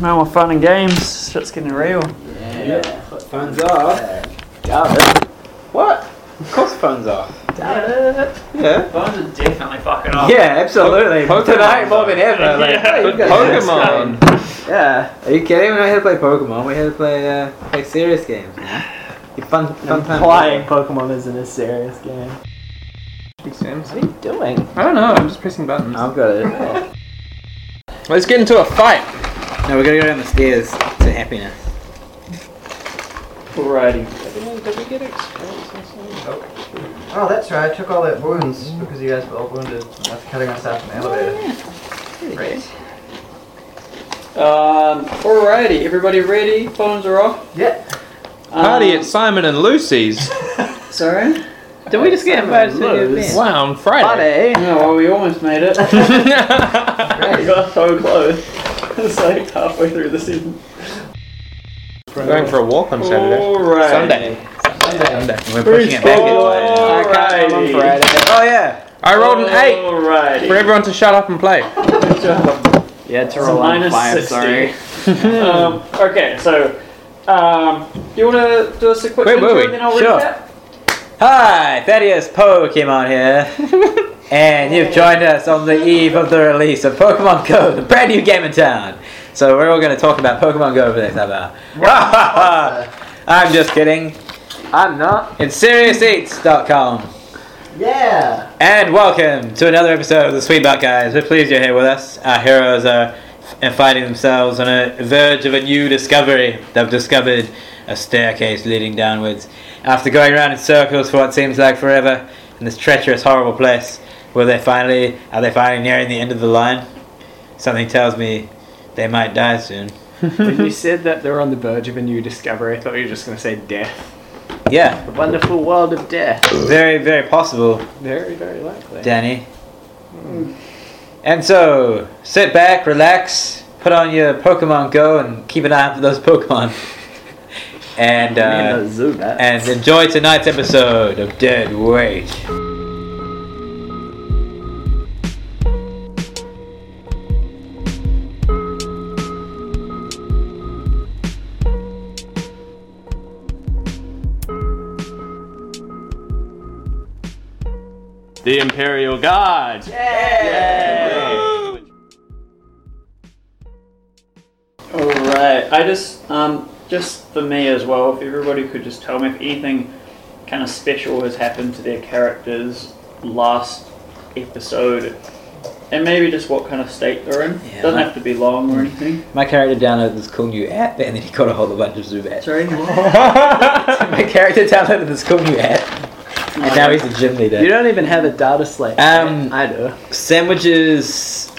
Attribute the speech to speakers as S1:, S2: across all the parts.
S1: No more fun and games. Shit's getting real.
S2: Yeah. Phones off. What? Of course, phones off. Yeah.
S1: Phones are definitely fucking off.
S2: Yeah, absolutely.
S3: Pokemon.
S2: Tonight more than ever. Like,
S1: Yeah.
S2: hey, we've got a nice game.
S3: Pokemon.
S2: Yeah. Are you kidding? We're not here to play Pokemon. We're here to play uh, play serious games. You know? Your fun fun time.
S4: Playing Pokemon isn't a serious game.
S3: Sims.
S4: What are you doing?
S3: I don't know. I'm just pressing buttons.
S2: I've got it.
S3: Let's get into a fight.
S2: No, we're gonna go down the stairs to happiness.
S1: Alrighty.
S5: Oh, that's right. I took all that wounds because you guys were all wounded after cutting us out from the elevator.
S1: Um, alrighty. Everybody ready? Phones are off.
S5: Yeah.
S1: Um,
S3: Party at Simon and Lucy's.
S1: Sorry?
S2: Did we just get invited
S4: to the event?
S3: wow, on Friday.
S2: Buddy.
S1: No, well, we almost made it. we got so close. It's like halfway through the season.
S3: Going for a walk on Saturday.
S1: Alright.
S3: Sunday. Sunday. We're pushing
S1: Who's
S3: it back.
S1: for-
S3: into-
S2: I can't. I'm on
S1: Alrighty.
S2: Friday. Oh yeah.
S3: I rolled an eight
S1: Alrighty.
S3: for everyone to shut up and play.
S1: Good job.
S4: Yeah, to
S1: It's a
S4: roll on
S1: minus
S4: five.
S1: 60.
S4: Sorry.
S1: um, okay, so um, you want to do us a quick
S3: Wait,
S1: intro
S3: wait, wait.
S1: and then I'll
S2: Sure.
S1: read that?
S2: Hi, Thaddeus Pokemon here. and you've joined us on the eve of the release of Pokemon Go, the brand new game in town. So we're all going to talk about Pokemon Go for the next half hour. I'm just kidding.
S4: I'm not.
S2: It's SeriousEats.com.
S5: Yeah.
S2: And welcome to another episode of the Sweet Butt Guys. We're pleased you're here with us. Our heroes are f- uh, finding themselves on a verge of a new discovery. They've discovered a staircase leading downwards. After going around in circles for what seems like forever in this treacherous, horrible place, will they finally are they finally nearing the end of the line? Something tells me they might die soon.
S4: when you said that they were on the verge of a new discovery, I thought you were just going to say death.
S2: Yeah,
S4: The wonderful world of death.
S2: very, very possible.
S4: Very, very likely.
S2: Danny. And so, sit back, relax, put on your Pokemon Go, and keep an eye out for those Pokemon. and uh, and enjoy tonight's episode of Dead Weight.
S6: The Imperial Guard.
S1: Alright, I just, um, just for me as well, if everybody could just tell me if anything kind of special has happened to their characters last episode. And maybe just what kind of state they're in.
S2: Yeah.
S1: Doesn't have to be long or anything.
S2: My character downloaded this cool new app, and then he got a whole bunch of Zubats.
S1: Sorry.
S2: My character downloaded this cool new app, and now he's a gym
S4: You
S2: leader.
S4: don't even have a data slate.
S2: Um,
S4: I do.
S2: Sandwiches.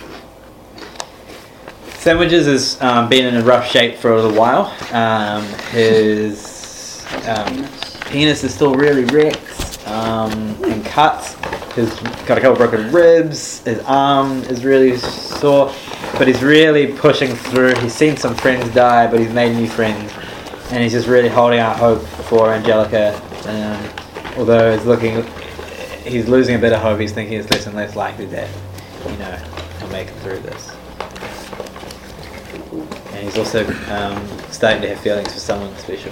S2: Sandwiches has um, been in a rough shape for a little while. Um, his um, penis is still really wrecked um, and cuts. He's got a couple broken ribs. His arm is really sore, but he's really pushing through. He's seen some friends die, but he's made new friends, and he's just really holding out hope for Angelica. Um, although he's looking, he's losing a bit of hope. He's thinking it's less and less likely that you know he'll make it through this. And he's also um, starting to have feelings for someone special.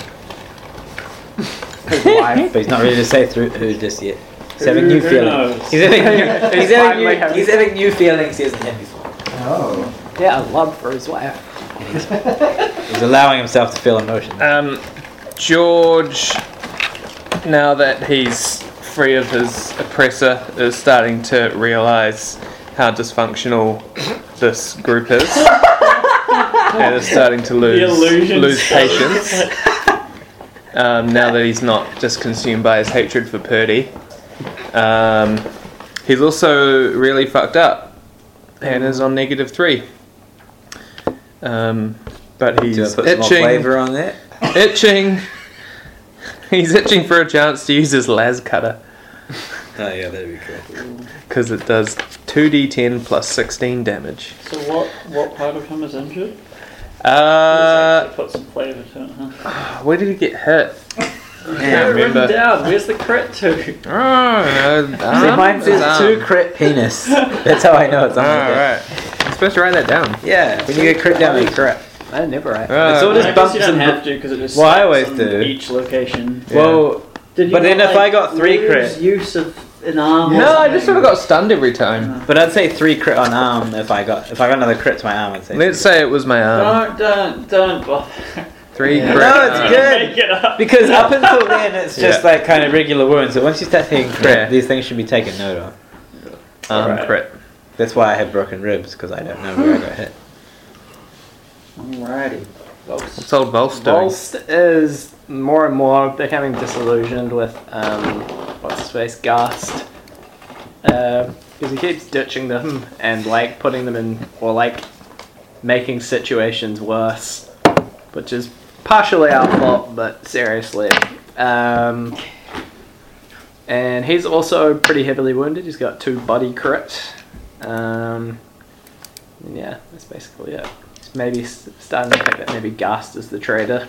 S2: But he's not ready to say through who just yet. He's having new
S1: Who knows?
S2: feelings. He's having new, he's having
S4: Finally
S2: new,
S4: having-
S2: he's having new feelings he hasn't had before.
S5: Oh.
S4: Yeah, love for his wife.
S2: He's allowing himself to feel emotion.
S1: Uh,
S3: Um, George, now that he's free of his oppressor, is starting to realize how dysfunctional this group is. and is starting to lose,
S1: illusions.
S3: lose patience. Um, now that he's not just consumed by his hatred for Purdy. Um, he's also really fucked up and is on negative three. Um, but
S2: Do I
S3: he's
S2: put some more
S3: itching
S2: flavour on that?
S3: itching. He's itching for a chance to use his las cutter
S2: Oh yeah, that'd be cool.
S3: because it does 2d10 plus 16 damage.
S1: So what, what part of him is injured?
S3: Uh,
S1: put some flavour to it, huh?
S3: where did he get hit?
S1: Yeah, written
S3: remember.
S1: down. Where's the crit to?
S3: Oh, uh, um,
S2: See,
S3: arm?
S2: mine
S3: His
S2: says
S3: arm.
S2: two crit penis. That's how I know it's on
S3: Oh,
S2: like that.
S3: right. I'm supposed to write that down.
S2: Yeah, when you get crit down, you crit.
S4: I never act.
S3: Uh,
S2: It's all just
S1: I guess you
S2: bumps
S1: don't
S2: and-
S1: have to because it just
S2: Well, I
S1: stacks
S2: always
S1: on
S2: do.
S1: each location.
S2: Well,
S1: Did you
S2: But then
S1: not,
S2: if I
S1: like,
S2: got three
S1: lose
S2: crit-
S1: use of an arm. or
S3: no, I just sort
S1: something?
S3: of got stunned every time.
S2: but I'd say three crit on arm if I got if I got another crit to my arm. I'd say.
S3: Let's say it was my arm.
S1: Don't don't don't bother.
S3: Three
S2: Yeah.
S3: crit.
S2: No, it's
S3: arm.
S2: good.
S1: Make it up.
S2: Because up until then, it's just like kind of regular wounds. So once you start taking crit,
S3: Yeah.
S2: these things should be taken note of.
S3: Arm
S1: Alright.
S3: crit.
S2: That's why I have broken ribs because I don't know where I got hit.
S1: Alrighty. folks.
S3: What's old Volst doing?
S4: Volst is more and more becoming disillusioned with um, what's his face, Gast, because he keeps ditching them and like putting them in or like making situations worse, which is partially our fault, but seriously. Um, and he's also pretty heavily wounded. He's got two body crit. Um, and yeah, that's basically it. It's maybe s- starting to think that maybe Gast is the traitor.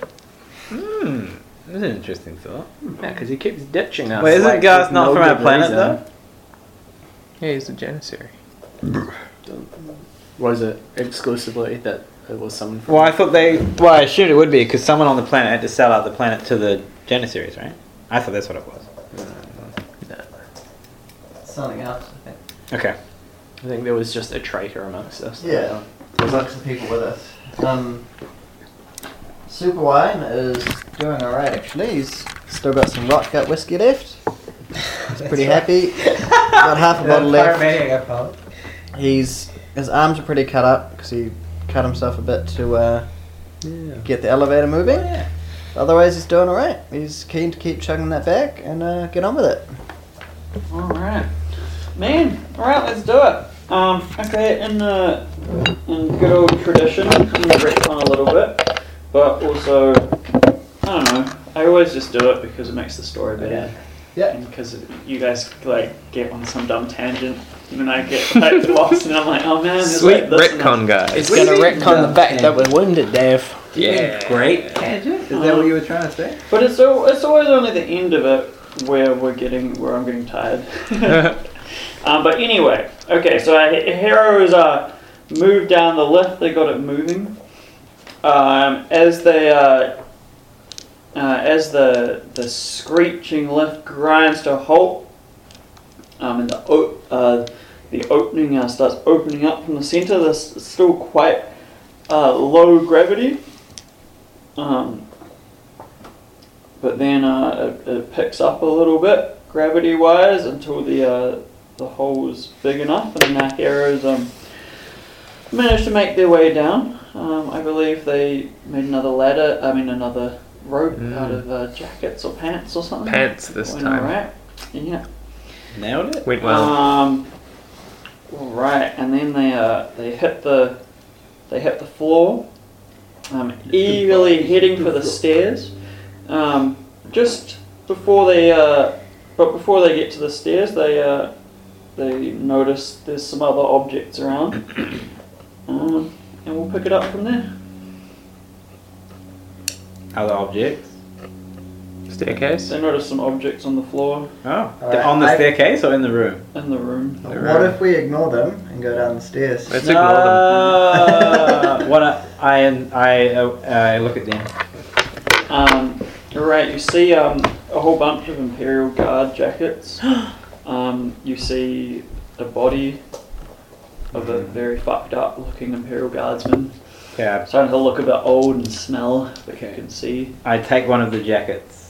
S2: Hmm. That's an interesting thought.
S4: Yeah, because he keeps ditching us.
S2: Wait, isn't
S4: like,
S2: Gast
S4: with
S2: not
S4: no
S2: from our
S4: good
S2: planet
S4: reason.
S2: though?
S3: Yeah, he's a janissary.
S4: Was it exclusively that it was someone from
S2: Well, I thought they. Well, I assumed it would be because someone on the planet had to sell out the planet to the Janissaries, right? I thought that's what it was.
S5: Something else, I think.
S2: Okay.
S4: I think there was just a traitor amongst us.
S5: Yeah. There's lots of people with us. Um, Super Wine is doing alright actually. He's still got some rock gut whiskey left. He's pretty happy. got half a bottle left. He's his arms are pretty cut up because he cut himself a bit to uh,
S4: Yeah.
S5: get the elevator moving. Otherwise, he's doing alright. He's keen to keep chugging that back and uh, get on with it.
S1: Alright. Man, alright, let's do it. Um, okay, in the in good old tradition, I'm gonna retcon a little bit, but also I don't know. I always just do it because it makes the story better.
S5: Yeah.
S1: And because you guys like get on some dumb tangent, and then I get like lost, and I'm like, oh man, there's
S3: Sweet
S1: like this and
S3: retcon guys.
S4: It's going to retcon the fact that we're wounded, Dave.
S3: Yeah.
S2: Great.
S5: Is
S1: that what you
S5: were trying to say?
S1: But it's al- it's always only the end of it where we're getting where I'm getting tired. um, but anyway, okay. So our he- heroes uh, moved down the lift. They got it moving. Um, as they uh, uh, as the the screeching lift grinds to a halt, um, and the o- uh, the opening uh, starts opening up from the center. This is still quite uh, low gravity. Um, but then uh, it, it picks up a little bit gravity wise until the uh, the hole's big enough and our heroes um, manage to make their way down. Um, I believe they made another ladder, I mean another rope
S3: Mm.
S1: out of uh, jackets or pants or something.
S3: Pants this
S1: Went
S3: time.
S1: alright. Yeah.
S2: Nailed it.
S3: Went well.
S1: Um, all right, and then they uh, they hit the they hit the floor, um, eagerly heading for the stairs. Um, just before they uh, but before they get to the stairs, they uh, they notice there's some other objects around, um, and we'll pick it up from there.
S2: Other objects.
S3: Staircase.
S1: They notice some objects on the floor
S2: Oh.
S5: All right,
S2: On the
S5: I-
S2: staircase or in the room?
S1: in the room.
S5: What if we ignore them and go down the stairs?
S3: Let's ignore them.
S2: Uh, what I I I, uh, I look at them.
S1: Um, all right, you see um, a whole bunch of Imperial Guard jackets. um, you see a body of
S2: Mm.
S1: a very fucked up looking Imperial Guardsman.
S2: Yeah.
S1: Starting to look a bit old and smell, but you
S2: Okay.
S1: can see.
S2: I take one of the jackets.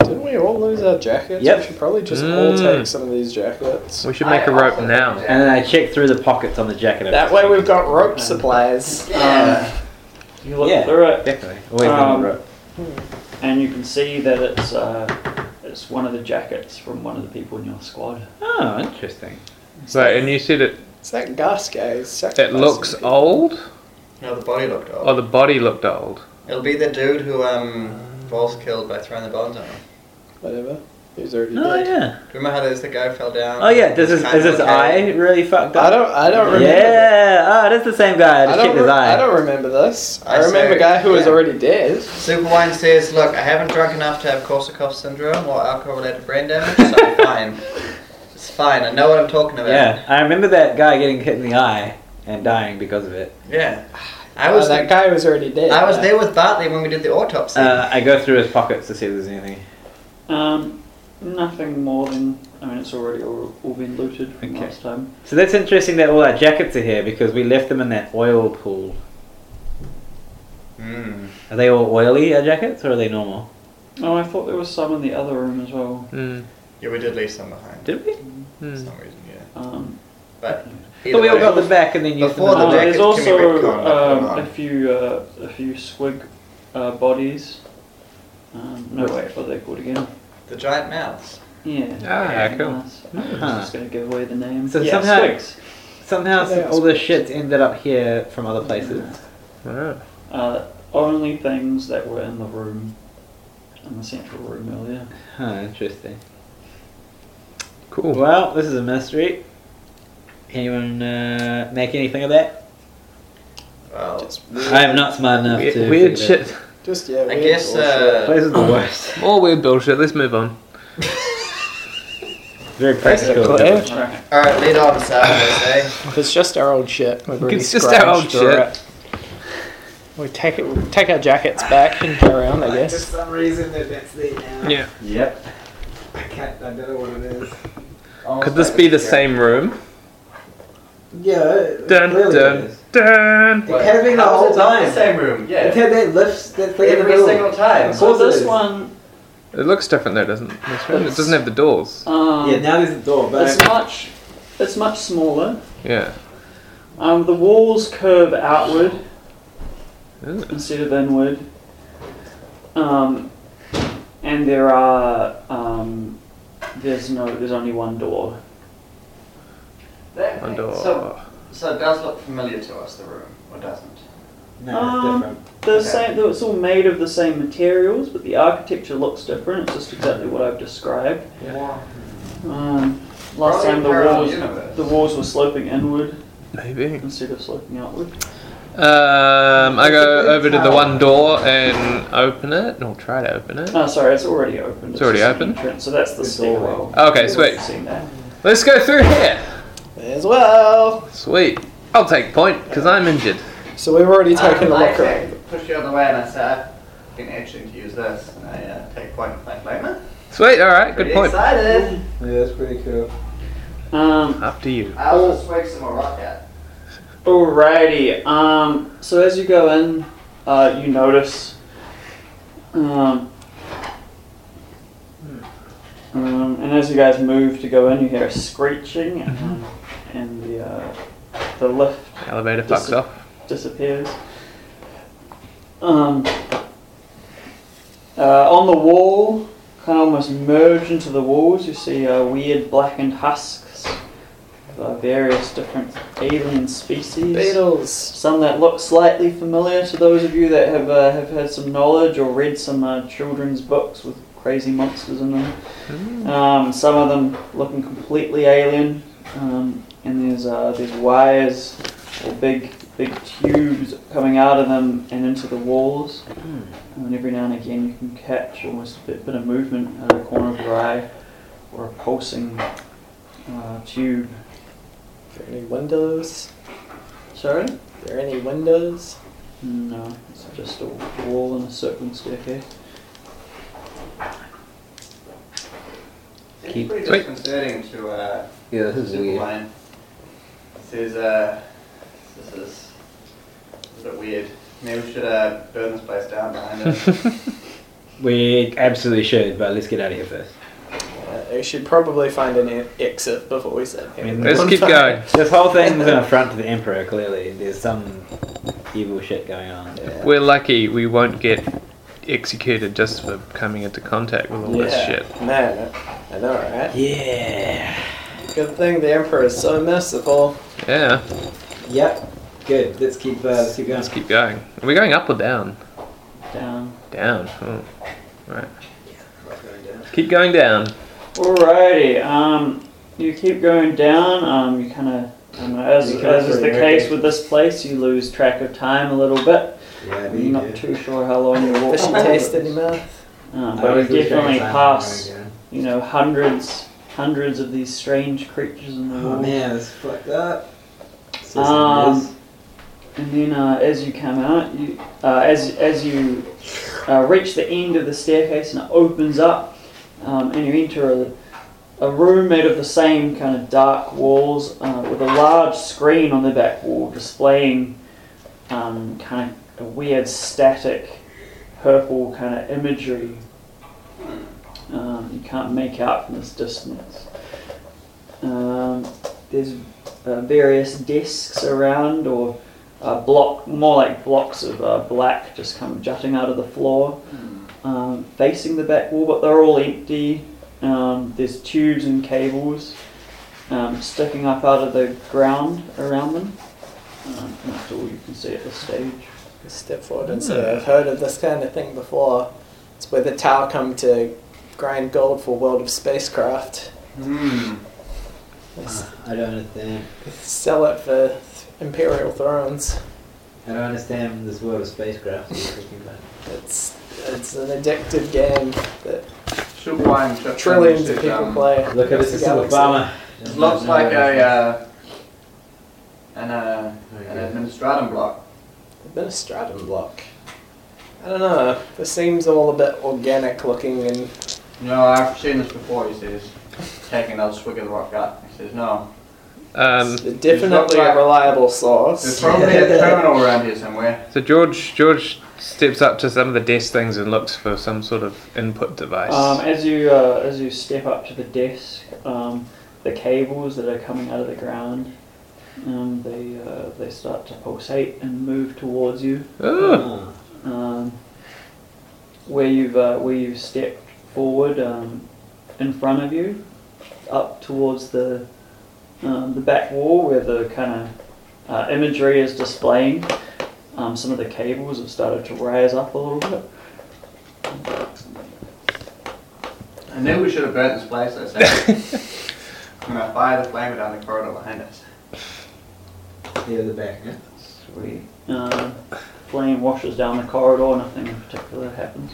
S7: Didn't we all lose our jackets?
S2: Yep.
S7: We should probably just all
S3: Mm.
S7: take some of these jackets.
S3: We should make
S5: I
S3: a rope
S5: also-
S3: now.
S2: And then I check through the pockets on the jacket.
S7: That way we've got rope supplies.
S5: Yeah.
S1: You look
S2: Yeah.
S1: through it,
S2: Definitely. Always on
S1: Um,
S2: the rope.
S1: and you can see that it's uh, it's one of the jackets from one of the people in your squad.
S2: Oh, interesting.
S3: Right, and you said it
S7: It's that gas gaze.
S3: it looks old,
S5: No, the body looked off.
S3: or the body looked old.
S2: Oh.
S5: It'll be the dude who um Boss killed by throwing the bombs on him.
S7: Whatever. He's already
S2: Oh
S7: dead.
S5: Do
S2: yeah.
S5: you remember how there's the guy who fell down?
S2: Oh yeah. Does his
S5: Kind
S2: is
S5: of
S2: his
S5: okay.
S2: eye really fucked up?
S7: I don't. I don't remember. thi-
S2: Yeah. Oh, that's the same guy. I
S7: I
S2: just
S7: don't,
S2: checked
S7: re-
S2: his eye.
S7: I don't remember this.
S5: I
S7: I, remember
S5: say-
S7: a guy who was
S5: yeah.
S7: already dead.
S5: Superwine says, "Look, I haven't drunk enough to have Korsakoff syndrome or alcohol-related brain damage, so I'm fine. It's fine. I know what I'm talking about."
S2: Yeah, I remember that guy getting hit in the eye and dying because of it.
S5: Yeah.
S8: I was
S4: Oh, that guy was already dead.
S8: I was
S4: right?
S8: there with Bartley when we did the autopsy.
S2: Uh, I go through his pockets to see if there's anything.
S1: Um, nothing more than. I mean, it's already all, all been looted from
S2: Okay.
S1: last time.
S2: So that's interesting that all our jackets are here because we left them in that oil pool.
S5: Hmm.
S8: Mm.
S2: Are they all oily, our jackets, or are they normal?
S1: Oh, I thought there was some in the other room as well.
S3: Mm,
S8: Yeah, we did leave some behind.
S2: Did we? Hmm.
S8: For
S3: mm.
S8: some reason, yeah.
S1: Um,
S8: But
S2: But we all got
S8: the
S2: them back and then used them. as
S8: Before the
S1: uh,
S2: oil.
S8: jacket
S1: there's
S8: can
S1: also
S8: be retconned, like,
S1: um,
S8: come
S1: a
S8: on.
S1: few uh, a few squig uh, bodies. Um, no, wait, what are they called again?
S8: the giant mouths.
S1: Yeah.
S3: Ah,
S1: yeah,
S3: cool.
S1: nice. I was
S2: Huh.
S1: just going to give away the name.
S2: So
S1: yeah,
S2: somehow-
S1: squigs.
S2: Somehow
S4: Yeah.
S2: all this shit's ended up here from other places.
S3: Wow.
S1: Uh, only things that were in the room, in the central room earlier.
S2: Huh, interesting.
S3: Cool.
S2: Well, this is a mystery. Anyone uh, make anything of that?
S8: Well,
S2: I am not smart enough
S3: Weird,
S2: to.
S3: weird
S2: figure that
S3: shit.
S4: Just yeah.
S8: I
S4: weird
S8: guess
S4: bullshit.
S2: out.
S8: uh,
S2: This is the worst.
S3: More weird bullshit. Let's move on.
S2: Very practical.
S4: Basically.
S1: Alright.
S8: all right, lead on, Sam. I say.
S4: If It's just our old shit. We've already
S3: It's just our old
S4: scrounged through
S3: shit.
S4: it. We take it. We take our jackets back and go around. I guess.
S9: some reason that that's there now.
S3: Yeah.
S2: Yep.
S9: I can't. I don't know what it is. Oh,
S3: Could this be the same room?
S9: Yeah. It
S3: Dun dun dun.
S9: It has been the
S8: How is
S9: whole
S8: it not
S9: time.
S8: The same room, yeah.
S9: had that lift that thing in the
S8: Every
S9: middle.
S8: single time.
S1: So
S9: course it
S1: this
S9: is.
S1: one,
S3: It looks different though, doesn't it? This room? It doesn't have the doors.
S1: um,
S9: Yeah, now there's a door, but
S1: it's much, it's much smaller.
S3: Yeah.
S1: Um, the walls curve outward
S3: Ooh.
S1: instead of inward, um, and there are um, there's no there's only one door.
S8: That-
S3: One
S8: So,
S3: door.
S8: so it does look familiar to us, the room, or doesn't?
S1: Um, The
S8: Okay.
S1: same, though it's all made of the same materials, but the architecture looks different. It's just exactly what I've described.
S8: Yeah.
S1: Um, last
S8: Probably
S1: time the
S8: parallel
S1: walls
S8: universe.
S1: the walls were sloping inward
S3: Maybe.
S1: instead of sloping outward.
S3: Um, I go over to the one door and open it, or try to open it.
S1: Oh, sorry, it's already open.
S3: It's already
S1: just an
S3: open?
S1: entrance, so that's the
S8: It's
S1: stairwell.
S8: all-
S3: Okay, sweet.
S1: Seen that.
S3: Let's go through here.
S4: As well.
S3: Sweet. I'll take point because I'm injured.
S4: So we've already taken
S8: Um,
S4: a
S8: I
S4: look
S8: actually
S4: around.
S8: push you out of the way and I say I've been itching to use this, and I uh, take point and play Flamer.
S3: Sweet. All right.
S8: Pretty
S3: Good point.
S8: excited.
S9: yeah, that's pretty cool.
S1: Um,
S3: Up to you.
S8: I will swig some more rock out.
S1: alrighty. Um, so as you go in, uh, you notice. Um, um, and as you guys move to go in, you hear a screeching, and, and the uh, the lift
S3: Elevator
S1: Just-
S3: fucks off.
S1: disappears. Um, uh, on the wall, kind of almost merged into the walls, you see uh, weird blackened husks of uh, various different alien species.
S4: Beatles.
S1: Some that look slightly familiar to those of you that have, uh, have had some knowledge or read some uh, children's books with crazy monsters in them. Um, some of them looking completely alien. Um, and there's, uh, there's wires or big, big tubes coming out of them and into the walls. And every now and again you can catch almost a bit, bit of movement out of the corner of your eye or a pulsing uh, tube.
S4: Are there any windows?
S1: Sorry?
S4: Are there any windows?
S1: No, it's just a wall and a circling staircase.
S8: It's
S2: Keep-
S8: pretty
S3: Sweet.
S8: disconcerting to uh,
S2: Yeah, this is weird.
S8: Superline. Says uh, this is a bit weird. Maybe we should uh, burn this place down behind us.
S2: We absolutely should, but let's get out of here first.
S4: Uh, we should probably find an e- exit before we set
S2: I mean,
S4: here.
S3: Let's keep going.
S2: This whole thing's an affront to the Emperor, clearly. There's some evil shit going on.
S4: Yeah.
S3: We're lucky we won't get executed just for coming into contact with all this
S4: Yeah.
S3: shit.
S4: Man, I know, right?
S2: Yeah.
S4: Good thing the Emperor is so merciful.
S3: Yeah.
S2: Yep. Good. Let's keep, uh, let's keep going.
S3: Let's keep going. Are we going up or down?
S1: Down.
S3: Down. Oh. Right. Keep going down.
S1: Alrighty, um, you keep going down, um, you kind of. Um, as,
S9: You kinda
S1: as is the
S9: forget,
S1: case
S9: okay.
S1: with this place, you lose track of time a little bit.
S9: Yeah,
S1: You're not too sure how long you're
S4: Fishy
S1: walking.
S4: taste in your mouth.
S1: Um, but you definitely pass, you know, hundreds, hundreds of these strange creatures in the
S9: Oh
S1: wall.
S9: man, it's fucked up.
S1: Um, And then uh, as you come out, you uh, as as you uh, reach the end of the staircase and it opens up, um, and you enter a, a room made of the same kind of dark walls uh, with a large screen on the back wall displaying um, kind of a weird static purple kind of imagery. Um, you can't make out from this distance. Um, there's uh, various desks around or uh, block, more like blocks of uh, black just kind of jutting out of the floor, um, facing the back wall, but they're all empty. Um, there's tubes and cables um, sticking up out of the ground around them. Um, and that's all you can see at this stage.
S10: Step forward and say, I've heard of this kind of thing before. It's where the Tau come to grind gold for World of Spacecraft.
S8: Hmm.
S10: They s-
S2: Uh, I don't understand.
S10: sell it for Imperial Thrones.
S2: I don't understand this world of spacecraft you're talking about.
S10: It's it's an addictive game that
S8: Super Wine just
S10: trillions of
S8: finished it,
S10: people
S8: um,
S10: play.
S2: Look at
S10: across
S2: this
S10: the
S2: is a
S10: galaxy.
S2: farmer.
S8: It looks like a uh, an uh, an administratum block.
S10: Administratum block. I don't know. This seems all a bit organic looking and
S8: No, I've seen this before. He says, taking another swig of the rock gut. He says, no,
S3: Um,
S10: it's definitely
S8: like-
S10: a reliable
S8: there's
S10: source.
S8: probably a terminal around here somewhere.
S3: so George George steps up to some of the desk things and looks for some sort of input device.
S1: Um, as you uh, as you step up to the desk, um, the cables that are coming out of the ground, um, they uh, they start to pulsate and move towards you.
S3: Ooh.
S2: Oh,
S1: um, where you've uh, where you've stepped forward um, in front of you, up towards the um, the back wall where the kind of uh, imagery is displaying. Um, some of the cables have started to rise up a little bit.
S8: I knew we should have burnt this place. I said. And I fire the flamer down the corridor behind us.
S2: the other back. Yeah?
S1: Sweet. Um, flame washes down the corridor. Nothing in particular happens.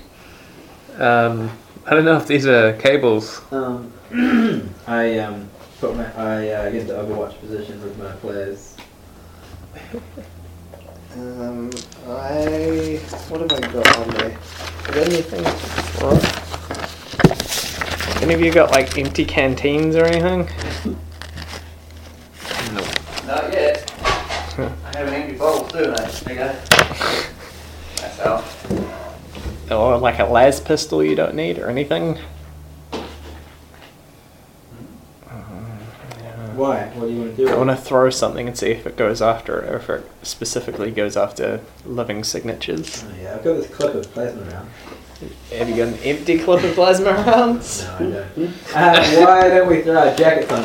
S3: Um, I don't know if these are cables.
S2: Um, I um, put my I uh, get into Overwatch position with my players.
S10: Um, I what have I got on there? Is there anything? What?
S4: Any of you got like empty canteens or anything?
S8: Not yet. I have an empty bottle too, and I nigga. Myself.
S4: Or like a las pistol you don't need or anything?
S2: Why? What do you want to
S4: I
S2: do?
S4: want to throw something and see if it goes after, or if it specifically goes after living signatures.
S2: Oh, yeah, I've got this clip of plasma around.
S4: Have you got an empty
S10: Clip of plasma rounds.
S2: No, I don't. Uh, why don't we throw our jackets on?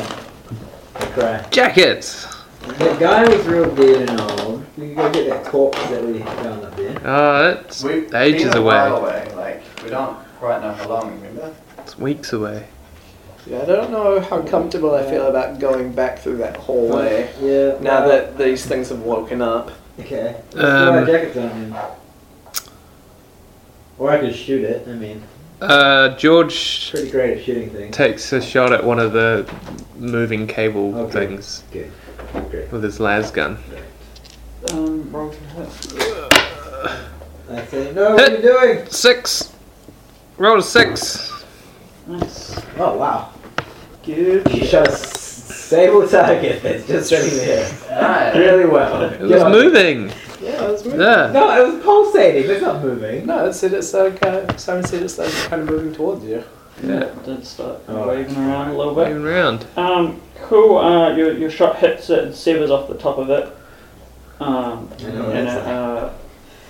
S2: I cry.
S3: Jackets.
S2: That guy was real dead and old. We could go get that corpse that we found up there.
S3: Oh, it's
S8: We've
S3: ages
S8: been a
S3: away.
S8: while away. Like we don't quite know how long. Remember?
S3: It's weeks away.
S10: Yeah, I don't know how comfortable I feel about going back through that hallway
S2: Yeah.
S10: now
S2: well,
S10: that these things have woken up.
S2: Okay. Let's throw
S3: Um,
S2: our jackets on him. Or I could shoot it. I mean,
S3: Uh, George
S2: pretty great at shooting things.
S3: takes a shot at one of the moving cable
S2: Okay.
S3: things
S2: Good. Great.
S3: with his las gun.
S1: Um, roll to hit.
S2: I say, no, what are you doing?
S3: Six. Roll a six.
S1: Nice.
S2: Oh, wow.
S1: Good.
S2: You shot a s- stable target that's just sitting there.
S8: Nice.
S2: Really well.
S3: It was
S2: Yeah.
S3: moving.
S10: Yeah, it was moving.
S3: Yeah.
S2: No, it was pulsating. It's not moving.
S10: No, it said it started kind
S4: uh,
S10: of, Simon said it started kind of moving towards you.
S3: Yeah.
S1: Did start
S2: Oh.
S1: waving around a little bit.
S3: Moving around.
S1: Um, cool. Uh, your, your shot hits it and severs off the top of it. Um,
S2: I know what
S1: and
S2: that's
S1: it, uh,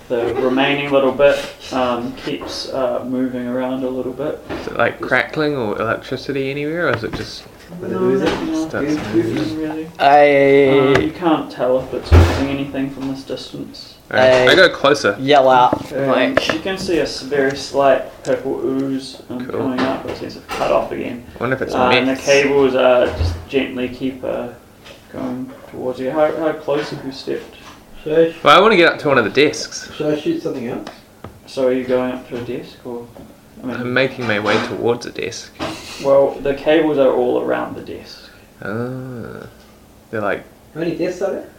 S1: the remaining little bit um, keeps uh, moving around a little bit.
S3: Is it like crackling or electricity anywhere, or is it just
S2: But it was it.
S1: No,
S3: Starts
S1: you- you- really.
S4: I
S1: Uh, you can't tell if it's losing anything from this distance.
S3: Alright, I go closer.
S4: yell out,
S1: Um,
S4: like,
S1: you can see a s- very slight purple ooze um,
S3: Cool.
S1: coming up, but it seems to have cut off again.
S3: I wonder if it's
S1: Uh, and the
S3: meth.
S1: cables uh, just gently keep uh, going towards you. How, how close have you stepped?
S2: Should I, sh-
S3: Well, I want to get up to one of the desks.
S2: should I shoot something else?
S1: So are you going up to a desk or? I mean,
S3: I'm making my way towards the desk.
S1: well, the cables are all around the desk.
S3: Ah. They're like
S2: How many deaths are there?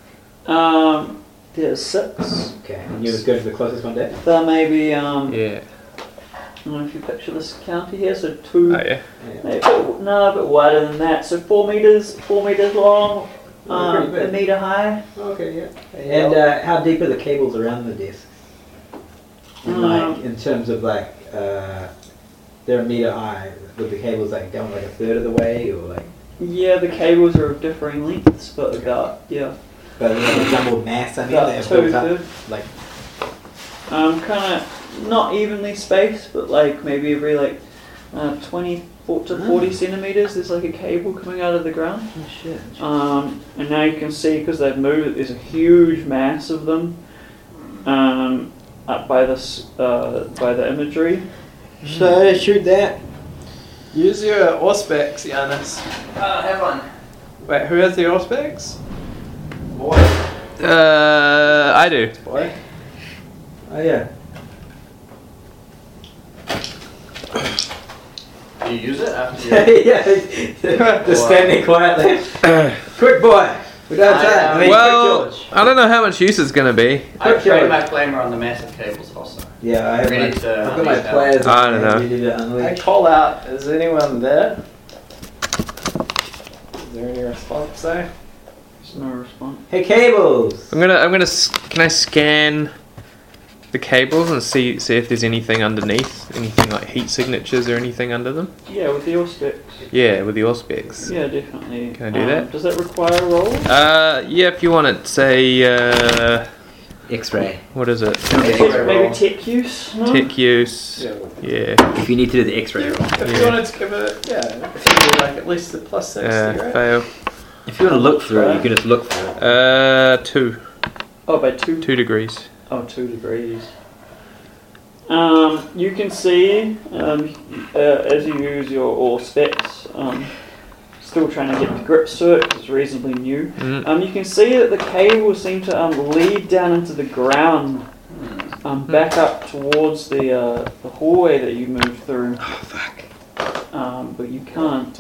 S1: Um, There's six.
S2: Okay, and you just go to the closest one there.
S1: There may be, um,
S3: Yeah.
S1: I don't know if you picture this county here, so two,
S3: Oh, yeah.
S1: maybe, no, a bit wider than that. So four meters, four meters long, um,
S2: pretty
S1: a
S2: big.
S1: meter high.
S2: Oh, Okay, yeah. And uh, how deep are the cables around the desk?
S1: Um,
S2: And, Like in terms of like, uh, they're a meter high. Would the cables like down like a third of the way, or like,
S1: Yeah, the cables are of differing lengths, but about, yeah,
S2: but like a jumbled mass? I mean,
S1: about
S2: they're
S1: two
S2: built up
S1: thirds.
S2: like
S1: um, kind of not evenly spaced, but like maybe every like uh, 24 to 40 centimeters, there's like a cable coming out of the ground.
S2: oh, shit.
S1: Um, and now you can see because they've moved, there's a huge mass of them um, up by this uh, by the imagery.
S2: So shoot that.
S4: Use your auspex, Giannis.
S11: Uh, have one.
S4: Wait, who has the auspex?
S11: Boy.
S3: Uh, I do.
S2: Boy. Oh yeah.
S11: Do you use it after
S2: yeah.
S11: you...
S2: Just standing quietly. Quick boy. We don't
S11: I,
S2: time.
S11: um,
S2: I mean,
S3: Well,
S2: quick George.
S3: I don't know how much use it's gonna be.
S11: I trained
S2: Quick George.
S11: my flamer on the massive cables also.
S2: Yeah, I have
S11: Ready
S2: my,
S11: to
S2: I've got my
S11: unleash that.
S2: players.
S3: I don't know.
S2: Ready to
S4: I
S2: unleash.
S4: call out, is anyone there? Is there any response there?
S1: There's no response.
S2: Hey, cables.
S3: I'm gonna. I'm gonna. s- Can I scan the cables and see see if there's anything underneath? Anything like heat signatures or anything under them?
S1: Yeah, with the auspex.
S3: Yeah, with the auspex.
S1: Yeah, definitely.
S3: Can I do
S1: Um,
S3: that?
S1: Does that require a roll?
S3: Uh, yeah. If you want it, say. Uh,
S12: X-ray.
S3: what is it?
S1: Maybe,
S11: roll.
S1: maybe tech use? No?
S3: Tech use. Yeah.
S12: If you need to do the X-ray roll,
S4: If
S3: Yeah.
S4: you wanted to give it, yeah, if you do like at least the plus 60,
S3: Uh,
S4: right?
S3: fail.
S12: if you want to look through, you can just look through.
S3: Uh, two.
S1: Oh, by two.
S3: Two degrees.
S1: Oh, two degrees. Um, you can see um, uh, as you use your all specs, um, still trying to get the grips to it 'cause it's reasonably new.
S3: Mm.
S1: Um, you can see that the cables seem to um, lead down into the ground, um, back up towards the, uh, the hallway that you moved through. Oh, fuck. Um, but you can't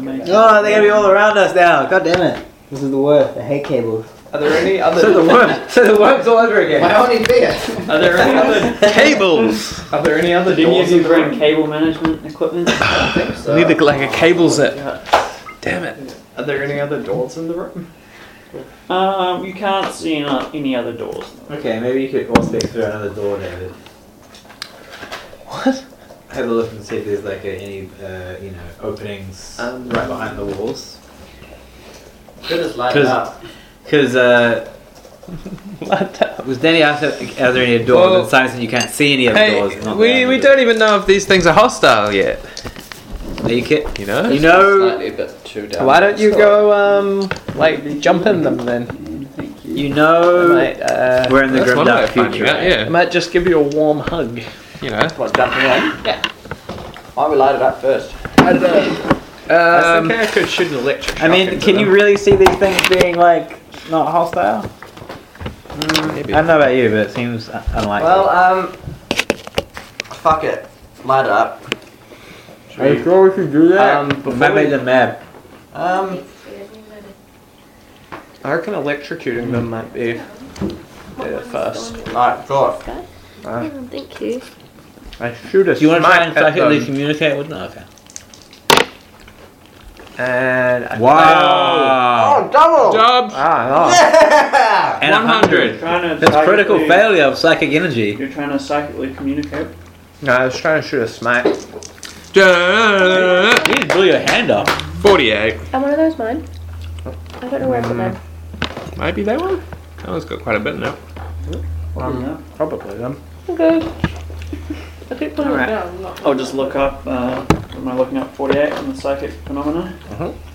S1: make it.
S2: Oh, they're gonna be all around us now. God damn it. This is the worst. I hate cables.
S4: Are there any other
S2: So the worm. So the worm's all over again.
S8: My only fear.
S4: are there any other
S3: Cables.
S4: are there any other
S1: Did any of
S4: doors
S1: you
S4: in the
S1: bring
S4: room?
S1: cable management equipment?
S3: I need a, like a cable zip.
S1: Yeah.
S3: Damn it.
S4: Are there any other doors in the room?
S1: Um, you can't see any, any other doors.
S2: Okay, maybe you could all stick through another door, David.
S3: What?
S2: Have a look and see if there's like a, any, uh, you know, openings
S4: Um,
S2: right behind the walls.
S11: Could just light it
S2: Cause-
S11: up.
S2: Because uh, was Danny after? Are there any doors?
S3: Well-
S2: and science and you can't see any other
S3: Hey,
S2: doors. not
S3: we,
S2: there.
S3: we don't even know if these things are hostile yet.
S2: Are you ki-
S3: You know.
S2: You know,
S13: Slightly a bit too down.
S4: Why don't you go um like jump in them then?
S2: you
S4: I
S2: know.
S4: might uh,
S2: We're in the
S3: That's
S2: grim
S3: one way
S2: dark
S3: of finding
S2: future.
S3: out,
S4: I
S3: yeah.
S4: might just give you a warm hug.
S3: You know.
S8: What, dumping in? Yeah. I would light it up first.
S4: I
S3: Um,
S4: think I could shoot an electric.
S2: I mean, can you really see these things being like not hostile?
S3: Mm, maybe.
S2: I don't know about you, but it seems un- unlikely.
S8: Well, um, fuck it. Light it up.
S2: are you sure we should do
S4: that? Um,
S2: Um,
S4: before
S2: we might
S4: we-
S2: make them mad.
S8: Um,
S4: I reckon electrocuting them might be better first.
S8: alright, George.
S14: Thank you.
S4: I shoot a
S2: Do you want to try and
S4: snipe at
S2: psychically
S4: them,
S2: communicate with them? Okay.
S4: And I-
S2: Wow!
S8: Oh, double!
S3: Job
S4: Ah,
S8: Yeah!
S2: And 100.
S1: Trying to
S2: That's critical
S1: psychically-
S2: failure of psychic energy.
S1: You're trying to psychically communicate.
S4: oh. no. no, I was trying to shoot a snipe.
S2: You just blew your hand off.
S3: Forty-eight.
S14: Are one of those mine? I don't know where I put mine.
S3: Maybe that one. That one's got quite a bit now.
S2: Mm.
S1: Yeah.
S4: Probably them.
S14: I'm good. I keep putting it down. not-
S1: I'll just look up. Uh, am I looking up 48 on the psychic phenomena?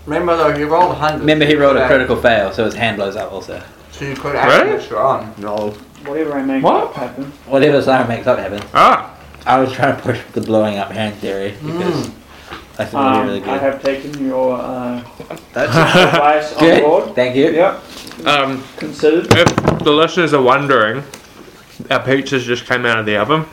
S8: Remember though, you rolled 100.
S2: Remember, he rolled a
S8: Yeah.
S2: critical fail, so his hand blows up also.
S8: So you could actually
S3: Really?
S8: extra on.
S4: No.
S1: Whatever I make
S3: What?
S1: up happen.
S2: Whatever Siren makes up happens.
S3: Ah.
S2: I was trying to push the blowing up hand theory because that's really,
S1: Mm. Um,
S2: really
S1: I
S2: good.
S1: have taken your uh,
S2: That's
S1: advice on
S2: good.
S1: board.
S2: Thank you.
S1: Yep,
S3: Um,
S1: considered.
S3: if the listeners are wondering, our pizzas just came out of the oven,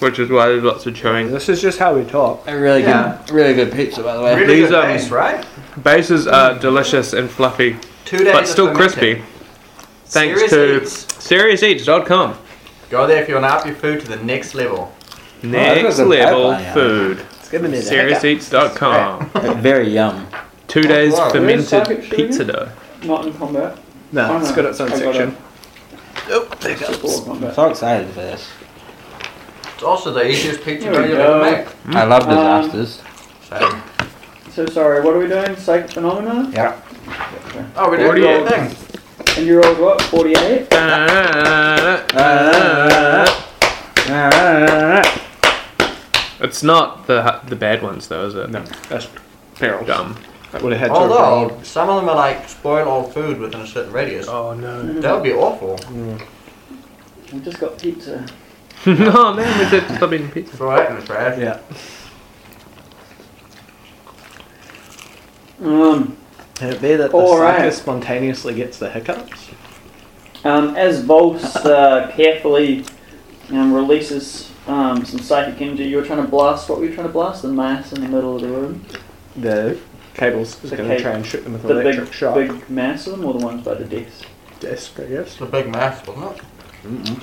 S3: which is why there's lots of chewing.
S4: This is just how we talk.
S2: A really
S8: Yeah.
S2: good, really good pizza, by the way.
S8: Really
S3: These,
S8: good
S3: um,
S8: base, right?
S3: Bases are delicious and fluffy,
S8: Two days
S3: but still
S8: of fermenting.
S3: crispy. Thanks
S8: Serious
S3: to SeriousEats.com.
S4: Oh,
S8: Go there if you want to up your food to the next level.
S2: that was
S3: Next
S2: a bad
S3: level
S2: one, yeah.
S3: food.
S8: give me that.
S3: SeriousEats.com.
S2: Very yum.
S3: Two days
S1: Wow. Where's
S3: fermented
S1: Target
S3: pizza dough.
S1: Not in combat.
S4: No,
S1: Oh,
S4: it's
S1: no.
S4: got its own
S1: I got
S4: section.
S8: Oh, there it goes.
S1: Support combat.
S2: I'm so excited for this.
S8: It's also the easiest pizza
S1: There
S8: dough
S1: we
S8: you've
S1: go.
S8: ever make.
S2: I love
S1: Um,
S2: disasters.
S8: So,
S1: So sorry, what are we doing? Psychic phenomena?
S2: yeah.
S8: oh, we're doing
S1: Forty
S8: the whole
S1: eight.
S8: thing.
S1: And you rolled what? 48?
S2: Uh,
S1: Uh,
S3: It's not the the bad ones though, is it?
S4: No, that's peril.
S3: Dumb.
S4: That would have had to have rolled.
S8: Although, some of them are like spoil all food within a certain radius.
S4: Oh no.
S8: That would be awful.
S1: We just got pizza.
S3: oh man, we did stop eating pizza.
S8: It's alright, Miss Brad.
S4: Yeah.
S2: Mm.
S1: Um,
S4: Can it be that the
S1: All right.
S4: psyker spontaneously gets the hiccups?
S1: Um, as Volks uh, carefully um, releases um, some psychic energy, you were trying to blast. What were you trying to blast? The mass in the middle of the room.
S4: The cables is
S1: The
S4: going to
S1: ca-
S4: try and shoot them with an
S1: The
S4: electric
S1: big,
S4: shock.
S1: big mass of them, or the ones by the desk.
S4: Desk, I guess.
S8: It's a big mass, wasn't it?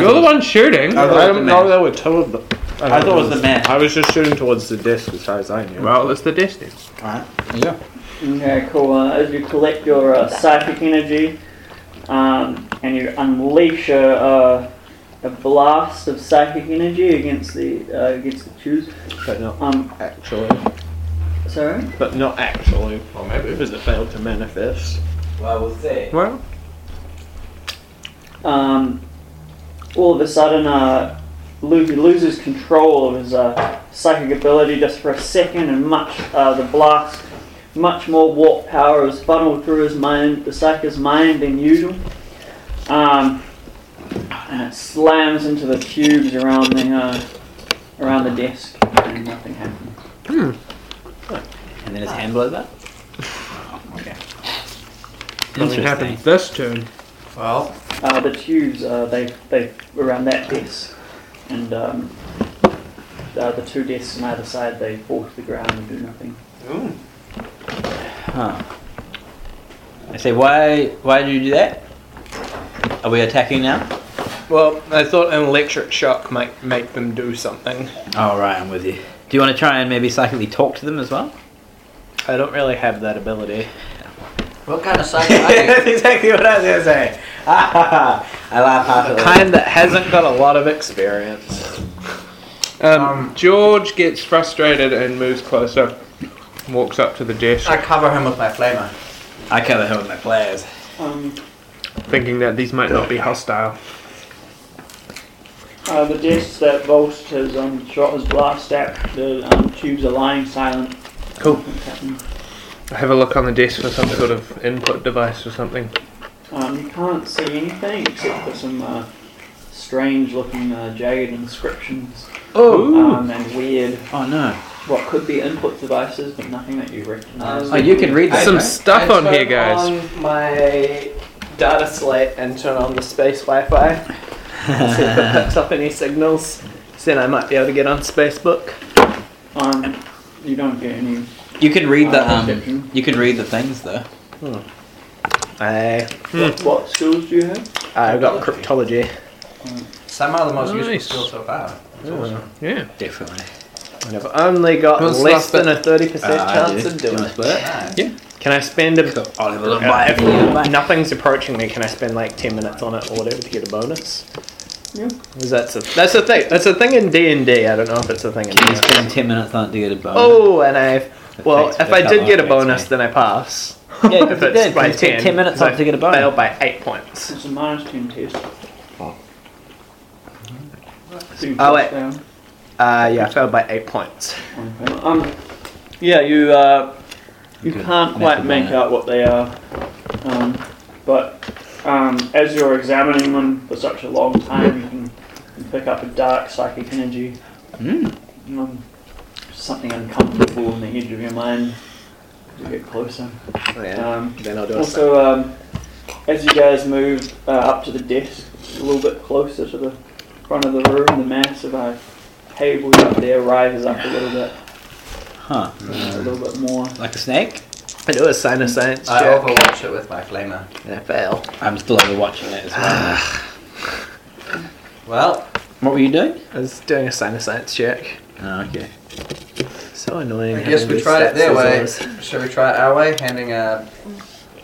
S3: You're the one shooting.
S4: I,
S2: thought it was the
S4: don't know.
S2: man.
S4: There were two of them.
S2: I thought it was the man.
S4: I was just shooting towards the desk, as far as I knew.
S3: Well, it's the destiny.
S2: Alright, yeah.
S1: Okay, cool. Uh, as you collect your uh, psychic energy, um, and you unleash a, uh, a blast of psychic energy against the uh, against the choose.
S4: But not
S1: Um,
S4: actually.
S1: sorry.
S4: But not actually,
S8: Well, maybe.
S4: because it failed to manifest.
S15: Well, we'll see.
S3: Well,
S1: um, all of a sudden, uh, Luke loses control of his uh, psychic ability just for a second, and much uh, the blast, much more warp power is funneled through his mind, the psychic's mind than usual, um, and it slams into the tubes around the uh, around the desk, and nothing happens.
S2: And then his hand blows up.
S3: nothing happens this turn.
S8: Well,
S1: Uh, the tubes, uh, they they around that desk, and um, uh, the two desks on either side, they fall to the ground and do nothing.
S2: Huh. I say, why why did you do that? Are we attacking now?
S4: Well, I thought an electric shock might make them do something.
S2: All Oh, right, I'm with you. Do you want to try and maybe psychically talk to them as well?
S4: I don't really have that ability.
S8: what kind of psychic are you?
S2: exactly what I was gonna say. I laugh heartily.
S4: Kind that hasn't got a lot of experience.
S3: Um,
S8: Um,
S3: George gets frustrated and moves closer, walks up to the desk,
S8: I cover him with my flamer.
S2: I cover him with my flares.
S1: Um,
S3: thinking that these might not be hostile.
S1: uh, the discs that Volt has um, shot his blast at, the um, tubes are lying silent.
S3: Cool.
S1: Okay.
S3: Have a look on the desk for some sort of input device or something.
S1: Um, you can't see anything except for some uh, strange looking uh, jagged inscriptions
S3: Oh,
S1: um, and weird,
S2: Oh no!
S1: what could be input devices, but nothing that you recognize.
S2: Oh, you can read that.
S3: some
S2: right?
S3: stuff
S10: I
S3: on here,
S10: turn
S3: guys.
S10: on my data slate and turn on the space Wi-Fi. See if it picks up any signals.
S4: So then I might be able to get on Spacebook.
S1: Um, you don't get any.
S2: you can read the
S1: Uh,
S2: um.
S1: perception.
S2: You can read the things though.
S4: I
S1: What, what skills do you have?
S4: I've got cryptology.
S8: Somehow the most
S3: Nice.
S8: useful skill so far. It's awesome.
S3: Yeah.
S2: Definitely.
S4: And I've only got
S3: What's the last
S4: less than a thirty percent chance
S2: Uh, do.
S4: of
S2: Do you
S4: doing
S2: wanna
S4: it.
S2: split?
S4: Uh, Can I spend a?
S2: I'll have a look.
S4: Uh,
S2: at
S4: if
S2: it.
S4: nothing's approaching me, can I spend like ten minutes on it or whatever to get a bonus?
S1: Yeah.
S4: 'Cause that's a that's a thing that's a thing in D and I don't know if it's a thing in.
S2: Can you
S4: D&D.
S2: spend ten minutes on it to get a bonus?
S4: Oh, and I. Well,
S2: Affects
S4: if
S2: me.
S4: I did get a
S2: Affects
S4: bonus,
S2: me.
S4: then I pass.
S2: Yeah, 'cause
S4: if
S2: you
S4: it's
S2: did, 'cause
S4: by
S2: you spent
S4: 10,
S2: 10 minutes
S4: so
S2: on it to get a bonus.
S4: Failed by eight points.
S1: It's a minus 10 test. So you
S4: Oh,
S1: put it
S4: wait.
S1: down.
S4: Uh, yeah, I failed by eight points.
S1: Um, yeah, you uh, you
S2: Okay.
S1: can't quite make
S2: Metadata.
S1: out what they are, um, but um, as you're examining them for such a long time, you can you pick up a dark psychic energy,
S4: Hmm.
S2: Mm.
S1: um, something uncomfortable on the edge of your mind. as You get closer.
S4: Yeah.
S1: Um,
S4: Then I'll do a
S1: also, um, as you guys move uh, up to the desk, a little bit closer to the front of the room, the uh, mass of our tables up there rises up a little bit,
S2: Huh?
S1: a little bit more.
S2: Like a snake?
S4: I do a sinus science
S8: I
S4: check.
S8: overwatch it with my flamer.
S4: And I fail.
S2: I'm still overwatching it as well.
S8: Well,
S2: what were you doing?
S4: I was doing a sinus science check.
S2: Oh, okay.
S4: So annoying.
S8: I guess
S4: having
S8: we
S4: these
S8: tried it
S4: stats
S8: their
S4: as
S8: way.
S4: always.
S8: Shall we try it our way? Handing uh,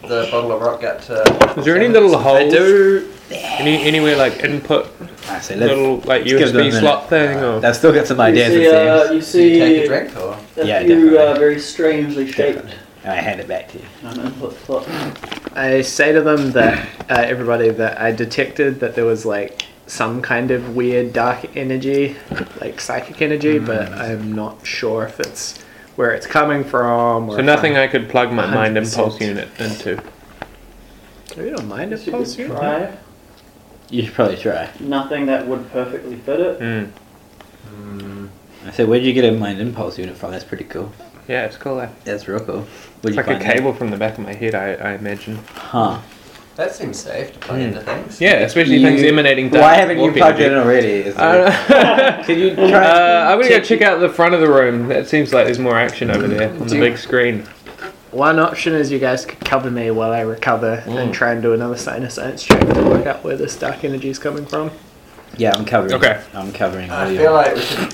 S8: the bottle of rock gut to.
S3: Is there any little holes?
S8: I do.
S3: Any anywhere like input
S2: I say, Ah, let's,
S3: little like
S2: let's give them a
S3: USB
S2: minute.
S3: slot thing or
S2: I've still got some ideas.
S1: you
S2: it
S1: see, uh,
S2: seems.
S1: you
S8: Do you
S1: see
S8: take a drink or?
S1: a
S2: Yeah,
S1: few uh,
S2: definitely.
S1: very strangely shaped. um,
S2: Definitely. And I hand it back to you.
S1: I don't know, flip, flop.
S4: I say to them that uh, everybody that I detected that there was like some kind of weird dark energy, like psychic
S3: Hmm.
S4: energy, but I'm not sure if it's where it's coming from. Or
S3: so
S4: if
S3: nothing
S4: I'm-
S3: I could plug my mind
S4: 100%.
S3: impulse unit into.
S4: Do you don't mind if
S1: You
S4: pulse
S1: could
S4: you?
S1: try it.
S2: You should probably try.
S1: Nothing that would perfectly fit it.
S3: Mm.
S2: I said, where'd you get a mind impulse unit from? That's pretty cool.
S3: Yeah, it's cool. eh?
S2: That's real cool. Where'd
S3: It's
S2: you
S3: like a
S2: find that?
S3: cable from the back of my head, I, I imagine.
S2: Huh.
S8: That seems safe to plug
S2: Hmm.
S8: into things.
S3: Yeah, especially
S2: You-
S3: things emanating dark.
S2: Why haven't you
S3: warp
S2: plugged it in
S3: energy.
S2: already? Is
S3: I
S2: the-
S3: don't know.
S2: Can you try?
S3: Uh, I'm gonna go check out the front of the room. That seems like there's more action over there on the big screen.
S4: One option is you guys could cover me while I recover
S3: Hmm.
S4: and try and do another sinus science check to work out where this dark energy is coming from.
S2: yeah, I'm covering.
S3: Okay.
S2: I'm covering. all
S8: I
S2: your-
S8: feel like we should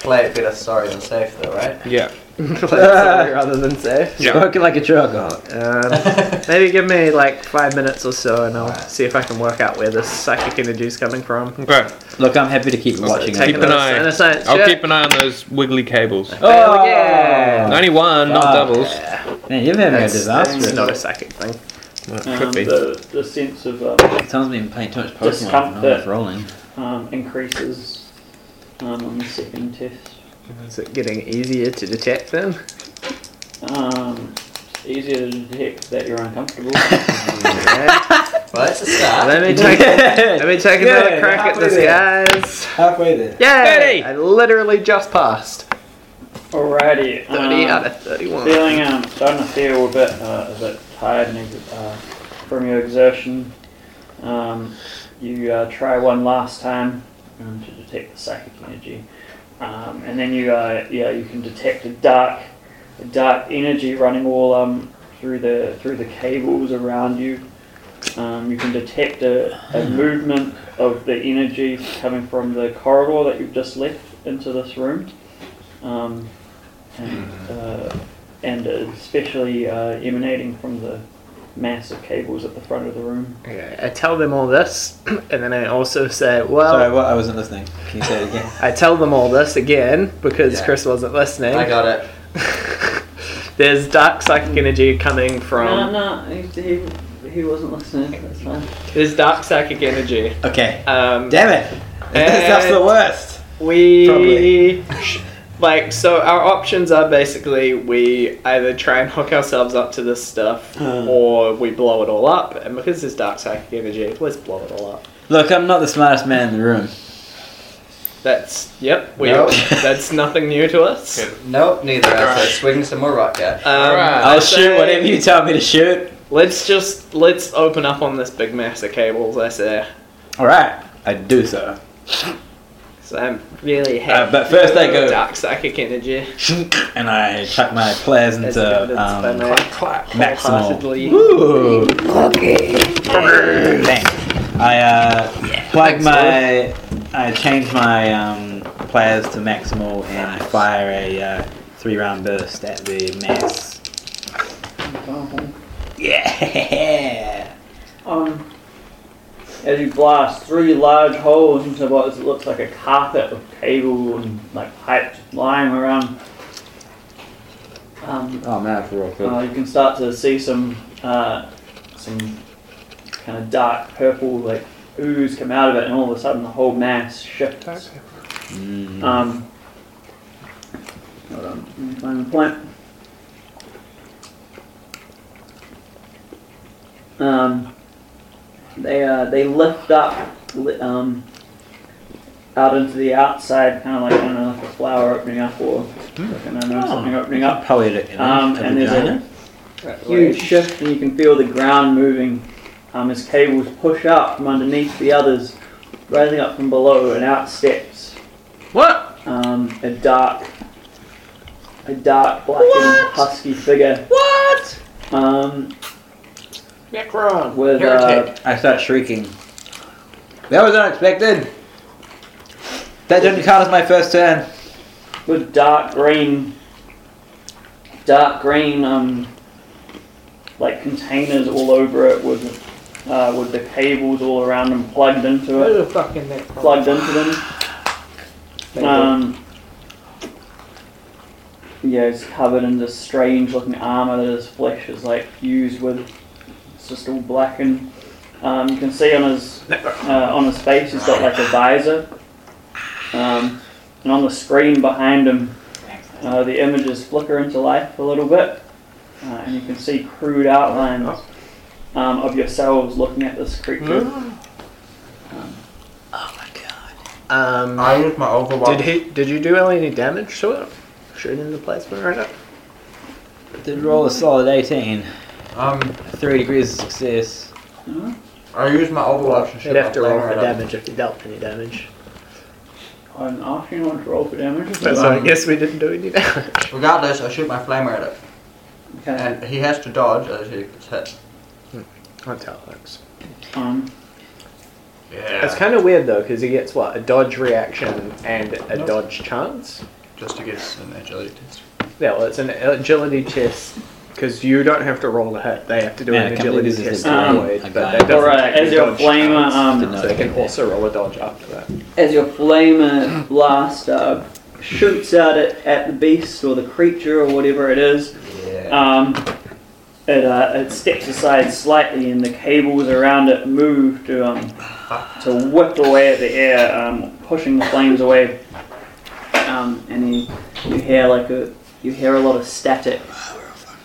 S8: play it better sorry than safe though, right?
S3: Yeah.
S4: Like, sorry, rather than safe.
S3: Yeah.
S2: Spoken like a true alcoholic.
S4: Um, maybe give me like five minutes or so, and I'll see if I can work out where this psychic energy is coming from.
S3: Okay.
S2: Look, I'm happy to keep watching.
S4: Take
S3: Keep
S2: it.
S3: an
S4: another
S3: eye.
S4: sinus science
S3: I'll
S4: check.
S3: keep an eye on those wiggly cables.
S4: Fail again.
S3: Only one, not
S2: Oh. Fuck.
S3: doubles.
S2: Man, you're having a
S4: That's,
S2: disaster.
S4: that's not a psychic thing.
S3: Well, it
S1: Um,
S3: could be.
S1: the, the sense of um,
S2: Someone's been playing too much Pokemon.
S1: Discomfort.
S2: Oh, it's rolling.
S1: um, increases um, on the second test.
S4: Is it getting easier to detect then?
S1: Um, it's easier to detect that you're uncomfortable.
S4: Yeah.
S8: Well, that's a start.
S4: let me take let me take another
S15: Good,
S4: crack at
S15: halfway
S4: this,
S15: there.
S4: guys.
S15: Halfway there.
S4: Yay!
S3: Thirty.
S4: I literally just passed.
S1: Alrighty.
S4: Thirty
S1: um,
S4: out of thirty-one.
S1: Feeling um, starting to feel a bit uh, a bit tired and, ex- uh, from your exertion. Um, you uh, try one last time um, to detect the psychic energy, um, and then you uh, yeah you can detect a dark a dark energy running all um, through the through the cables around you. Um, you can detect a, a movement of the energy coming from the corridor that you've just left into this room. Um, and, uh, and especially uh, emanating from the mass of cables at the front of the room.
S4: Okay, I tell them all this, and then I also say, well.
S2: Sorry, what? I wasn't listening. Can you say it again?
S4: I tell them all this again because
S8: Yeah.
S4: Chris wasn't listening.
S8: I got it.
S4: There's dark psychic energy coming
S1: No,
S4: from.
S1: no, he, he, he wasn't listening. That's fine.
S4: There's dark psychic energy.
S2: Okay.
S4: Um,
S2: Damn it! That stuff's the worst.
S4: we. Like, so our options are basically we either try and hook ourselves up to this stuff or we blow it all up. And because there's dark psychic energy, let's blow it all up.
S2: Look, I'm not the smartest man in the room.
S4: That's, yep, we
S8: Nope.
S4: that's nothing new to us.
S3: Good.
S8: Nope, neither. So swing some more rock gut.
S4: Um,
S3: Alright.
S4: I
S2: I'll
S4: say-
S2: shoot whatever you tell me to shoot.
S4: Let's just let's open up on this big mass of cables. I say.
S2: All right, I do so.
S4: So I'm really happy.
S2: Uh, but first I go-
S4: dark psychic energy.
S2: And I chuck my players
S4: That's
S2: into
S4: evidenced by
S2: um,
S4: my
S2: maximal.
S4: wholeheartedly-
S2: Ooh. Okay. Thanks. I uh, plug my. I change my um, players to maximal and I fire a uh, three-round burst at the mass. Yeah.
S1: Um, as you blast three large holes into what is- looks like a carpet of cable and like pipe lying around, um,
S2: Oh man, that's real
S1: Uh, you can start to see some uh, some kind of dark purple like ooze come out of it, and all of a sudden the whole mass shifts.
S2: Mm. Mm-hmm.
S1: Um, hold on, let me find the point. Um, they uh, they lift up li- um, out into the outside, kind of like I don't know, like a flower opening up or like, I don't know, something opening up.
S2: Probably the end
S1: Um,
S2: of
S1: and
S2: the
S1: there's a
S2: vagina.
S1: huge shift, and you can feel the ground moving um, as cables push up from underneath the others, rising up from below, and out steps
S4: What?
S1: um, a dark, a dark, black, and husky figure.
S10: What?
S1: Um,
S10: Necron.
S1: with uh,
S2: I start shrieking. That was unexpected. That didn't count as my first turn.
S1: with dark green, dark green um, like containers all over it with uh, with the cables all around them plugged into it,
S7: Who the fucking neck?
S1: plugged into them.
S4: Uh,
S1: Um, yeah, it's covered in this strange looking armor that his flesh is like fused with. It's just all black and um, you can see on his uh, on his face he's got like a visor. Um, and on the screen behind him, uh, the images flicker into life a little bit, uh, and you can see crude outlines um, of yourselves looking at this creature.
S4: Um,
S8: I use my overwhelm.
S4: did he? Did you do any damage to it? Shooting the plasma right up?
S2: Did roll a solid 18.
S8: Um,
S2: Three degrees of success.
S1: Uh,
S8: I use my overwatch and
S4: You'd
S8: shoot my
S4: have to roll
S8: flame
S4: for
S8: right up.
S4: damage if you dealt any damage.
S1: I'm asking you to roll for damage.
S4: So I guess we didn't do any damage.
S8: Regardless, I shoot my flame at it,
S1: Okay.
S8: and he has to dodge as he gets hit.
S4: That's how it works.
S1: Um,
S8: Yeah.
S4: It's kind of weird though, because he gets what a dodge reaction and a dodge chance.
S8: just to get an agility test.
S4: Yeah, well, it's an agility test because you don't have to roll a hit; they have to do
S2: Man, I
S4: an
S2: can't believe
S4: agility
S2: this is
S4: test
S1: a guy.
S4: anyway.
S2: Um, a
S4: but
S2: guy.
S4: that doesn't
S1: Alright,
S4: take
S1: uh, as
S4: the
S1: your
S4: dodge
S1: flamer,
S4: chance,
S1: um,
S2: Did not
S4: so they can
S2: think that.
S4: also roll a dodge after that.
S1: as your flamer blast uh, shoots out at, at the beast or the creature or whatever it is,
S2: Uh,
S8: Yeah.
S1: um, it, uh, it steps aside slightly and the cables around it move to, um, to whip away at the air, um, pushing the flames away. Um, and you, you hear like a you hear a lot of static.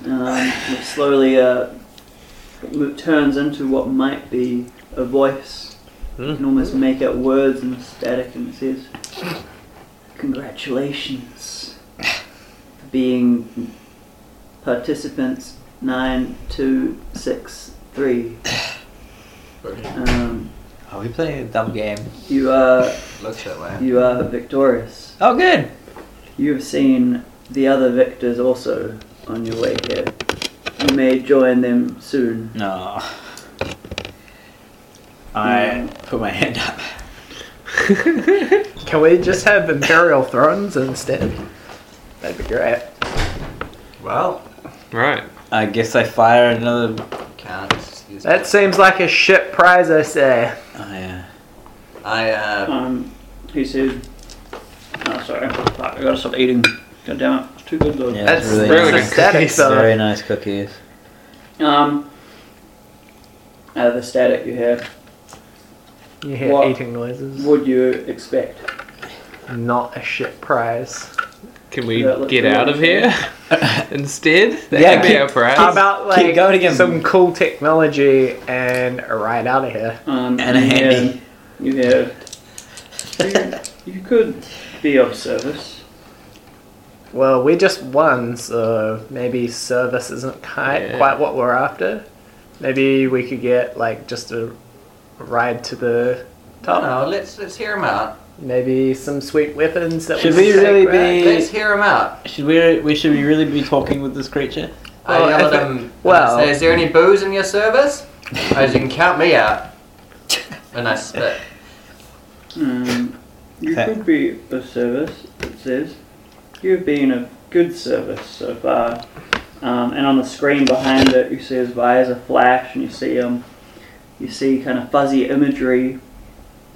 S1: Um, it slowly uh, mo- turns into what might be a voice you can almost make out words in the static and it says, Congratulations for being participants 9263. Um,
S2: Are we playing a dumb game?
S1: you are
S8: Looks that way.
S1: you are victorious.
S2: Oh, good.
S1: You have seen the other victors also on your way here. You may join them soon.
S2: No. I put my hand up.
S4: Can we just have imperial thrones instead? That'd be great.
S8: Well,
S3: Right.
S2: I guess I fire another.
S8: can't. Excuse
S4: That seems like a shit prize, I say.
S2: Oh, yeah.
S8: me. I uh,
S1: Um, he said, "Oh, sorry, Fuck, I gotta stop eating. God damn it, it's too good though."
S2: yeah
S4: That's,
S2: it's really,
S4: that's
S3: really
S4: a
S3: good
S4: static though.
S2: very nice cookies.
S1: Um, out of the static you have,
S4: You hear
S1: What?
S4: eating noises.
S1: would you expect?
S4: Not a shit prize.
S3: Can we
S1: Yeah, let's
S3: get
S1: do
S3: out
S1: that.
S3: of here instead? That
S2: Yeah,
S3: could be
S2: keep-
S3: our prize.
S4: How about like
S2: keep going again.
S4: some cool technology and a ride out of here?
S1: Um,
S2: And a
S1: you
S2: handy.
S1: have- You have. you, you could be of service.
S4: Well, we just won, so maybe service isn't quite
S3: Yeah.
S4: quite what we're after. Maybe we could get like just a ride to the
S8: don't
S4: top.
S8: know. Let's let's hear him out.
S4: Maybe some sweet weapons that
S2: Should
S4: we
S2: we
S4: can take
S2: really be-
S4: back.
S8: Let's hear him out.
S2: Should we? We should we really be talking with this creature?
S4: Well,
S8: I
S4: I
S8: yell at
S4: think-
S8: him.
S4: well-
S8: Well, is there any booze in your service? As you can count me out. And I spit.
S1: Um, you
S2: Okay.
S1: could be of service. It says you've been of good service so far. Um, and on the screen behind it, you see his visor flash, and you see um, you see kind of fuzzy imagery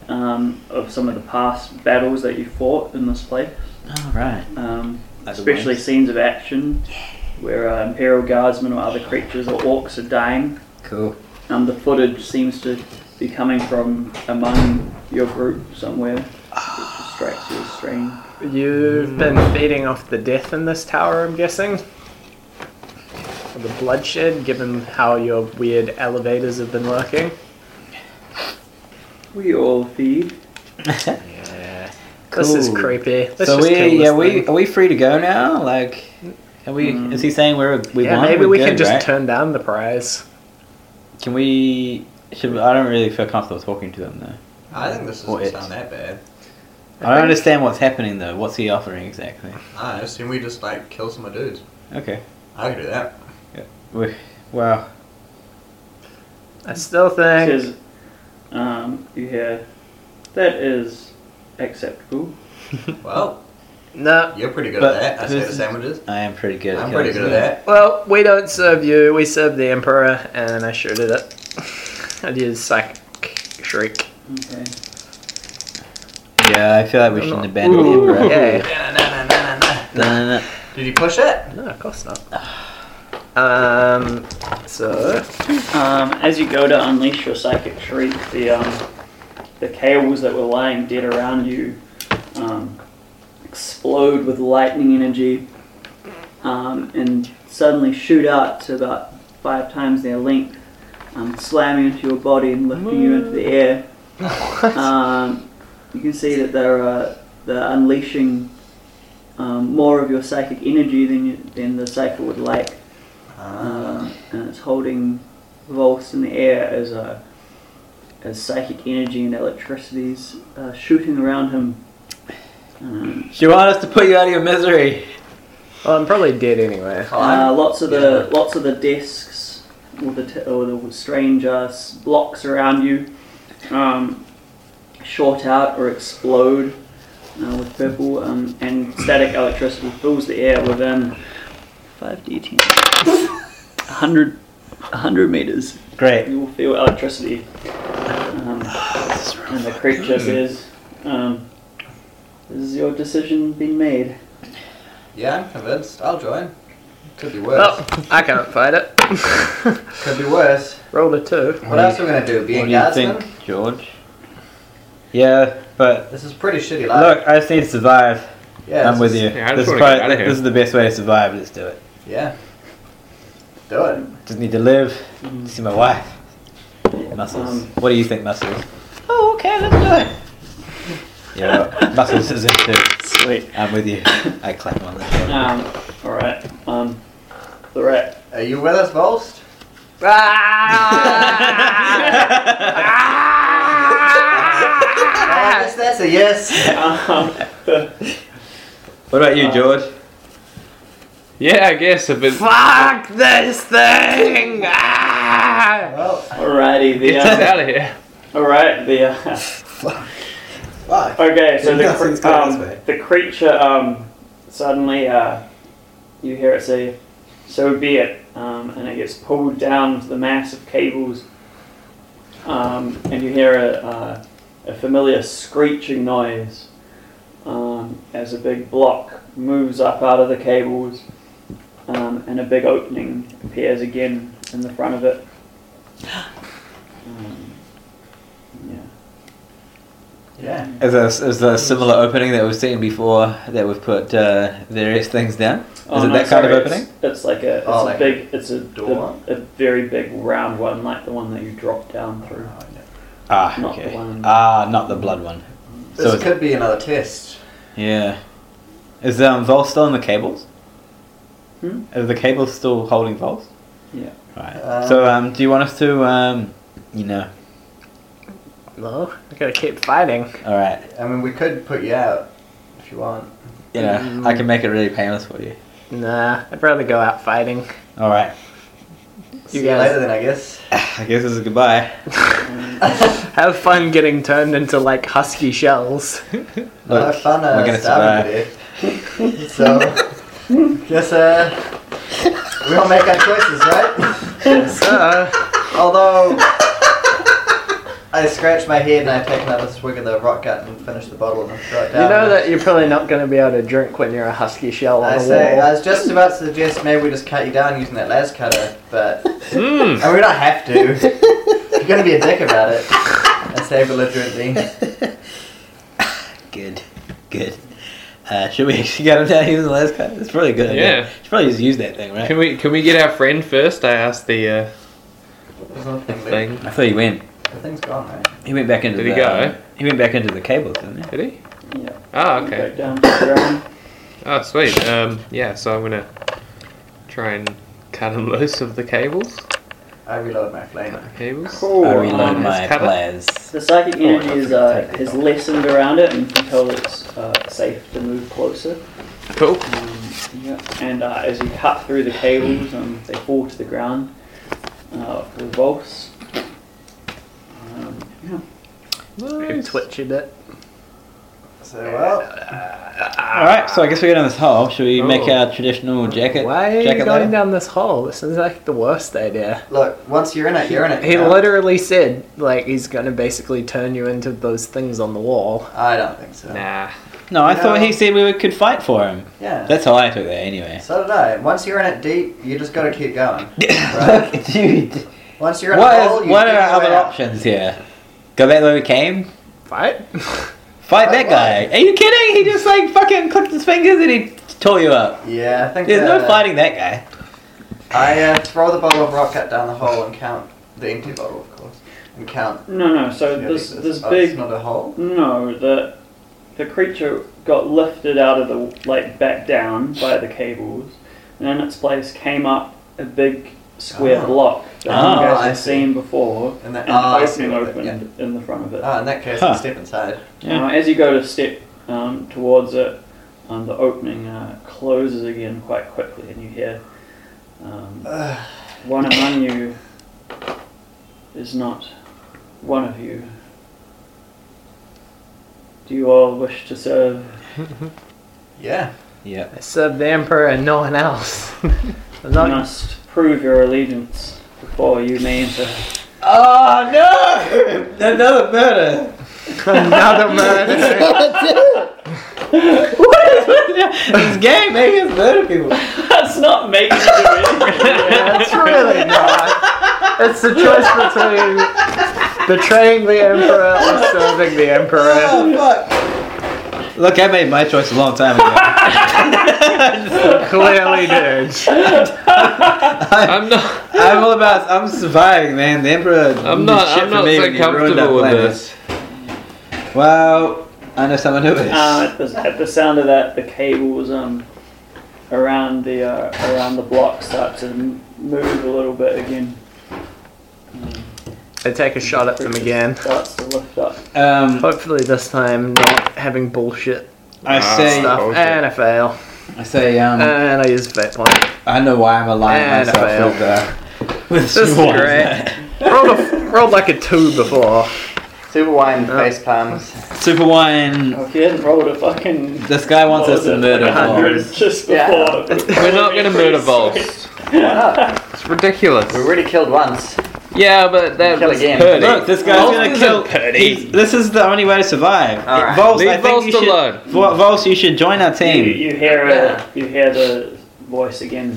S1: um, of some of the past battles that you fought in this place.
S2: All Oh, right.
S1: um,
S2: Otherwise-
S1: especially scenes of action where uh, imperial guardsmen or other creatures or orcs are dying.
S2: Cool.
S1: Um, the footage seems to be coming from among your group somewhere. It strikes you as strange.
S4: You've
S2: Mm.
S4: been feeding off the death in this tower, I'm guessing. Or the bloodshed, given how your weird elevators have been working.
S1: We all feed.
S4: This is
S2: Cool.
S4: creepy. Let's
S2: so
S4: just kill
S2: we
S4: this
S2: yeah we
S4: thing.
S2: are we free to go now? Like, are we? Is he saying we're we
S4: yeah,
S2: won?
S4: maybe
S2: We're
S4: we can
S2: good,
S4: just
S2: right?
S4: turn down the prize.
S2: Can we? Should we- I don't really feel comfortable talking to them though.
S8: I think this
S2: Or
S8: doesn't
S2: it.
S8: sound that bad.
S2: I don't understand what's happening though. What's he offering exactly?
S8: I assume we just like kill some of my dudes.
S2: Okay.
S8: I can do that.
S2: Yeah. We- Wow.
S4: I still think.
S1: Says, um, you hear, that is acceptable.
S8: Well,
S4: No.
S8: you're pretty good
S2: But
S8: at that. I say the
S2: who's-
S8: sandwiches.
S2: I am pretty good.
S8: I'm
S2: killing
S8: pretty good
S2: stuff.
S8: at
S4: Well, we don't serve you. We serve the emperor, and I sure did it. I did psych shriek.
S1: Okay.
S2: Yeah, I feel like we shouldn't abandon the emperor.
S4: Yeah.
S2: No, no, no.
S8: that. Did you push it?
S4: No, of course not. Um. So.
S1: Um, as you go to unleash your psychic shriek, the um, the cables that were lying dead around you um, explode with lightning energy um, and suddenly shoot out to about five times their length, um, slamming into your body and lifting you into the air. Um, you can see that they're uh, they're unleashing um, more of your psychic energy than you, than the cycle would like. Um, and it's holding volts in the air as uh, as psychic energy and electricity's uh, shooting around him. Um,
S2: She wanted us to put you out of your misery.
S4: Well, I'm probably dead anyway.
S1: uh, lots of the lots of the desks or the t- or the strange uh, s- blocks around you um, short out or explode uh, with purple, um, and static electricity fills the air within five d ten. 100, 100 meters.
S2: Great.
S1: You will feel electricity. Um, and the creature says, um, Is your decision been made?
S8: Yeah, I'm convinced. I'll join. Could be worse.
S4: Well, I can't fight it.
S8: Could be worse.
S4: Roll a two.
S8: What else are we gonna do? Be
S2: What
S8: in
S2: do you
S8: Gadsden?
S2: think, George? Yeah, but
S8: This is pretty shitty life.
S2: look, I just need to survive.
S8: yeah,
S2: I'm
S8: this
S2: with
S8: is-
S2: you.
S3: Yeah, I
S2: this, is
S3: just wanna get
S2: probably-
S3: outta here.
S2: this is the best way to survive. Let's do it.
S8: Yeah. Do it.
S2: Just need to live. See my wife. Mm. Muscles.
S1: Um,
S2: what do you think, muscles?
S4: Oh, okay, let's do it.
S2: Yeah, muscles is into.
S1: Sweet.
S2: I'm with you. I clap on the shoulder.
S1: Um, Alright. Um, the rat.
S8: Are you with us, Volst?
S4: Ah! Ah.
S8: Oh, I guess that's a yes.
S1: Um, the,
S2: What about you, George?
S3: Yeah, I guess if it's
S4: Fuck this thing! Ah!
S8: Well,
S1: alrighty, the. Uh,
S3: out of here.
S1: alright, the. Uh,
S5: Fuck.
S1: Okay, so the,
S5: Nothing's
S1: cre-
S5: going this
S1: um,
S5: way.
S1: the creature um, suddenly uh, you hear it say, "So be it," um, and it gets pulled down to the mass of cables, um, and you hear a, uh, a familiar screeching noise um, as a big block moves up out of the cables, um, and a big opening appears again in the front of it. Um, yeah.
S8: yeah.
S2: Is a, is a similar opening that we've seen before that we've put uh, various things down?
S1: Oh,
S2: is it
S1: no,
S2: that
S1: sorry,
S2: kind of
S1: it's-
S2: opening?
S1: It's, like a, it's a
S8: Oh, like
S1: big, it's a,
S8: door?
S1: a, a very big round one, like the one that you drop down through.
S2: Ah,
S1: Not
S2: okay.
S1: the one.
S2: Ah, not the blood one. So
S8: This
S2: it's,
S8: could be another test.
S2: yeah. Is um, Vol still on the cables?
S1: Hmm?
S2: Are the cables still holding Vols?
S1: Yeah.
S2: Right.
S1: Uh,
S8: Um,
S2: so um, do you want us to, um, you know,
S4: No, I gotta keep fighting.
S2: all right,
S8: I mean, we could put you out if you want.
S2: you know, I can make it really painless for you.
S4: Nah, I'd rather go out fighting.
S2: All right.
S8: See
S4: You
S8: you
S4: guys-
S8: later then, I guess.
S2: I guess this is goodbye.
S1: Um,
S4: Have fun getting turned into like husky shells.
S8: Well, have fun uh,
S2: we're gonna
S8: starving to death. so, guess uh, we all make our choices, right?
S4: so,
S8: Although, I scratch my head and I take another swig of the rock gut and finish the bottle and throw it
S4: you
S8: down.
S4: know that you're probably not gonna be able to drink when you're a husky shell on
S8: I
S4: a
S8: say, I
S4: wall.
S8: was just about to suggest maybe we just cut you down using that las cutter, but
S3: Mm.
S8: I mean, we don't have to. you're gonna be a dick about it. I say belligerently.
S2: Good, good. Uh, should we actually get him down here in the last cut? It's probably a good. idea.
S3: Yeah.
S2: Should probably just use that thing, right?
S3: Can we can we get our friend first? I asked the uh,
S8: There's nothing there.
S3: thing.
S2: I thought he went.
S8: The thing's gone, right?
S2: He went back into
S3: Did
S2: the.
S3: he go?
S2: he went back into the cable, didn't he?
S3: Did he?
S1: Yeah.
S3: Oh,
S1: You
S3: okay.
S1: go down to the ground.
S3: Oh, sweet. Um, yeah. So I'm gonna try and cut him loose of the cables.
S8: I reload my flamer.
S3: Cables?
S1: Cool.
S16: I reload
S1: Um,
S16: my
S1: cover-
S16: players.
S1: The psychic
S16: Oh, I
S1: energy
S16: don't
S1: is,
S16: think I
S1: uh,
S16: take
S1: is lessened around it, and you can tell it's uh, safe to move closer.
S3: Cool.
S1: Um, yeah. And uh, as you cut through the cables, um, they fall to the ground, uh, revolves. Um, yeah.
S4: Twitch a bit.
S5: So well,
S2: All right, so I guess we go down this hole. Should we make
S4: Oh.
S2: our traditional jacket?
S4: Why are you
S2: jacket
S4: going
S2: ladder?
S4: down this hole? This is like the worst idea.
S5: look, once you're in it, you're in it.
S4: He
S5: you know?
S4: literally said, like, he's gonna basically turn you into those things on the wall.
S5: I don't think so.
S3: Nah.
S2: No, I thought he
S5: No.
S2: said we could fight for him.
S5: Yeah.
S2: That's how I took that anyway.
S5: so did I. Once you're in it deep, you just gotta keep going. Right?
S2: Dude,
S5: Once you're in
S2: what,
S5: a hole,
S2: is,
S5: you
S2: what
S5: dig
S2: are
S5: your
S2: our
S5: way
S2: other
S5: out.
S2: options here? Go back the way we came?
S4: Fight?
S2: Fight
S5: Fight
S2: that guy. Are you kidding? He just like fucking clicked his fingers and he tore you up.
S5: Yeah, I think
S2: There's
S5: that,
S2: no fighting that guy.
S5: I uh, throw the bottle of rock cut down the hole and count the empty bottle, of course, and count.
S1: No, no. So
S5: Yeah,
S1: this
S5: because-
S1: this
S5: oh,
S1: big
S5: It's not a hole.
S1: No, the the creature got lifted out of the like back down by the cables, and in its place came up a big square
S5: Ah.
S1: block that
S2: Ah,
S1: you guys
S5: I
S1: have
S5: see.
S1: seen before,
S5: And that-
S1: an
S5: ah, I see
S1: opening
S5: what it-
S1: opened in the front of it.
S5: Oh, in that case,
S2: Huh.
S5: I step inside.
S2: Yeah.
S1: Uh, as you go to step um, towards it, um, the opening uh, closes again quite quickly, and you hear um, one among you is not one of you. Do you all wish to serve?
S5: Yeah.
S2: Yep.
S4: I served the Emperor and no one else. I'm
S1: You
S4: not
S1: must prove your allegiance before you may enter.
S2: Oh no! Another murder.
S4: another murder.
S2: what is with this game? Maybe it's murder people.
S1: That's not making you do anything.
S4: That's really not. It's the choice between betraying the Emperor or serving the Emperor.
S2: Oh fuck! Look, I made my choice a long time ago.
S4: Clearly did.
S3: I'm not.
S2: I'm all about. I'm surviving, man. The emperor.
S3: I'm not-
S2: shit
S3: I'm
S2: for
S3: not
S2: me
S3: so
S2: when he ruined
S3: comfortable
S2: our
S3: with
S2: planet.
S3: this.
S2: Well, I know someone who is.
S1: Uh, at, the, at the sound of that, the cables um, around the uh, around the block start to m- move a little bit again.
S4: I take a shot at them again.
S1: Starts to lift up.
S2: um,
S4: Hopefully this time not having bullshit
S2: I
S3: Ah,
S2: say.
S4: stuff. And I fail.
S2: I say. Um,
S4: And I use fate point.
S2: I know why I'm aligning
S4: And I
S2: myself with, uh, with
S4: This is
S2: Sean.
S4: great. Rolled, a, rolled like a two before.
S5: Super wine
S4: Oh.
S5: face palms.
S2: Super wine.
S1: If you hadn't rolled a fucking
S2: This guy wants us to murder
S1: hundred
S2: him.
S1: just
S5: Yeah.
S1: before,
S3: We're not going to murder Vols.
S5: Why not?
S3: It's ridiculous.
S5: We already killed
S2: Oh,
S5: once.
S3: Yeah, but that
S5: Kill
S3: was
S5: again.
S3: Purdy.
S2: Look, this guy's
S3: Vols
S2: gonna
S3: isn't
S2: kill.
S3: Purdy.
S2: he's- This is the only way to survive.
S5: All right.
S2: Vols,
S3: Leave
S2: I think
S3: Vols
S2: you should.
S3: alone.
S2: Vo- Vols, you should join our
S1: You,
S2: team.
S1: you hear it. You hear the voice again.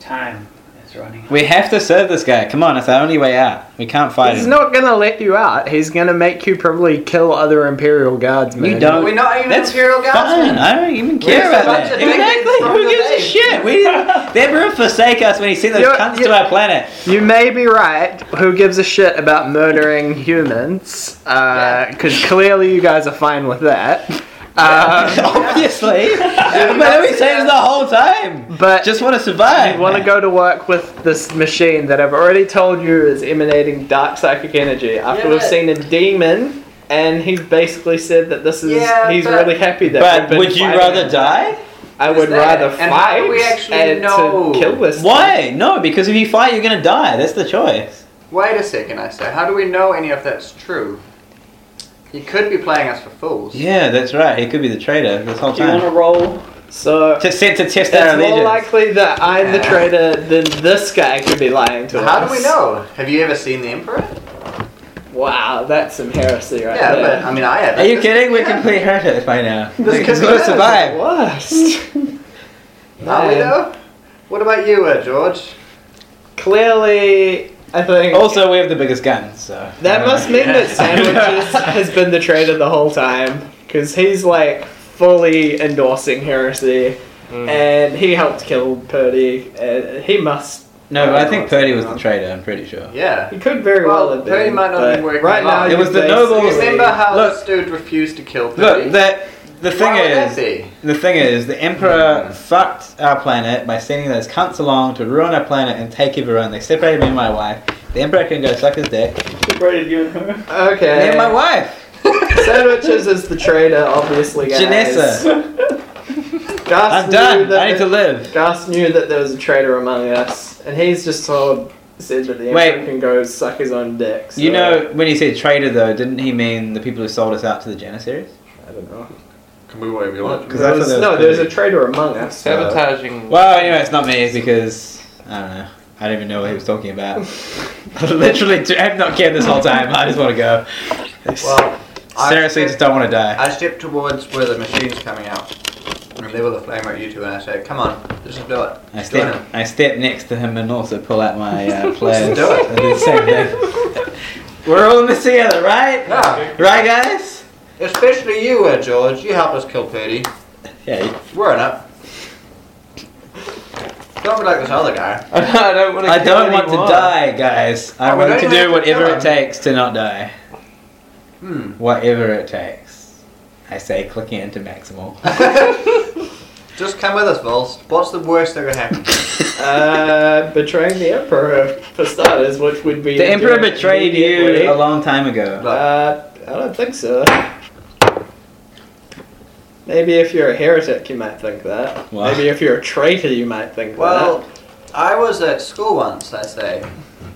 S1: Time is running. out.
S2: We have to serve this guy. Come on, it's our only way out. We can't fight
S4: He's
S2: him.
S4: not gonna let you out. He's gonna make you probably kill other Imperial guards, man.
S2: you don't.
S5: We're not even
S2: That's
S5: Imperial Guardsmen.
S2: Fine. I don't even care
S5: just
S2: about
S5: a bunch
S2: that.
S5: of natives
S2: Exactly.
S5: from
S2: Who
S5: the
S2: gives a
S5: lake.
S2: shit? We the Emperor forsake us when he sent those
S4: You're-
S2: cunts
S4: you're-
S2: to our planet.
S4: You may be right. Who gives a shit about murdering humans? Because clearly you guys are fine with that. Uh,
S2: Obviously. but let me say this the whole time.
S4: but
S2: Just want to survive.
S4: you want to go to work with this machine that I've already told you is emanating dark psychic energy. After
S5: Yeah,
S4: we've
S5: but-
S4: seen a demon, and he basically said that this is
S5: Yeah,
S4: he's
S5: but-
S4: really happy that. we've
S2: But
S4: been
S2: would you
S4: fighting.
S2: rather die?
S4: I
S5: Is
S4: would
S5: that-
S4: rather
S5: and
S4: fight
S5: how do we actually
S4: and
S5: know?
S4: to kill this.
S2: Why? No, because if you fight, you're gonna die. That's the choice.
S5: Wait a second, I say. How do we know any of that's true? He could be playing us for fools.
S2: Yeah, that's right. He could be the traitor this whole
S1: Do you want to
S2: time.
S1: roll?
S4: So
S2: To sent to test our
S4: It's
S2: allegiance.
S4: more likely that I'm the
S5: Yeah.
S4: traitor than this guy could be lying to
S5: How
S4: us.
S5: do we know? Have you ever seen the Emperor?
S4: Wow, that's some heresy right
S5: yeah,
S4: there.
S5: but I mean, I haven't.
S2: Are you kidding? We're complete heroes by now.
S5: This
S2: We're
S5: could be
S2: gonna
S5: us.
S2: survive.
S4: Worst.
S5: Are we
S4: Man.
S5: though? What about you, uh, George?
S4: Clearly, I think
S2: Also, we have the biggest guns, so Uh,
S4: that must mean that
S5: Yeah.
S4: Sandwiches has been the traitor the whole time because he's like fully endorsing heresy,
S2: Hmm.
S3: Mm.
S4: and he helped kill Purdy. And he must.
S2: No, but I think Purdy was the traitor. I'm pretty sure.
S5: Yeah.
S4: He could very well,
S5: Well,
S4: have been.
S5: Purdy might not have
S4: but
S5: been working
S4: right
S5: alone.
S4: now.
S5: It
S4: you
S2: was the noble-
S4: basically-
S5: Remember how
S2: Look.
S5: this dude refused to kill Purdy?
S2: Look, that the thing
S8: Why would that
S2: is, the thing is, the emperor fucked our planet by sending those cunts along to ruin our planet and take everyone. They separated me and my wife. The emperor can go suck his dick.
S1: Separated you and her.
S10: Okay.
S2: Me and my wife.
S10: Sandwiches is the traitor, obviously, guys.
S2: Janessa.
S10: Gus
S2: I'm
S10: knew
S2: done.
S10: that
S2: I need to live.
S10: Gus knew that there was a traitor among us, and he's just told said that the
S2: Wait.
S10: emperor can go suck his own dick. so-
S2: You know, when he said traitor, though, didn't he mean the people who sold us out to the Janissaries?
S10: I don't know.
S8: Can we wait? We like.
S2: Because I
S10: There
S2: thought
S10: was-
S2: that was
S10: no,
S2: pretty-
S10: there's a traitor among us. so-
S3: Sabotaging.
S2: Well, anyway, it's not me because I don't know. I don't even know what he was talking about. Literally, I have not cared this whole time. I just want to go.
S8: Well, I
S2: Seriously,
S8: stepped-
S2: just don't want to die.
S8: I stepped towards where the machine's coming out, and there were the flame at you two, and I said, "Come on, let's just do it."
S2: I
S8: Let's do it.
S2: step, I step next to him and also pull out my uh, players.
S8: do it.
S2: and do the same thing. We're all in this together, right?
S8: No,
S2: Right, guys?
S8: especially you, uh, George. You helped us kill Purdy.
S2: Yeah. you-
S8: We're in it. Don't be like this other guy.
S3: I don't want to.
S2: I don't want to die, guys. I
S8: Oh, we
S2: want
S8: don't
S2: to
S8: have
S2: do
S8: to
S2: whatever
S8: kill
S2: it
S8: him.
S2: takes to not die.
S8: Hmm.
S2: Whatever it takes. I say, clicking into maximal.
S8: Just come with us, Vols. What's the worst that could happen?
S10: Uh, betraying the emperor for starters, which would be
S2: the Emperor
S10: doing
S2: betrayed
S10: immediately.
S2: you a long time ago.
S10: Uh, I don't think so. Maybe if you're a heretic, you might think that.
S2: Wow.
S10: Maybe if you're a traitor, you might think
S8: Well,
S10: that.
S8: I was at school once, I say,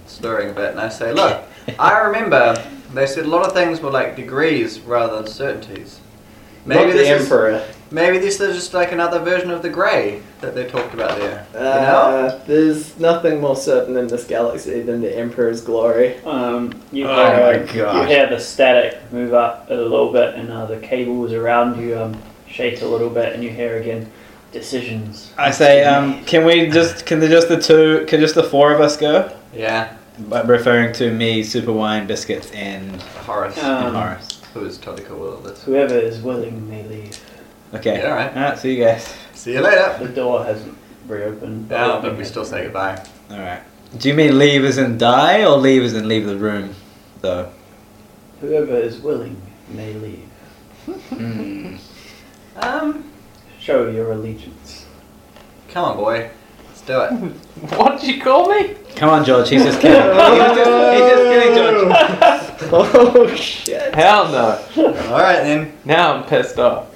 S8: slurring a bit, and I say, look, I remember they said a lot of things were like degrees rather than certainties.
S10: Not the
S8: this
S10: emperor.
S8: Is, maybe this is just like another version of the grey that they talked about there.
S10: uh,
S8: You know?
S10: There's nothing more certain in this galaxy than the emperor's glory.
S1: Um, you
S2: Oh
S1: hear,
S2: my
S1: uh,
S2: gosh.
S1: You hear the static move up a little bit, and uh, the cables around you um, shake a little bit, and you hear again decisions.
S2: I say, um, can we just, can the, just the two, can just the four of us go?
S8: Yeah,
S2: But referring to me, Super Wine, Biscuits, and,
S8: Horace,
S10: uh.
S2: and
S1: Um,
S2: Horace.
S8: who is totally cool with all this.
S1: whoever is willing may leave.
S2: Okay.
S8: Yeah, alright.
S2: Alright, see you guys.
S8: See you later.
S1: The door hasn't reopened.
S8: Yeah, but we still say goodbye.
S2: Alright. Do you mean leave as in die or leave as in leave the room? Though.
S1: Whoever is willing may leave.
S2: Mm.
S8: Um,
S1: Show your allegiance.
S8: come on, boy. Let's do it.
S3: What did you call me?
S2: Come on, George, he's just kidding. He's just, he's just kidding, George.
S10: oh shit!
S3: Hell no.
S8: Alright then.
S3: Now I'm pissed off.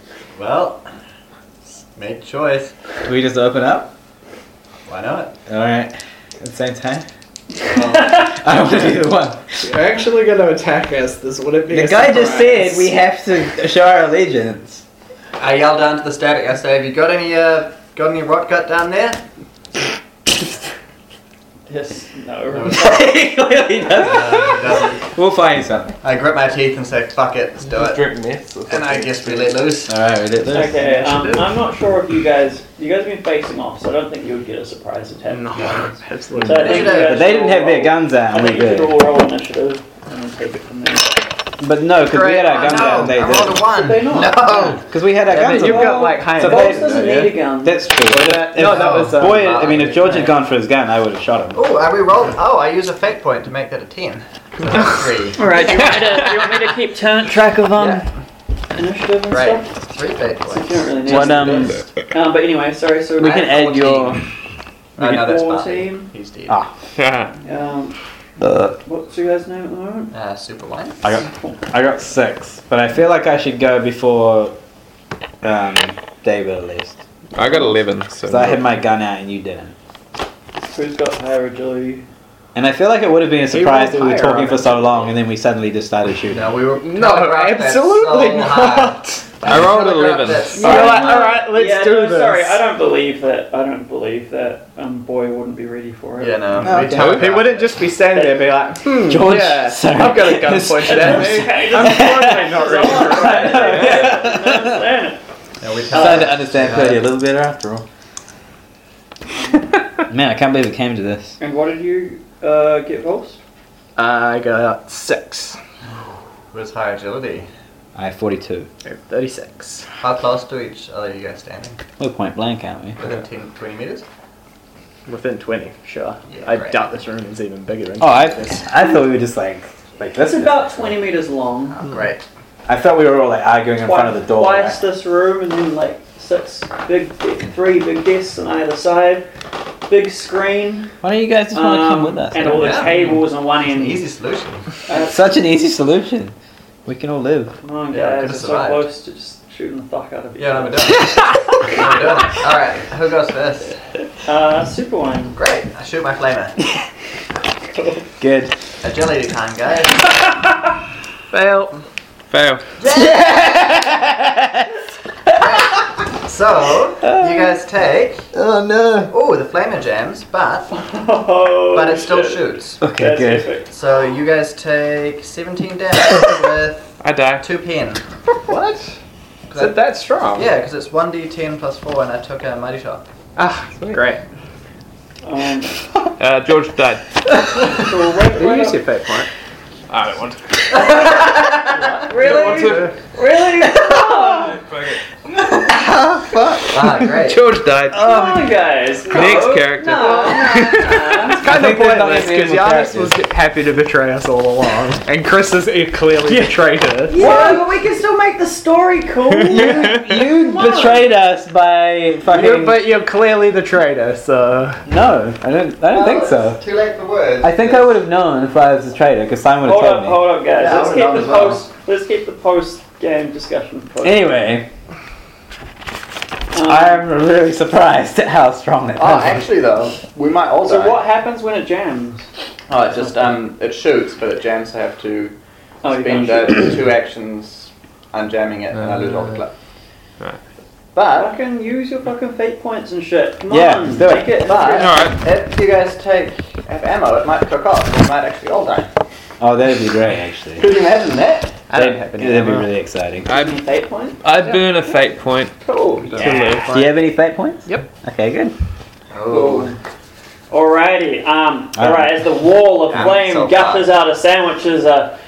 S8: Well, make a choice.
S2: Can we just open up?
S8: Why not?
S2: Alright. At the same time? I want to be the one.
S10: You're actually going to attack us. This wouldn't be.
S2: The
S10: a
S2: guy just
S10: surprise.
S2: said we have to show our allegiance.
S8: I yelled down to the static. I say, "Have you got any uh, got any rot gut down there?"
S1: Yes, no.
S2: he clearly doesn't.
S8: Uh, he doesn't.
S2: We'll find something.
S8: I grit my teeth and say, "Fuck it, let's do
S3: Just
S8: it."
S3: drink this. Or
S8: And I
S3: something.
S8: guess we let loose.
S2: Alright, we did this.
S1: Okay, um,
S8: Should do.
S1: I'm not sure if you guys you guys have been facing off, so I don't think you would get a surprise attack.
S4: No,
S1: So
S4: absolutely.
S1: I think you guys
S2: But they didn't
S1: should
S2: have
S1: all
S2: their
S1: roll-
S2: guns out.
S1: I
S2: and
S1: think
S2: We
S1: you should
S2: good.
S1: all roll initiative and then take it from there.
S2: But no, because we had our
S8: I
S2: guns out and
S8: know,
S2: they
S8: I rolled
S2: did.
S8: a one.
S1: They not?
S8: No.
S2: Because we had our
S4: Yeah,
S2: guns
S4: but you've
S2: out.
S4: got like high
S2: So
S1: Boys
S2: they-
S4: intelligence,
S1: doesn't
S4: don't you?
S1: need a gun.
S2: That's true.
S4: that- no, that was, uh,
S2: Boy, I mean, if
S8: Bartley,
S2: George
S8: yeah.
S2: had gone for his gun, I would have shot him.
S8: Oh, I re-rolled. Oh, I use a fate point to make that a ten. So that's three.
S1: Alright, do, you want me to- do you want me to keep turn, track of um, initiative and
S8: Right.
S1: stuff?
S8: Three fate
S1: You
S8: points.
S1: don't really need
S2: What,
S1: to
S2: um,
S1: do this. um, But anyway, sorry, so
S2: We can add your.
S8: Oh, no, that's Bartley.
S1: Fourteen.
S8: He's dead.
S2: Ah.
S1: Um,
S3: Uh,
S1: what's your guys' name at the moment?
S8: Uh, super wine.
S2: I got, I got six, but I feel like I should go before um, David at least.
S3: I got 11. So
S2: Because I had my gun out and you didn't.
S1: Who's got higher agility?
S2: And I feel like it would have been a surprise that we were
S4: higher
S2: talking
S4: on
S2: for
S4: it.
S2: so long and then we suddenly just started shooting.
S8: No, we were.
S4: No,
S8: telegraphed that
S4: absolutely
S8: so hard.
S4: not.
S3: I rolled
S8: Telegraphed
S3: 11.
S8: that so
S4: You're
S1: Alright,
S4: like,
S1: no,
S4: all right, let's
S1: yeah,
S4: do
S1: no,
S4: this.
S1: Sorry, I don't believe that. I don't believe that. Um, boy wouldn't be ready for it.
S8: Yeah, no.
S2: Oh,
S8: we
S2: okay.
S8: telegraphed
S4: He wouldn't just be standing there and be like, hmm,
S2: George,
S4: yeah,
S2: sorry.
S4: I've got a gun pointed at me. I'm totally not ready for that.
S8: it. No, we
S2: I'm starting
S8: telegraphed
S2: to understand
S8: it.
S2: Cody a little better after all. Man, I can't believe it came to this.
S1: And what did you uh, get, Vols?
S4: I got six.
S8: Where's high agility?
S2: I have 42.
S4: 36.
S8: How close to each other are you guys standing?
S2: We're point blank, aren't we?
S8: Within 10, 20 meters? Oh,
S4: Within 20, sure.
S8: Yeah,
S4: I
S8: great.
S4: doubt this room is even bigger. Than
S2: Oh, I, I thought we were just like, like this. Hmm.
S1: It's about 20 meters long.
S8: Great.
S2: I felt we were all like arguing in front of the door.
S1: Twice
S2: right?
S1: this room, and then like six big, de- three big desks on either side, big screen. um,
S2: Why don't you guys just want to come with us?
S1: And all the
S2: Yeah.
S1: cables on one end.
S8: Easy solution.
S1: Uh,
S2: Such an easy solution. We can all live.
S1: Come on,
S8: Yeah,
S1: guys,
S8: could've
S1: it's so
S8: survived.
S1: close to just shooting the fuck out of you.
S8: Yeah, no, we're done. we're done. All right, who goes first?
S1: Uh, super one.
S8: Great, I shoot my flamer.
S2: Good.
S8: Agility time, guys.
S4: Fail.
S3: Fail.
S8: So you guys take.
S5: Oh no.
S8: Oh, the flamer jams, but but it still shoots.
S2: Okay,
S1: Oh, That's
S2: good.
S1: epic.
S8: So you guys take 17 damage with
S3: I die.
S8: two pin.
S4: What? Is it that strong?
S8: Yeah, because it's 1d10 plus 4 and I took a mighty shot.
S4: Ah, great.
S1: Um,
S3: Uh, George died.
S1: so right,
S4: You
S1: right
S4: used
S1: up,
S4: your fate point.
S3: I don't want to.
S1: really?
S3: to.
S1: Really?
S2: Um,
S1: Come
S8: Ah, great.
S3: George died.
S1: on, guys. Oh, No.
S3: Next character.
S1: No,
S4: It's kind
S2: they're
S4: of
S2: not
S4: pointless because
S2: animal
S4: Giannis was happy to betray us all along, and Chris is clearly betrayed her.
S1: Yeah, but we can still make the story cool.
S2: You
S1: Come on.
S2: betrayed us by fucking.
S4: You're, but you're clearly the traitor, so
S2: no, I don't. I don't think so.
S8: Too late for words.
S2: I think I would have known if I was a traitor, because Simon would
S1: Hold
S2: have
S1: up,
S2: told
S1: hold up, guys.
S8: Yeah, I
S1: let's
S8: would've
S1: keep
S8: done
S1: the
S8: as well.
S1: post. Let's keep the post game discussion.
S2: me. Anyway,
S1: Um,
S2: I'm really surprised at how strong it
S5: Oh,
S2: was.
S5: actually though, we might also.
S1: so what happens when it jams?
S5: Oh, it just um, it shoots, but it jams. I have to
S1: Oh, you
S5: spend
S1: can't shoot.
S5: uh, two actions unjamming it, and I lose all the clip.
S3: right.
S5: But
S1: Fucking use your fucking fate points and shit. Come
S2: Yeah,
S1: on,
S2: let's do it.
S1: take it.
S5: But-
S3: Alright.
S5: if you guys take have ammo, it might cook off. We might actually all die.
S2: Oh, that'd be great, actually.
S5: Could you imagine that?
S4: I don't
S2: That'd-
S4: have any
S2: That'd be
S4: ammo.
S2: really exciting.
S3: I,
S1: Fate point?
S3: I burn a fate point.
S1: Cool.
S3: to live.
S2: Do you have any fate points?
S4: Yep.
S2: Okay, good.
S8: Oh.
S1: Alrighty. Um.
S2: All
S1: All right. As the wall of
S8: I'm
S1: flame
S8: so
S1: gutters out of sandwiches, uh,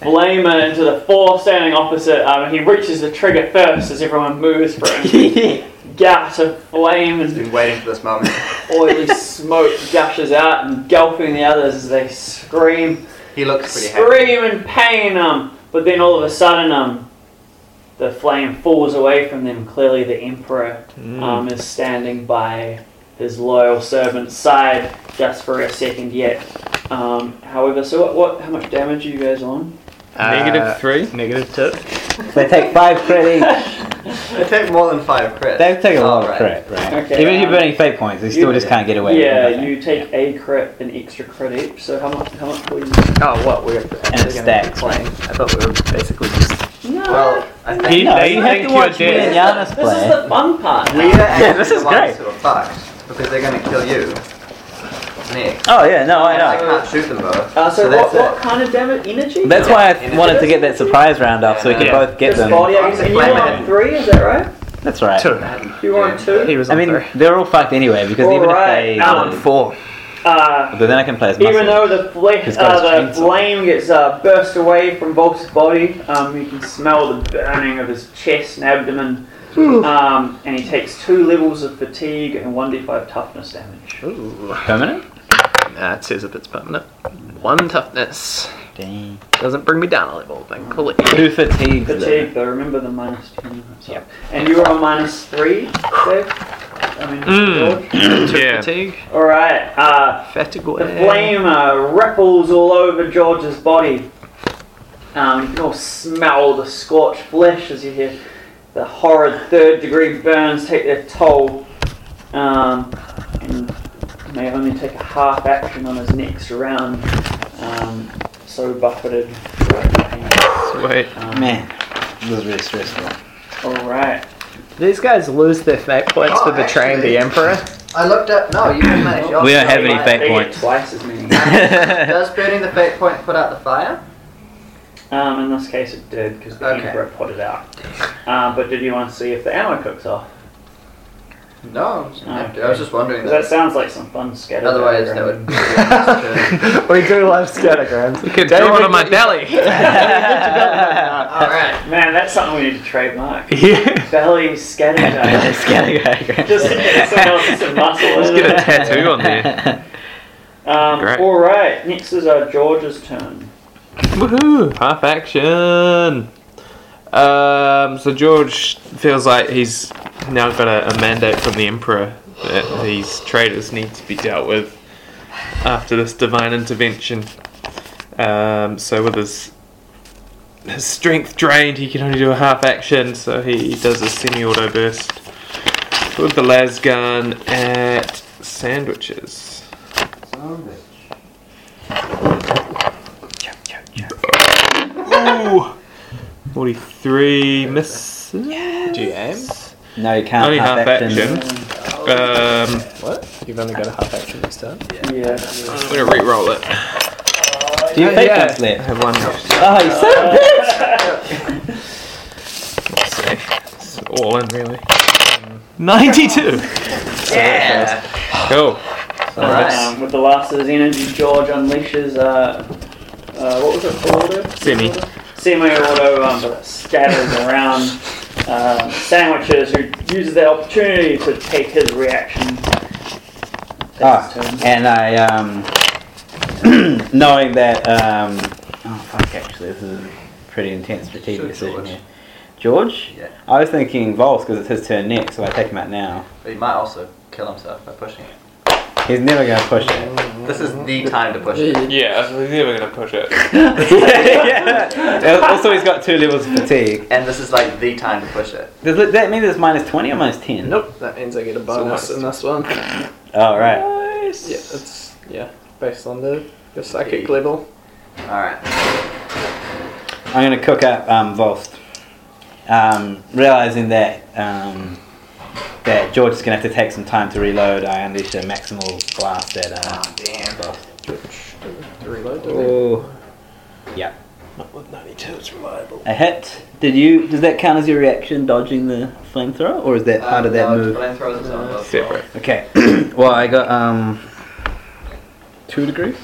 S1: flamer into the four standing opposite. Um, he reaches the trigger first as everyone moves for him. Gout of flame and
S8: Been waiting for this moment.
S1: oily smoke gushes out, engulfing the others as they scream.
S8: He looks pretty happy.
S1: scream in pain, um, but then all of a sudden, um, the flame falls away from them. Clearly, the Emperor um, is standing by his loyal servant's side just for a second yet. Um, however, so what, what? How much damage are you guys on?
S3: Negative three.
S4: Negative two.
S2: They take five crit each.
S8: They take more than five crits.
S2: They take a lot
S8: All
S2: of
S8: right.
S2: crit, right?
S1: Okay,
S2: Even if you're
S1: um,
S2: burning fate points, they still
S1: you-
S2: just can't get away. with
S1: yeah,
S2: nothing.
S1: you take a crit, an extra crit each. So how much? How much will you?
S4: Oh, what? We're
S2: And it
S4: actually going to be
S2: stacks.
S4: playing. I thought we were basically just.
S1: No.
S8: Well, I think
S3: He,
S2: No,
S3: they
S2: you have
S3: think
S2: to
S3: you're
S2: watch me
S3: dead.
S2: and Giannis
S1: this is
S2: play.
S1: the fun part.
S8: we are actually
S4: this is
S8: the ones
S4: great.
S8: who are fucked because they're going to kill you next.
S2: Oh yeah, no, I
S8: I
S2: know.
S8: can't shoot them both.
S1: Uh, so,
S8: that's
S1: what,
S8: it.
S1: what kind of damage? Energy?
S2: That's
S8: Yeah.
S2: why
S8: And
S2: I
S8: it
S2: wanted to
S1: doesn't-
S2: get that surprise round off so we could
S3: Yeah.
S2: both get
S1: Just
S2: them.
S1: body
S8: I'm
S1: action. And you
S8: flaming
S1: were on
S8: it.
S1: three, is that right?
S2: That's right.
S4: Two.
S1: You were on two?
S4: He was
S2: I
S4: on
S2: mean,
S4: three.
S2: they're all fucked anyway because even
S1: Alright,
S2: if they,
S1: now
S4: I'm on four.
S1: Uh,
S2: but then I can play as muscle.
S1: even though the, fle-
S2: He's got
S1: uh, the
S2: his chainsaw.
S1: flame gets uh, burst away from Volk's body, um, you can smell the burning of his chest and abdomen, um, and he takes two levels of fatigue and 1d5 toughness damage.
S4: Ooh.
S2: permanent.
S4: Nah, it says if it's permanent. One toughness.
S2: Dang.
S4: Doesn't bring me down a level, thankfully.
S2: Two fatigues. though.
S1: Fatigue, though, remember the minus 10. So. And you were on minus 3, Dave? I mean,
S3: Mm.
S2: Hmm.
S1: George?
S3: Yeah.
S4: Fatigue.
S1: Alright, uh,
S4: Fatigue.
S1: The flame uh, ripples all over George's body. Um, you can all smell the scorched flesh as you hear the horrid third degree burns take their toll. Um, and you may only take a half action on his next round. Um, so buffeted.
S3: Sweet.
S1: Um,
S2: Man, this was really stressful.
S1: Alright.
S4: These guys lose their fate points
S8: Oh,
S4: for betraying
S8: actually-
S4: the Emperor.
S8: I looked up. No, you didn't manage.
S2: We don't have any
S1: They
S2: fate
S1: get
S2: points.
S1: Twice as many.
S8: Does burning the fate point put out the fire?
S1: Um, in this case, it did because the
S8: Okay.
S1: emperor put it out. Um, but did you want to see if the ammo cooks off?
S8: No, I'm just gonna have to. I was just wondering.
S1: That
S8: That
S1: sounds like some fun scatter.
S8: otherwise, that
S1: diagram.
S8: would. be a disaster.
S4: we do love scattergrams.
S3: You can draw it on my belly.
S8: All right.
S1: Man, that's something we need to trademark.
S3: yeah.
S1: Belly scatter diagram.
S2: It's gonna go.
S1: Just someone else's muscle.
S3: Let's get a
S1: isn't
S3: tattoo on there.
S1: it? Um,
S3: Great.
S1: all right. Next is uh, George's turn.
S3: Woohoo! Half action. Um, so George feels like he's now got a, a mandate from the Emperor that these traitors need to be dealt with after this divine intervention. Um, so with his his strength drained, he can only do a half action, so he does a semi-auto burst with the las gun at sandwiches.
S5: Sandwich.
S3: Ooh, forty-three miss.
S4: Do you aim?
S2: No, you can't.
S3: Only half, action.
S2: action.
S3: Um,
S4: What? You've only got a half action this time.
S3: I'm gonna re-roll it.
S2: Do you
S3: Oh,
S2: think
S3: yeah.
S2: that's
S3: I
S2: left?
S3: have one.
S2: Oh, you son of a bitch!
S3: Let's see. It's all in really. Ninety-two.
S1: Yeah.
S3: Cool.
S1: Um, with the last of his energy, George unleashes. Uh, uh, what was it called?
S3: Semi.
S1: Semi-auto um, that scatters around um, sandwiches. Who uses that opportunity to take his reaction.
S2: Ah, and I, um, knowing that, um, oh fuck, actually, this is a pretty intense strategic decision here. George?
S8: Yeah.
S2: I was thinking Vols because it's his turn next, so I take him out now.
S8: But he might also kill himself by pushing it.
S2: He's never gonna push it.
S8: This is the time to push it.
S3: Yeah, he's never gonna push it.
S2: And also, he's got two levels of fatigue.
S8: And this is like the time to push it.
S2: Does it- that mean it's minus 20 or minus 10?
S4: Nope. That means I get a bonus in this one. Yeah,
S2: Oh, right.
S4: it's yeah based on the the psychic level.
S8: Alright.
S2: I'm gonna cook up um, Volst. Um, realizing that um, that George is gonna have to take some time to reload, I unleash a maximal blast at uh,
S8: Oh, Damn.
S2: Volst.
S4: To reload.
S2: Oh, yeah,
S4: Not with ninety-two. It's reliable.
S2: a hit. Did you? Does that count as your reaction dodging the flamethrower, or is that part of that
S8: no,
S2: move?
S8: Flamethrowers is on both.
S3: Separate.
S2: Okay. well, I got um two degrees.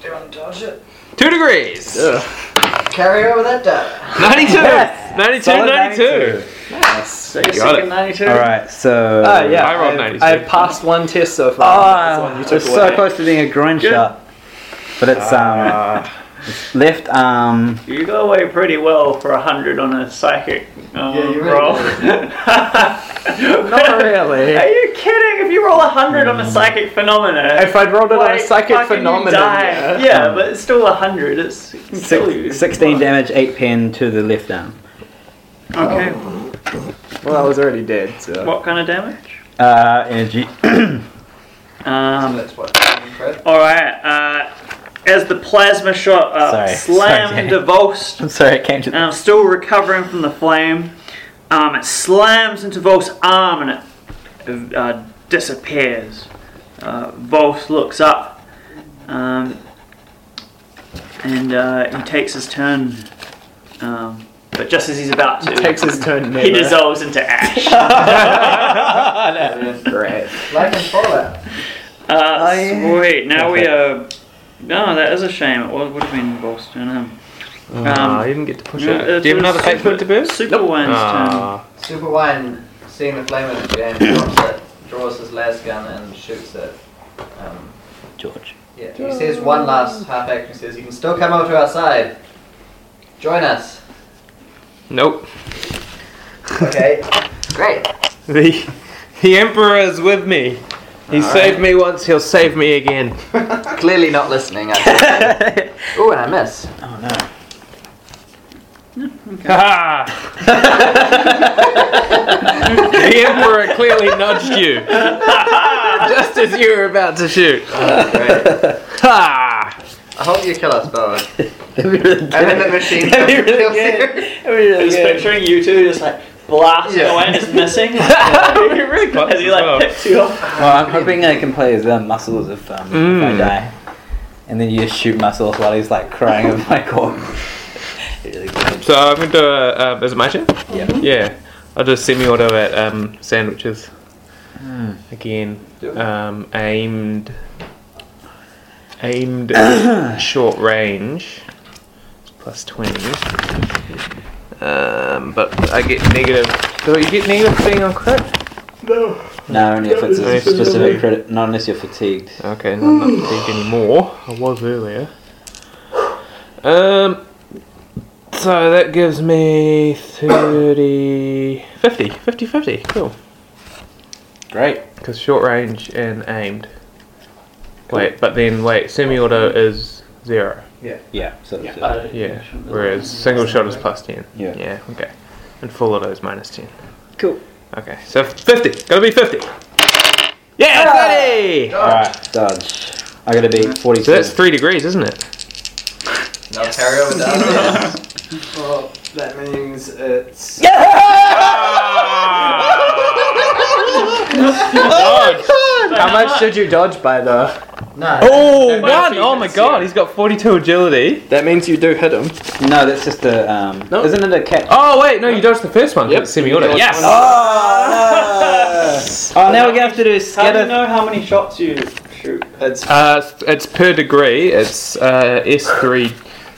S8: Do you want to dodge it?
S3: Two degrees.
S8: Carry over that die.
S3: Ninety-two.
S2: Yes.
S3: Ninety-two.
S2: Solid
S3: Ninety-two.
S4: Nice. You
S3: got it.
S4: ninety-two.
S2: All right. So.
S4: Oh yeah,
S3: I rolled
S4: I've-
S3: 92.
S4: I've passed one test so far. That's the one
S2: Oh,
S4: you
S2: it's
S4: took
S2: so
S4: away.
S2: close to being a groin
S3: Good.
S2: shot, but it's um it's left um, arm.
S1: You go away pretty well for a hundred on a psychic um,
S5: Yeah, you really
S1: roll.
S4: Not really. Mm.
S1: Are you kidding? If you roll a hundred on a psychic phenomena,
S4: If I'd rolled it on a
S1: like,
S4: psychic
S1: fucking you
S4: phenomenon,
S1: die.
S4: yeah.
S1: yeah, but it's still a hundred. It's it can kill you.
S2: Six, 16 damage, 8 pin to the left arm.
S1: Okay,
S4: Oh, Well, I was already dead, so.
S1: what kind of damage?
S2: Uh, energy.
S1: Um,
S8: That's what Fred.
S1: All right. Uh, as the plasma shot uh,
S2: Sorry.
S1: slammed
S2: Sorry.
S1: into Volst,
S2: I'm sorry, it came to.
S1: and I'm still recovering from the flame, um, it slams into Volst's arm and it uh, disappears. Uh, Volst looks up, um, and uh, he takes his turn. Um, but just as he's about to,
S4: Takes his turn never.
S1: he dissolves into ash. Uh,
S4: Great.
S8: Like in Fallout.
S1: Uh,
S2: Oh, yeah.
S1: Sweet. Now we are. No, that is a shame. It wa- would have been Boston. Um,
S3: Ah, you didn't get to push
S1: yeah,
S3: it. Do you have another
S1: it's-
S3: fate point to burst?
S1: Super Wine's turn.
S3: Ah.
S8: Super Wine, seeing the flame in the game, drops it, draws his last gun and shoots it. Um,
S2: George.
S8: Yeah, he says one last half action. He says, You can still come over to our side. Join us.
S3: Nope.
S8: Okay. Great.
S3: The the Emperor is with me. He saved me once, he'll save me again.
S8: Clearly not listening. Ooh, and I miss.
S2: Oh no.
S3: Ha ha! The Emperor clearly nudged you. Just as you were about to shoot.
S8: Oh, Great.
S3: Ha!
S8: I hope you kill us, Bowen.
S2: That'd be really
S8: And then the
S2: good.
S8: machine
S2: That'd be
S8: comes
S2: really
S8: kills
S2: good.
S8: you.
S2: That'd be really
S1: Just
S2: good.
S1: picturing you two just like blasting
S8: Yeah.
S1: away and just missing. uh,
S3: You're really close
S1: as he
S3: as well.
S1: like picks you up.
S2: Well, I'm hoping I can play his um, muscles if, um, if I
S3: Mm.
S2: die. And then you just shoot muscles while he's like crying over my corpse. really good.
S3: So I'm gonna do a. Um, is it my turn?
S2: Yeah.
S3: Yeah. I'll do a semi auto at um, sandwiches. Again. Um, aimed. Aimed at short range. Plus 20. Um, but I get negative. Do you get negative thing on crit?
S2: No, only if it's
S3: Only
S2: a
S3: if it's a
S2: specific
S3: fatigue.
S2: credit. Not unless you're fatigued.
S3: Okay, no, I'm not fatigued anymore. I was earlier. Um, so that gives me 30, 50, 50, 50. Cool.
S2: Great.
S3: Because short range and aimed. Wait, but then wait, semi-auto is zero.
S8: Yeah.
S2: Yeah. So that's
S3: Yeah.
S2: it.
S3: Whereas single shot is plus ten.
S2: Yeah.
S3: Yeah. Okay. And full auto is minus ten.
S1: Cool.
S3: Okay. So fifty. Gotta be fifty. Yeah, thirty.
S2: All right, dodge. I gotta beat forty.
S3: So that's three degrees, isn't it?
S8: No carryover down.
S10: Well, that means it's.
S4: How much did you dodge by the?
S8: no.
S3: Oh, one! Oh my god, he's got 42 agility.
S4: That means you do hit him.
S2: No, that's just the um. Isn't it a cat?
S3: Oh wait, no, you dodged the first one. 'cause It's semi-auto. Yes. Ah.
S2: Oh, now we're gonna have to do
S1: How do you
S2: scatter.
S1: know how many shots you shoot?
S10: It's
S3: Uh, it's- it's per degree. It's uh, S three.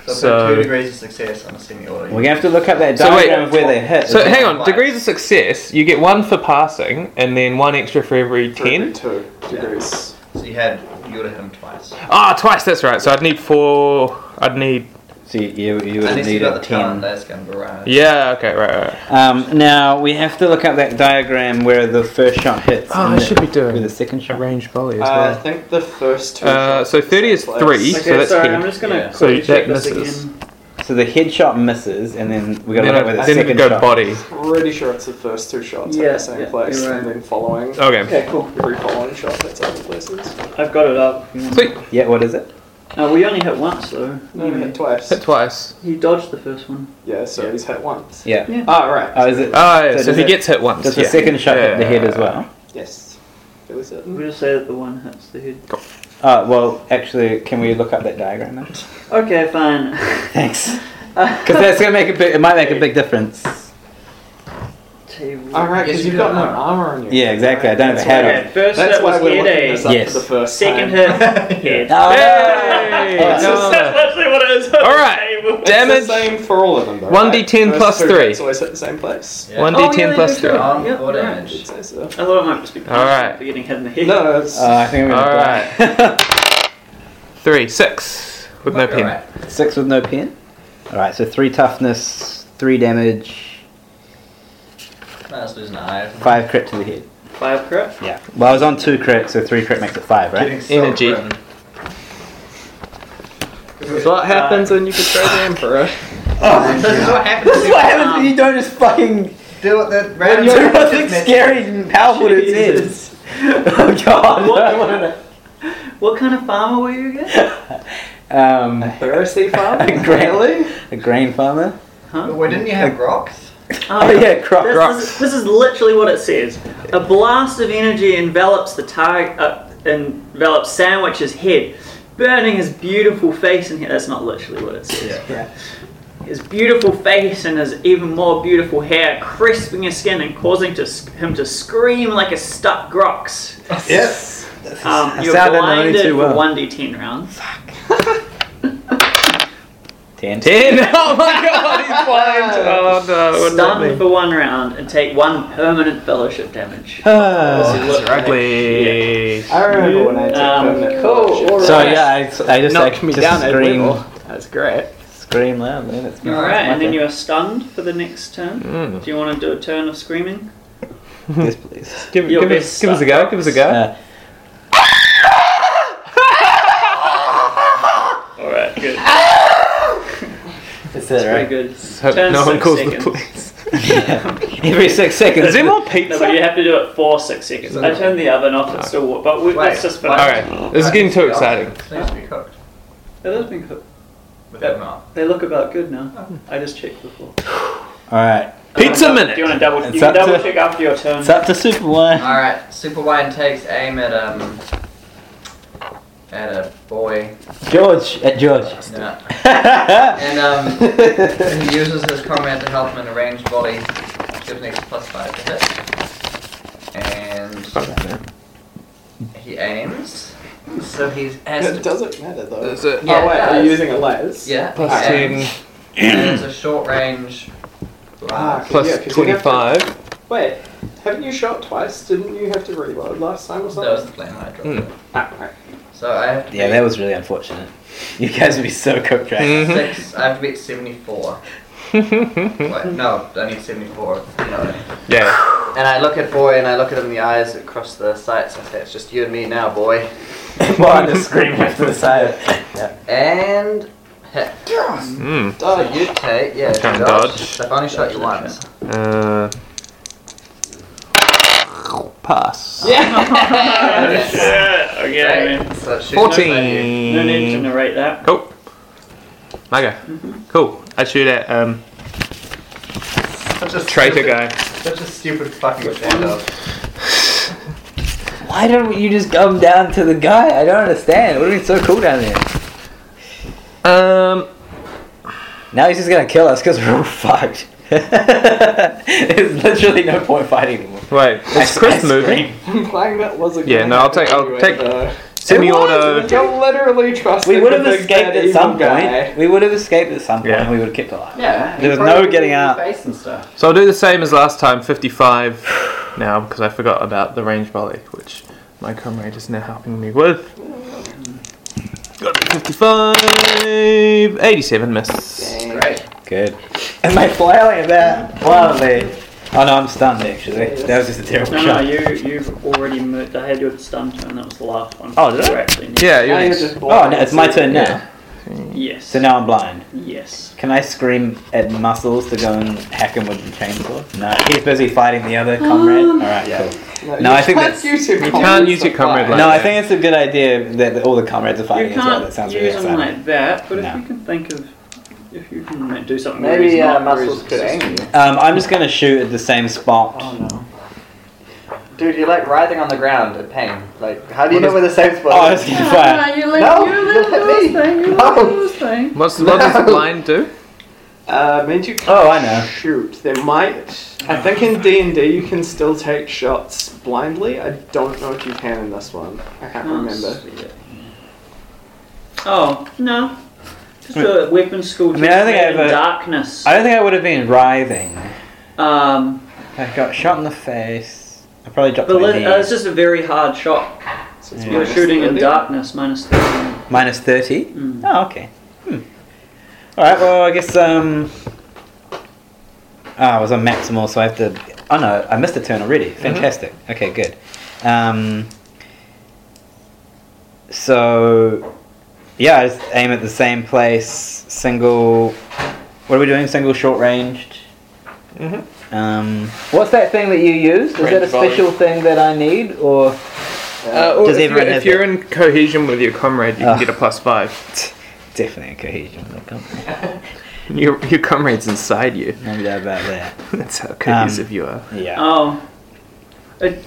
S8: So,
S3: So-
S8: two degrees of success on a semi-auto.
S2: We're gonna have to look up that
S3: So wait-
S2: diagram of where they hit.
S3: So hang on,
S8: Right.
S3: degrees of success. You get one for passing, and then one extra for every ten.
S10: Two degrees.
S8: So you had you would have hit him twice.
S3: Ah, twice. That's right. So I'd need four. I'd need.
S2: So you, you, you would have
S8: Unless you
S2: needed
S8: got the
S2: ten.
S8: ten. That's gonna be right.
S3: Yeah. Okay. Right. right, right.
S2: Um, now we have to look up that diagram where the first shot hits.
S3: Oh,
S2: and
S3: I
S2: the-
S3: should be doing
S2: with the second shot.
S3: range volley as
S10: Uh, I
S3: well.
S10: think the first two.
S3: Uh, so 30 is
S10: shots
S3: three.
S10: left.
S3: So that's
S1: sorry,
S3: good.
S1: I'm just gonna
S8: Yeah.
S3: So
S1: quickly check
S3: that
S1: this
S3: misses.
S1: again.
S2: So the head shot misses, and then we gotta
S3: Then
S2: look up where the
S3: I- then I
S2: second
S3: could go
S2: shot.
S3: body.
S10: Pretty sure it's the first two shots at
S1: Yeah,
S10: the same
S1: yeah,
S10: place,
S1: you're right.
S10: and then following.
S3: Okay.
S10: Yeah, cool. Every following shot that's other places.
S1: I've got it up.
S3: Sweet.
S2: Yeah, what is it?
S1: No, we only hit once though.
S10: No, you hit twice.
S3: Hit twice.
S1: He dodged the first one.
S10: Yeah, so he's hit once.
S2: Yeah.
S1: Yeah.
S10: Ah, right.
S2: Oh, is it?
S3: Oh, yeah,
S2: So
S3: so,
S2: does
S3: he
S2: it-
S3: gets hit once.
S2: Does
S3: yeah.
S2: the second shot hit the
S3: Yeah.
S2: head as well?
S10: Yes. It was it.
S1: We'll just say that the one hits the head.
S2: Uh, well, actually, can we look up that diagram now?
S1: Okay, fine.
S2: Thanks. Because that's gonna make a big. It might make a big difference. Uh,
S1: Table.
S10: All right,
S8: Yes,
S10: because
S8: you
S10: you've got
S8: do.
S10: no armor on you.
S2: Yeah, exactly. I don't have a
S1: Okay,
S2: hat
S1: first
S10: That's
S1: hit
S10: why
S1: was
S10: we're
S1: head
S10: looking this
S1: A.
S10: up
S2: Yes.
S10: for the first time.
S1: Second hit, head.
S2: on.
S3: Hey!
S2: Yeah.
S3: No,
S1: That's
S3: no, no.
S1: literally what it is.
S3: All right.
S1: Table.
S10: It's the
S3: Damage.
S10: same for all of them, though.
S3: 1d10
S10: right?
S3: plus
S10: Those two
S3: three.
S10: hits always hit the same place.
S8: Yeah.
S3: One
S1: Oh,
S3: d10
S1: yeah,
S3: plus
S1: yeah,
S3: three.
S1: sure.
S8: Arm
S1: Yep,
S8: or
S1: right.
S8: damage.
S10: I'd say so.
S1: I thought it might just be
S3: All right.
S1: for getting hit in the head.
S10: No, it's.
S2: Uh, I think I'm
S3: All
S2: gonna
S3: right.
S2: die.
S3: Three, six
S8: Oh,
S3: with no pin.
S2: Six with no pen. All right, so three toughness, three damage,
S8: Might as well lose an eye.
S2: five crit to the head.
S1: Five crit.
S2: Yeah. Well, I was on two crit, so three crit makes it five, right?
S8: Getting so
S3: Energy.
S8: grim.
S4: That's what happens when you betray the emperor.
S8: This is what happens.
S2: That's what happens when you don't just fucking
S8: Do what
S2: do
S8: that random
S2: nothing scary and powerful it is. Oh god.
S1: What kind of farmer were you again?
S2: um,
S10: Thirsty farm?
S2: a grain, a grain farmer.
S1: Huh?
S8: Wait, didn't you have rocks?
S2: Oh yeah, crop
S1: This,
S2: rock.
S1: Is, this is literally what it says. A blast of energy envelops the target, uh, envelops Sandwich's head, burning his beautiful face in here. That's not literally what it says.
S2: Yeah.
S1: His beautiful face and his even more beautiful hair crisping his skin and causing to, sc- him to scream like a stuck grox.
S8: Yes.
S1: Um, you're
S2: sounded only
S1: blinded
S2: too
S1: for
S2: well.
S1: 1d10 rounds.
S2: Ten.
S3: Ten! Oh my god, he's blind! Oh no, it wouldn't let me.
S1: Stunned for one round and take one permanent fellowship damage.
S3: Oh,
S2: Ah.
S8: That's
S3: Ugly.
S4: I
S3: Hmm.
S4: remember when I took
S1: Um,
S4: permanent
S1: cool,
S4: fellowship.
S1: alright.
S2: So yeah, I, I just
S4: knocked
S2: like,
S4: me
S2: just
S4: down at
S2: scream,
S4: level. That's great.
S2: scream loud, man. It's
S1: All right, and then you are stunned for the next turn.
S3: Mm.
S1: Do you want to do a turn of screaming?
S2: yes, please.
S3: Give,
S1: You'll
S3: give,
S1: be
S3: us, give us a go, give us a go.
S2: Uh,
S1: All right, good.
S2: is that
S1: Very
S2: right?
S1: good.
S3: Hope
S1: Turn
S3: no one
S1: six
S3: calls
S1: seconds.
S3: the police.
S2: Every six seconds.
S3: Is there more
S1: No, but
S3: pizza?
S1: you have to do it for six seconds. I turned the oven off; it's still warm. But we, let's just finish.
S3: Alright, this is getting too exciting.
S8: Needs to be cooked
S1: It has been cooked.
S8: without milk.
S1: They look about good now. I just checked before.
S2: All right,
S3: Pizza
S1: Do you
S3: minute!
S1: want to double?
S2: It's
S1: You can
S2: up to-
S1: double check after your turn.
S2: it's up to Super One.
S8: All right. Super Wine takes aim at um at a boy.
S2: George at George.
S8: Yeah.
S2: All
S8: And um, he uses his comrade to help him in a ranged volley. Gives me plus five to hit. And he aims. So he has
S10: It
S8: to.
S10: doesn't matter though.
S3: That's it.
S8: Yeah,
S10: oh wait,
S8: it
S10: are
S8: does.
S10: you using a lasers?
S8: Yeah. he
S3: Plus
S8: aims.
S3: 10,
S8: And it's a short range.
S10: Ah, 'cause yeah,
S3: plus
S10: 'cause you have to-
S3: 25.
S10: Wait, haven't you shot twice? Didn't you have to reload last time or
S8: That was
S10: something?
S8: the plan I dropped.
S3: Mm.
S10: Ah, right.
S8: So I have to
S2: Yeah, that was really unfortunate. You guys would be so cooked right now.
S8: Hmm. six. I have to beat seventy four. Wait, no, I need seventy four. You know what I mean.
S3: Yeah.
S8: And I look at boy, and I look at him in the eyes across the sights. I say, "It's just you and me now, boy." Boy, just scream off to the side. And hit.
S3: Mm.
S8: Oh, you take yeah.
S3: Can't dodge.
S8: I've only shot you once.
S3: Uh, pass.
S10: Ah,
S1: Yeah. Okay, man.
S8: So it's shooting.
S3: Fourteen.
S1: No Mm-hmm. need to narrate that.
S3: Cool. Okay. Cool. I shoot at um
S8: Such a
S3: traitor
S8: stupid-
S3: guy.
S8: Such a stupid fucking standoff.
S2: Why don't you just come down to the guy? I don't understand. What do you mean so cool down there?
S3: Um.
S2: Now he's just gonna kill us because we're all fucked. There's literally no point fighting anymore.
S3: Wait. Is Chris moving?
S10: Implying that was a
S3: Yeah. No. I'll take. I'll take. Semi-auto.
S10: You're literally trusting
S2: We would have
S10: the big
S2: escaped
S10: bad
S2: at
S10: evil
S2: some
S10: guy.
S2: point. We would have escaped at some point.
S3: Yeah.
S2: We would have kept alive.
S10: Yeah.
S2: There was
S10: he
S2: no
S10: probably
S2: getting
S10: in your
S2: out.
S10: Face and stuff.
S3: So I'll do the same as last time, 55 now, because I forgot about the range volley, which my comrade is now helping me with. Got it, 55, 87 miss.
S8: Great.
S2: Good. Am I flailing about wildly? Oh no, I'm stunned actually. That was just a terrible
S1: No, no,
S2: shot.
S1: you you've already moved. I had you at stun turn. That was the last one.
S2: Oh, did I?
S1: You actually need-
S3: Yeah, you're
S10: Now you're
S3: next.
S10: just
S2: Oh
S10: blind.
S2: no, it's my turn now.
S1: Yes.
S2: So now I'm blind.
S1: Yes.
S2: Can I scream at muscles to go and hack him with the chainsaw? No, he's busy fighting the other comrade.
S1: Um,
S2: All right, cool.
S10: No,
S2: No,
S10: you
S2: I think
S10: can't
S2: that's-
S10: use your
S3: you
S10: comrades
S3: can't use
S10: to
S3: your comrade
S10: fight.
S3: like
S2: no, I
S3: that.
S2: think it's a good idea that all the comrades are
S1: You
S2: fighting as well. That
S1: can't
S2: sounds really
S1: use them
S2: exciting.
S1: like that, but
S2: No.
S1: if you can think of, if you can like, do something. where he's
S10: Maybe uh,
S1: not
S10: muscles
S1: very
S10: could anger you.
S2: Um, I'm just gonna shoot at the same spot.
S10: Oh no.
S8: Dude, you're like writhing on the ground in pain. Like, how do you know where the safe
S2: Oh, I
S8: spot
S2: was
S8: is?
S2: gonna fire.
S14: you let,
S8: No,
S14: you
S8: look
S14: let
S8: at
S14: Lewis
S8: me.
S14: thing, you
S8: No.
S14: let Lewis thing.
S3: What's, what does the blind do?
S10: Uh, means you can't
S2: Oh, I know.
S10: shoot. There might. I think in D and D you can still take shots blindly. I don't know if you can in this one. I can't remember.
S1: Oh no. Just a weapon school.
S2: I mean, I don't think I
S1: test made in
S2: ever-
S1: darkness.
S2: I don't think I would have been writhing.
S1: um,
S2: I got shot in the face. I probably dropped
S1: but
S2: my
S1: let, uh, it's
S2: knees.
S1: just a very hard shot.
S10: So it's
S2: Yeah.
S1: You're
S10: minus
S1: shooting in
S10: 30.
S1: darkness, minus thirty.
S2: Minus thirty.
S1: Mm.
S2: Oh, okay. Hmm. All right. Well, I guess um. Ah, I was on maximal, so I have to. Oh no, I missed a turn already. Fantastic. Okay, good. Um. So, yeah, I just aim at the same place. Single. What are we doing? Single, short ranged.
S3: Mhm.
S2: Um, what's that thing that you used? Is that a
S3: Range volley.
S2: special thing that I need, or
S3: Uh, or
S2: Does
S3: if, you're,
S2: everyone
S3: if
S2: have
S3: you're in cohesion with your comrade, you
S2: Ah.
S3: can get a plus five.
S2: definitely a cohesion? with the company.
S3: Your, your comrade's inside you.
S2: No doubt about that.
S3: That's how
S2: Um,
S3: cohesive you are.
S2: Yeah.
S1: Oh. It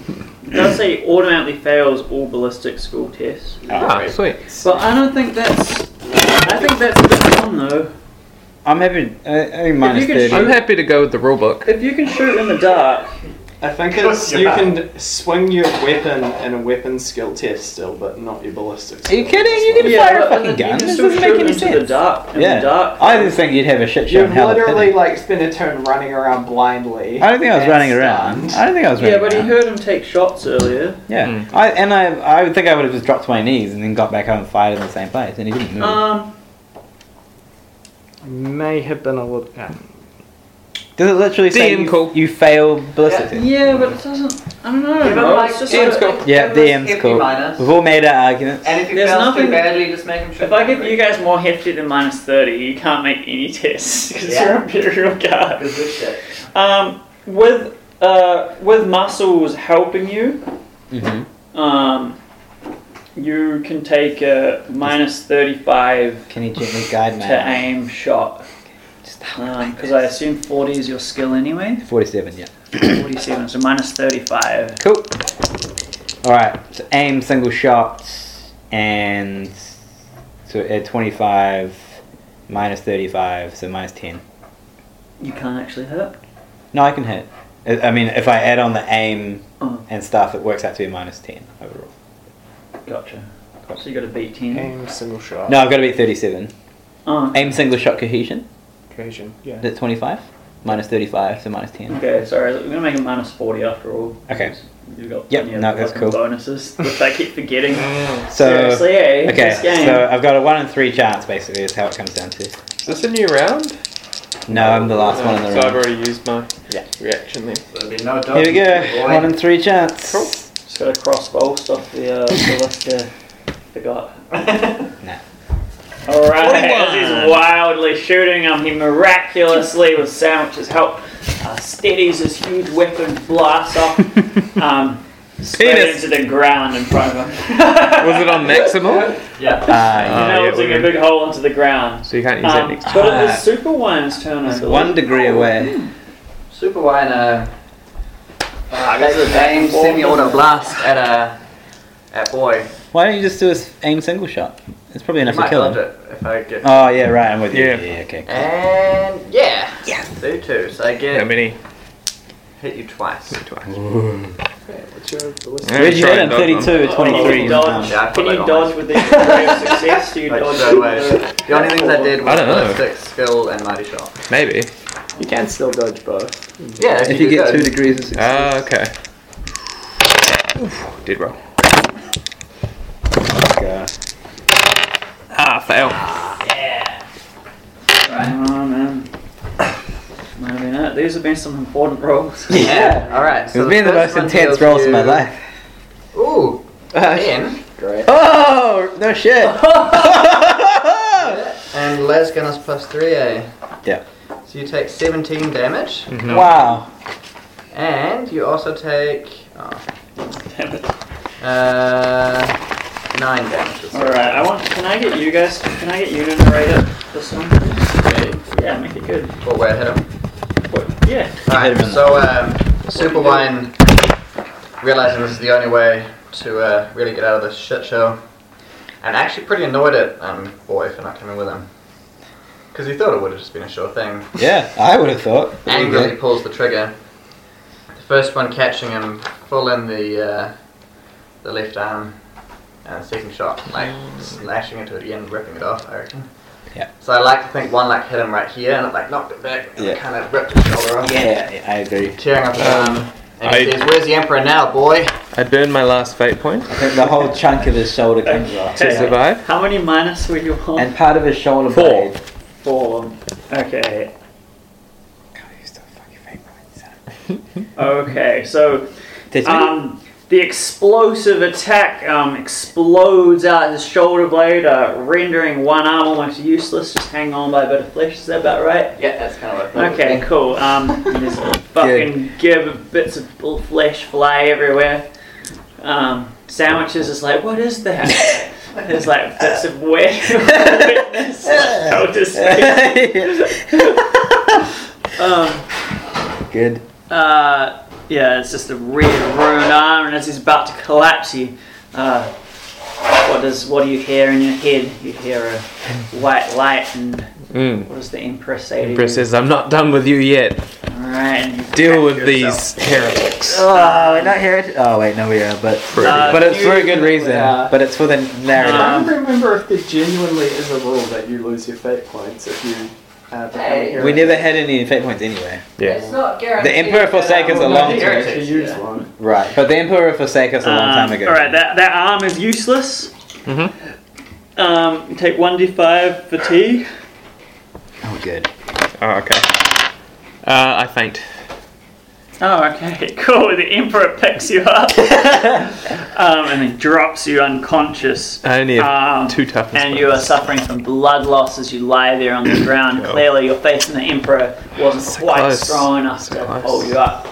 S1: does say automatically fails all ballistic school tests.
S3: Ah, sweet.
S1: But I don't think that's. I think that's a good one though.
S2: I'm happy. Uh, only minus
S1: could
S2: thirty.
S1: shoot-
S3: I'm happy to go with the rulebook.
S1: If you can shoot in the dark,
S10: I think it's you can swing your weapon in a weapon skill test still, but not your ballistics.
S2: Are you
S10: skill
S2: kidding?
S10: test.
S2: You can
S1: yeah,
S2: fire a
S1: but
S2: fucking
S1: you can
S2: gun. This
S1: still
S2: doesn't make
S1: shoot
S2: any
S1: into The
S2: sense.
S1: dark, in
S2: Yeah. Oh,
S1: the dark.
S2: I didn't think you'd have a shit show in
S10: You've
S2: hell.
S10: literally
S2: Literally,
S10: like spent a turn running around blindly.
S2: I don't think I was
S10: and
S2: running around. I
S10: stunned.
S2: don't think I was running
S1: yeah, but he
S2: around.
S1: heard him take shots earlier.
S2: Yeah,
S3: Mm.
S2: I and I, I would think I would have just dropped to my knees and then got back up and fired in the same place, and he didn't move.
S1: Um,
S3: Hmm.
S4: May have been a little. Yeah.
S2: Does it literally say
S3: DM
S2: you,
S3: call.
S2: you fail ballistic? Yeah,
S1: yeah, but it doesn't. I don't know.
S8: Give him
S1: bro,
S8: like
S1: it's just
S8: DM's
S1: like-
S8: call. Give him
S2: DM's
S8: fifty
S2: cool.
S8: minus.
S2: We've all made our arguments.
S8: And if he
S1: There's
S8: fails
S1: nothing-
S8: too badly, just make him shoot.
S1: If I give you guys more hefty than minus thirty, you can't make any tests because
S8: Yeah.
S1: you're imperial guard.
S8: Good shit.
S1: Um, with uh, with muscles helping you,
S2: Mhm.
S1: um, you can take a minus thirty-five
S2: Can you gently guide me?
S1: to aim shot
S2: Just
S1: because I assume forty is your skill anyway.
S2: Forty-seven. Yeah.
S1: Forty-seven, so minus thirty-five.
S2: Cool. All right. So aim single shots and so at twenty-five minus thirty-five, so minus ten.
S1: You can't actually hit.
S2: No, I can hit. I I mean, if I add on the aim
S1: Oh,
S2: and stuff, it works out to be minus ten overall.
S1: gotcha. So you got to beat ten.
S4: Aim single shot.
S2: No, I've got to be thirty-seven.
S1: Oh,
S2: Aim single shot cohesion
S4: Occasion. Yeah.
S2: at twenty-five minus thirty-five, so minus ten.
S1: okay. Sorry, we're gonna make it minus forty after all.
S2: Okay.
S1: You got
S2: Yep,
S1: plenty of
S2: no, that's
S1: fucking
S2: cool.
S1: Bonuses, which I keep forgetting.
S2: So
S1: Seriously, eh?
S2: okay,
S1: This game.
S2: so I've got a one in three chance basically. Is how it comes down to.
S3: Is this a new round?
S2: No, I'm the last
S3: No,
S2: one in the
S3: so
S2: round.
S3: I've already used my
S2: Yeah.
S3: reaction then.
S2: Here we go. One in three chance.
S1: Just got a crossbow off the, uh, the list there. Forgot.
S2: Nah.
S1: Alright,
S2: 41.
S1: as he's wildly shooting him, he miraculously, with Sandwich's help, uh, steadies his huge weapon, blasts off, um, straight
S3: Penis.
S1: into the ground in front of him.
S3: Was it on maximal?
S1: Yeah.
S2: Uh,
S3: yeah,
S1: melting
S3: we're
S1: a big hole into the ground.
S3: So you can't use that
S1: Um,
S3: next time.
S1: but it is Super Wine's turn, I believe.
S2: One degree away.
S8: Super Wine, uh,
S1: Ah,
S8: makes
S1: this is
S8: a
S1: back and
S8: aim
S1: forth,
S8: semi-auto
S1: isn't it?
S8: blast at a at boy.
S2: Why don't you just do a s- aim single shot? It's probably enough
S8: might
S2: to kill
S8: dodge
S2: him.
S8: it if I get.
S2: Oh yeah, right. I'm with you.
S3: Yeah.
S2: Yeah. okay. Cool.
S8: And yeah, yes. do two. So I
S3: How
S8: get
S3: many?
S8: hit you twice.
S3: Twice.
S10: Yeah, what's your ballistic?
S3: Yeah,
S2: Where'd you
S3: try
S2: hit him?
S3: and dodge them.
S2: 32,
S1: Can
S2: 23.
S1: you
S2: Um,
S1: dodge,
S8: Yeah, I put
S1: can you
S8: that on
S1: dodge with the degree of success? Do you
S8: Like
S1: dodge
S8: straight away.
S1: with
S8: The only things I did
S3: I
S8: was
S3: don't know.
S8: ballistic skill and mighty shot.
S3: Maybe.
S10: You can still dodge both.
S8: Yeah, if,
S2: If you
S8: do
S2: get
S8: good.
S2: two degrees of success.
S3: Ah, okay. Oof, did roll.
S2: God.
S3: Ah, fail.
S1: Oh man. Might have been it. These have been some important rolls.
S8: Yeah. All right. So
S2: It's been the
S8: first
S2: most
S8: one
S2: intense
S8: deals
S2: rolls of my
S8: you-
S2: life. Uh,
S8: Ooh. Ten.
S2: Oh no shit!
S8: And Las Gunas plus three A.
S2: Yeah.
S8: So you take seventeen damage,
S3: Mm-hmm.
S2: Wow.
S8: and you also take oh, uh, nine damage.
S1: Alright, I want can I get you guys can I get you to narrate it this one? Yeah, make it good.
S8: What way Oh, I hit him?
S1: What- Yeah.
S8: Alright,
S2: him in
S8: so um, Super Wine realizes this is the only way to uh, really get out of this shit show, and actually pretty annoyed at um, Boy for not coming with him, because he thought it would have just been a sure thing.
S2: Yeah, I would have thought.
S8: angrily pulls the trigger. The first one catching him full in the uh, the left arm, and the second shot like slashing into it again, ripping it off. I reckon.
S2: Yeah.
S8: So I like to think one like hit him right here, and it like knocked it back, and
S2: Yeah.
S8: kind of ripped his shoulder off,
S2: Yeah, yeah, I agree.
S8: tearing up his arm. And he
S3: I-
S8: says, "Where's the emperor now, boy?"
S3: I burned my last fate point
S2: I think the whole chunk of his shoulder comes off,
S3: to survive.
S1: How many minus were you on?
S2: and part of his shoulder
S3: Four.
S2: blade.
S1: four. Okay.
S2: God, you still fucking fake my son.
S1: Okay, so
S2: Did you?
S1: Um, the explosive attack um, explodes out his shoulder blade, uh, rendering one arm almost useless, just hanging on by a bit of flesh. Is that about right?
S8: Yeah, that's kind of what. I thought.
S1: Okay, cool. Um, just fucking give bits of little flesh fly everywhere. Um, sandwiches is like, what is that? There's like bits of wet wetness. like, out his face. Um,
S2: Good.
S1: uh, yeah, it's just a red ruined arm, and as he's about to collapse, you, uh, what does what do you hear in your head? You hear a white light, and
S3: Mm.
S1: what does the Empress say? to you?
S3: Empress says, I'm not done with you yet.
S1: All right, and you
S3: Deal
S1: crack
S3: with
S1: yourself.
S3: these heretics.
S2: Oh, we're not here. Oh wait, no, we are. But
S1: Uh,
S2: but it's for a good
S1: you-
S2: reason.
S10: yeah.
S2: But it's for the narrative.
S4: Uh,
S1: Um,
S10: I don't remember if there genuinely is a rule that you lose your fate points if you uh, become a hero.
S2: we never had any fate points anyway.
S3: Yeah.
S14: not guaranteed.
S2: The Emperor
S14: that I
S2: Forsakers
S14: will
S2: a
S8: um,
S10: Well,
S2: long
S10: no, you
S2: time.
S10: actually use one.
S2: Right. But the Emperor forsake us a long time
S1: Um,
S2: ago.
S1: All right, that, that arm is useless.
S3: Mhm.
S1: Um, take one d5 fatigue.
S2: Oh, good.
S3: Oh, okay. Uh, I faint.
S1: Oh, okay, cool. The Emperor picks you up um, and then drops you unconscious.
S3: I only have
S1: Um,
S3: two toughness
S1: And you are
S3: points.
S1: suffering from blood loss as you lie there on the ground.
S3: Well.
S1: Clearly, your faith in the Emperor wasn't
S3: So
S1: quite
S3: close.
S1: strong enough
S3: So
S1: to
S3: close.
S1: hold you up.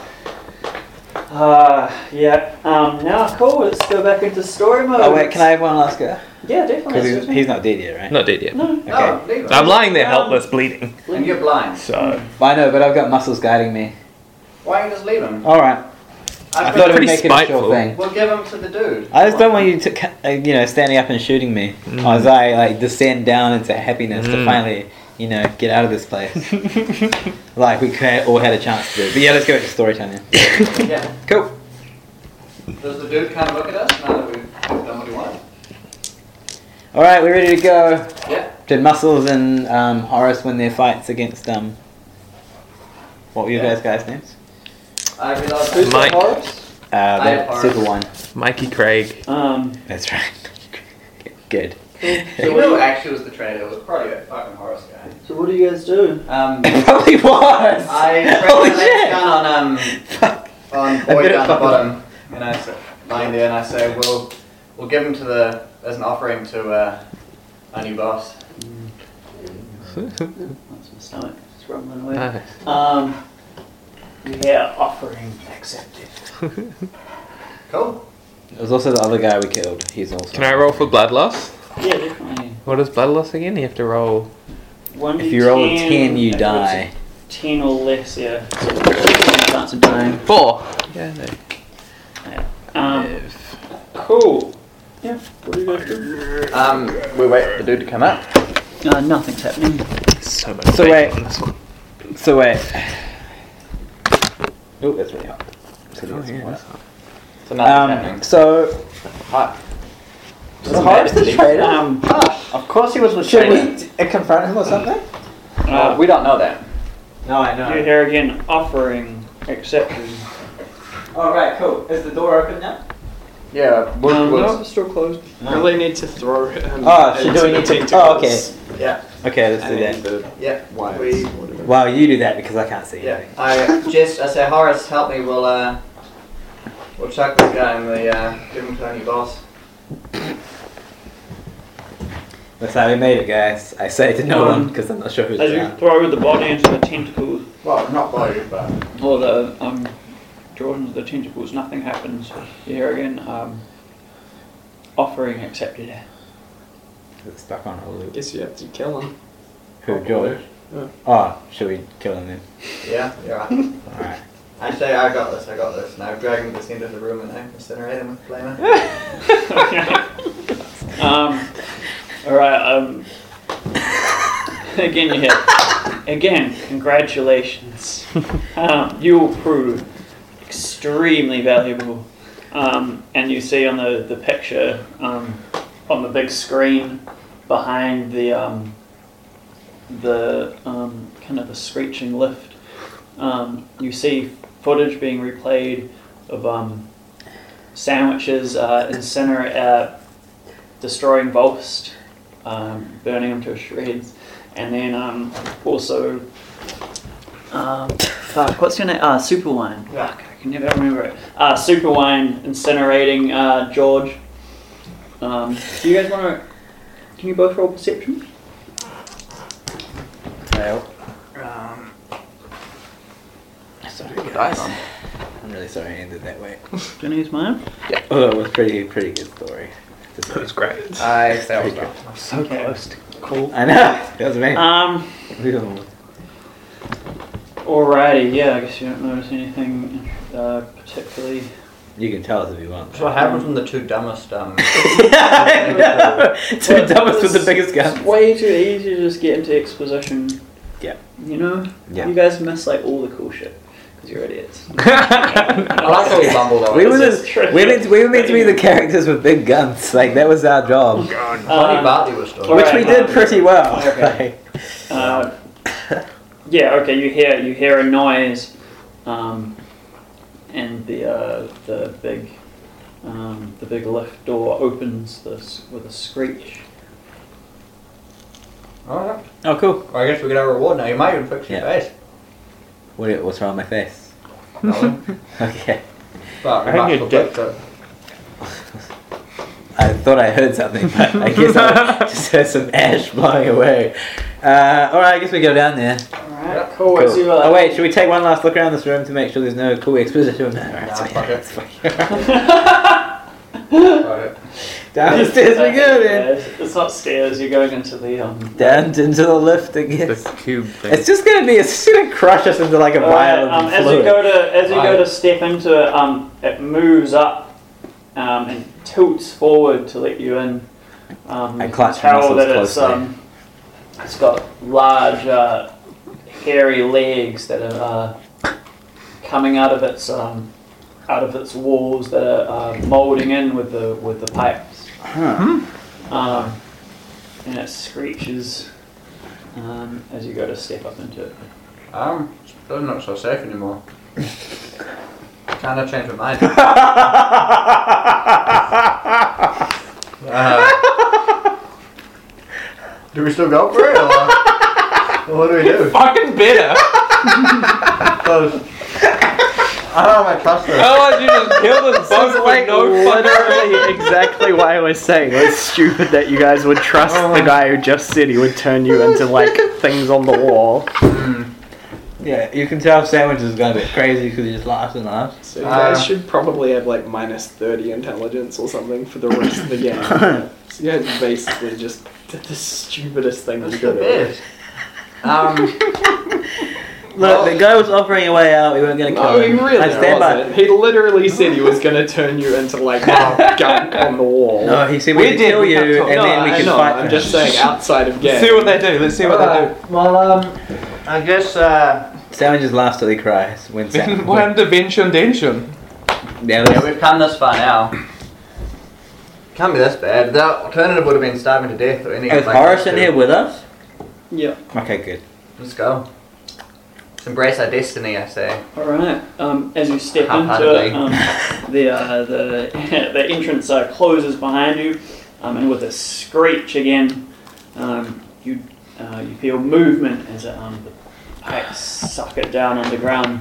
S1: Uh, yeah. Um, now, cool. Let's go back into story mode.
S2: Oh wait, can I have one last go?
S1: Yeah, definitely.
S2: Because he's,
S1: excuse me.
S2: he's not dead yet, right?
S3: Not dead yet.
S1: No.
S8: No, Oh, leave him.
S3: I'm lying there
S1: Um,
S3: helpless, bleeding.
S8: And you're blind.
S3: So
S2: I know, but I've got muscles guiding me.
S8: Why don't you just leave him?
S2: All right. I thought it would
S3: Pretty
S2: make it a
S3: spiteful.
S2: sure thing.
S8: We'll give him to the dude.
S2: I just don't want you to, ca- uh, you know, standing up and shooting me as I like descend down into happiness to
S3: Mm.
S2: finally, you know, get out of this place. like we ca- all had a chance to do. But yeah, let's go back to story time. Then.
S8: Yeah.
S2: Cool.
S8: Does the dude kind of look at us now that we've done what he wanted?
S2: All right, we're ready to go.
S8: Yeah.
S2: Did Muscles and um, Horace win their fights against um? What were you
S8: Yeah.
S2: guys guys' names?
S8: I realized
S3: Mike.
S8: Horace.
S2: Uh, that
S8: Firearms.
S2: super one.
S3: Mikey Craig.
S1: Um,
S2: That's right. Good.
S8: So we know actually was the trainer. It was probably that fucking Horace guy.
S5: So what do you guys do?
S8: Um,
S2: It probably was.
S8: I
S2: Holy
S8: pressed the left
S2: shit.
S8: gun on um on
S2: I
S8: boy
S2: bet it
S8: down the
S2: fucking-
S8: bottom, and I s- lying there, and I say, "We'll we'll give him to the as an offering to uh, our new boss."
S1: That's my stomach. Oh, It's rumbling away.
S3: Nice.
S1: Um, yeah, offering accepted.
S8: Cool.
S2: There's also the other guy we killed. He's also.
S3: Can I roll for blood loss?
S1: Yeah, definitely.
S3: What is blood loss again? You have to roll.
S1: One
S2: If you roll a
S1: 10,
S2: 10, you
S1: if it's
S2: die.
S1: 10 or less, yeah. So, chance of dying.
S3: Four. Yeah, no.
S1: Um, cool. Yeah, what do you guys do?
S8: Um, we wait for the dude to come up.
S1: Uh, nothing's happening.
S3: So much.
S2: So
S3: bacon
S2: wait.
S3: on this one.
S2: So wait. Oh, that's really hot. So
S3: Oh,
S2: that's
S3: yeah,
S2: hot.
S3: that's not-
S8: So
S2: Um,
S3: Oh,
S2: so
S8: Hot.
S2: was Horace the traitor?
S1: Um,
S8: Ah, Of course he was with
S2: should
S8: trainer.
S2: we uh, confront him or something?
S8: Uh,
S1: uh,
S8: we don't know that.
S15: No, I
S1: you
S15: know.
S1: hear again, offering accepted.
S15: All right, cool. Is the door open now?
S8: Yeah, Wood
S1: Um,
S8: was.
S1: no, it's still closed.
S4: Really need to throw him.
S2: Oh, so do we
S4: into
S2: need
S4: the
S2: to? Oh, okay.
S4: tentacles.
S8: Yeah,
S2: Okay, let's do
S4: And
S2: that.
S4: the-
S8: yeah.
S4: Wires.
S8: We,
S2: Wow, you do that because I can't see
S8: yeah.
S2: anything.
S8: I just I say Horace, help me. We'll uh, we'll chuck this guy and we uh, give him to our new boss.
S2: That's how we made it, guys. I say to no
S1: Um,
S2: one because I'm not sure who's
S1: As you
S2: around.
S1: throw the body into the tentacles,
S8: Well, not body, but
S1: or the um, drawn into the tentacles, nothing happens. You hear again, um, offering accepted.
S2: It's stuck on a loop.
S4: Guess you have to kill him.
S2: Who, George?
S4: Yeah.
S2: Oh, should we kill him then?
S8: yeah, yeah.
S2: Alright.
S8: I say I got this. I got this. And I drag him to the end of the room and I incinerate him with flamer.
S1: Um, all right. Um, again, you hit. Again, congratulations. Um, you will prove extremely valuable. Um, and you see on the the picture um, on the big screen behind the um, the um, kind of the screeching lift. Um, you see footage being replayed of um, sandwiches uh, incinerated. Uh, destroying Volst, um, burning him to shreds, and then um, also, um, fuck, what's your name? Uh, Superwine. Fuck, I can never remember it. Uh, Superwine incinerating uh, George. Um, do you guys want to? Can you both roll perception?
S8: um,
S2: Sorry,
S8: dice.
S2: guys. I'm really sorry I ended that way.
S1: Can I use mine?
S2: Although it was pretty, pretty good story. Just-
S3: That was great.
S8: I say I was
S2: Pretty
S8: wrong.
S1: So close. Cool.
S2: I know. That was amazing.
S1: Um.
S2: We were-
S1: Alrighty. Yeah. I guess you don't notice anything uh, particularly.
S2: you can tell us if you want.
S8: So what happened from the two dumbest um?
S2: I know. Two
S1: Well,
S2: dumbest with the
S1: it's-
S2: biggest
S1: It's
S2: gun.
S1: way too easy to just get into exposition.
S2: Yeah.
S1: You know.
S2: Yeah.
S1: You guys miss like all the cool shit because you're idiots.
S8: I like how we bumbled over.
S2: We
S8: it.
S2: were,
S1: This
S2: the,
S1: is true.
S2: we, were meant to, we were meant to be the characters with big guns. Like, that was our job.
S8: Funny
S1: Um,
S8: Bartley was still.
S1: Alright.
S2: uh, Which we did pretty well.
S1: Okay. Uh, yeah. Okay. You hear you hear a noise, um, and the uh, the big um, the big lift door opens this with a screech.
S8: All right.
S2: Like- oh, cool.
S8: Well, I guess we get our reward now. You might even fix your
S2: Yeah.
S8: face.
S2: What, what's wrong with my face?
S8: No,
S2: Okay.
S8: but we
S3: I think
S8: might
S3: your
S8: still
S3: dick-
S8: fix it.
S2: I thought I heard something, but I guess I just heard some ash blowing away. Uh, Alright, I guess we go down there.
S1: All right. Cool.
S2: Cool. Oh, wait, should we take one last look around this room to make sure there's no cool exposition? No,
S8: Nah,
S2: it's
S8: fuck
S2: fine,
S8: it.
S2: it's fine.
S8: All right.
S2: down the stairs we go then.
S1: It's not stairs. You're going into the um,
S2: Down into the lift again.
S3: The cube thing.
S2: It's just gonna be, it's just gonna crush us into like a
S1: Alright,
S2: violent
S1: um, as you
S2: fluid.
S1: go to as you go
S8: Right.
S1: to step into it, um, it moves up um, and tilts forward to let you in. Um,
S2: I
S1: you can
S2: clutch my
S1: tell that
S2: muscles
S1: it's um, it's got large, uh, hairy legs that are uh, coming out of its um, out of its walls that are uh, molding in with the with the pipes. Um, and it screeches um, as you go to step up into it.
S8: Um, doesn't look so safe anymore. kind of changed my mind. Uh, do we still go for it? Or, what do we do?
S3: Fucking bitter.
S8: Close. I don't know if I trust this.
S3: Oh, you just killed us both with no fucking
S4: Literally exactly what I was saying. It was stupid that you guys would trust the guy who just said he would turn you into like things on the wall.
S8: Hmm,
S2: Yeah, you can tell Sandwich is going a bit crazy because he just laughs and laughs.
S10: So you guys
S8: Uh,
S10: should probably have like minus 30 intelligence or something for the rest of the game. So you guys basically just did the stupidest thing you could have.
S8: Yes. Um,
S2: Look, the guy was offering a way out. We weren't going to kill
S10: No, he
S2: him.
S10: really
S2: I stand
S10: wasn't. He literally said he was going to turn you into like gunk on the wall.
S2: by. No, he said we,
S3: We
S2: could
S3: did,
S2: kill
S3: we
S2: you,
S3: can't talk.
S2: and
S10: No,
S2: then we
S10: I
S2: can
S10: know,
S2: fight.
S10: I'm
S2: for
S10: just
S2: him.
S10: saying outside of game.
S3: Let's see what they do. Let's see what they do.
S5: Alright, Well, um,
S8: I guess uh,
S2: Sandwich just laughs till he cries when Sam.
S3: What happened to Vention Dention?
S2: Yeah,
S8: yeah,
S2: that's-
S8: we've come this far now. Can't be this bad. The alternative would have been starving to death or anything.
S2: is
S8: like
S2: Horace
S8: that,
S2: in
S8: too.
S2: here with us?
S1: Yeah.
S2: Okay, good.
S8: Let's go. Let's embrace our destiny, I say.
S1: All right. Um, as you step into
S8: Half-heartedly.
S1: it, um, the uh, the the entrance uh, closes behind you, um, and with a screech again, um, you uh, you feel movement as it, um, the pipes suck it down on the ground.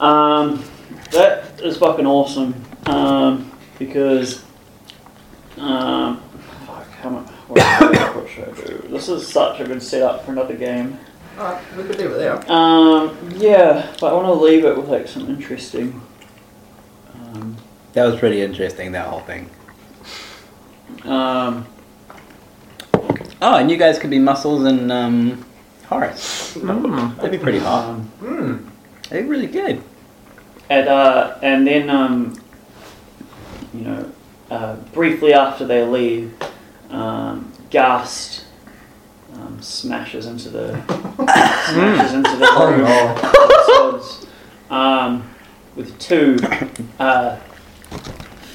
S1: Um, that is fucking awesome. Um, because um, fuck, how much, what, what should I do? This is such a good setup for another game.
S8: Alright, we could leave it there.
S1: Um, yeah, but I want to leave it with like some interesting. Um,
S2: That was pretty interesting. That whole thing.
S1: um,
S2: Oh, and you guys could be muscles and um, Horace.
S3: Mm.
S2: That'd be pretty hot.
S1: um,
S8: Hmm.
S2: That'd be really good.
S1: and uh, and then um, you know, uh, briefly after they leave, um, Gast um, smashes into the smashes into the
S8: Oh,
S1: room
S8: no.
S1: with swords, um, with two uh,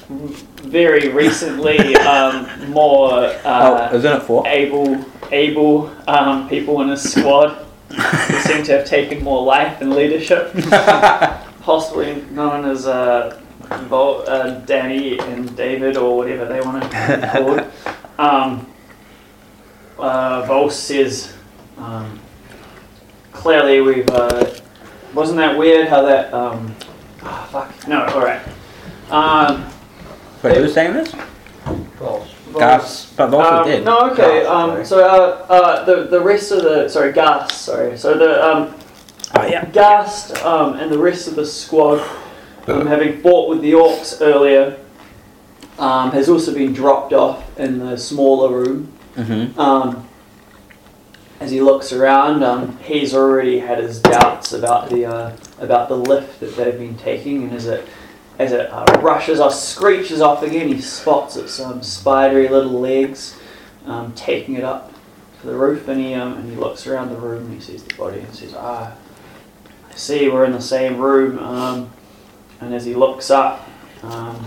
S1: very recently um, more. Uh,
S2: oh, isn't it four?
S1: able able um, people in his squad who seem to have taken more life and leadership, possibly known as uh, Vol- uh, Danny and David or whatever they want to be called. Um, uh, Vol says, um, clearly we've. Uh, wasn't that weird how that. Um, ah, fuck. No, alright. Um,
S2: Wait, who's saying this?
S8: Balls.
S1: Vol-
S2: Gus. But Vol's
S1: um,
S2: dead.
S1: No, okay.
S8: Gus,
S1: um,
S8: sorry.
S1: so uh, uh, the the rest of the sorry, Gus. Sorry. So the um,
S2: Oh, yeah.
S1: Gast um, and the rest of the squad, um, having fought with the orcs earlier, um, has also been dropped off in the smaller room.
S2: Mm-hmm.
S1: Um, as he looks around, um, he's already had his doubts about the uh, about the lift that they've been taking, and as it as it uh, rushes off, screeches off again, he spots its um, spidery little legs um, taking it up to the roof, and he um, and he looks around the room and he sees the body and says, "Ah, I see we're in the same room." Um, and as he looks up, um,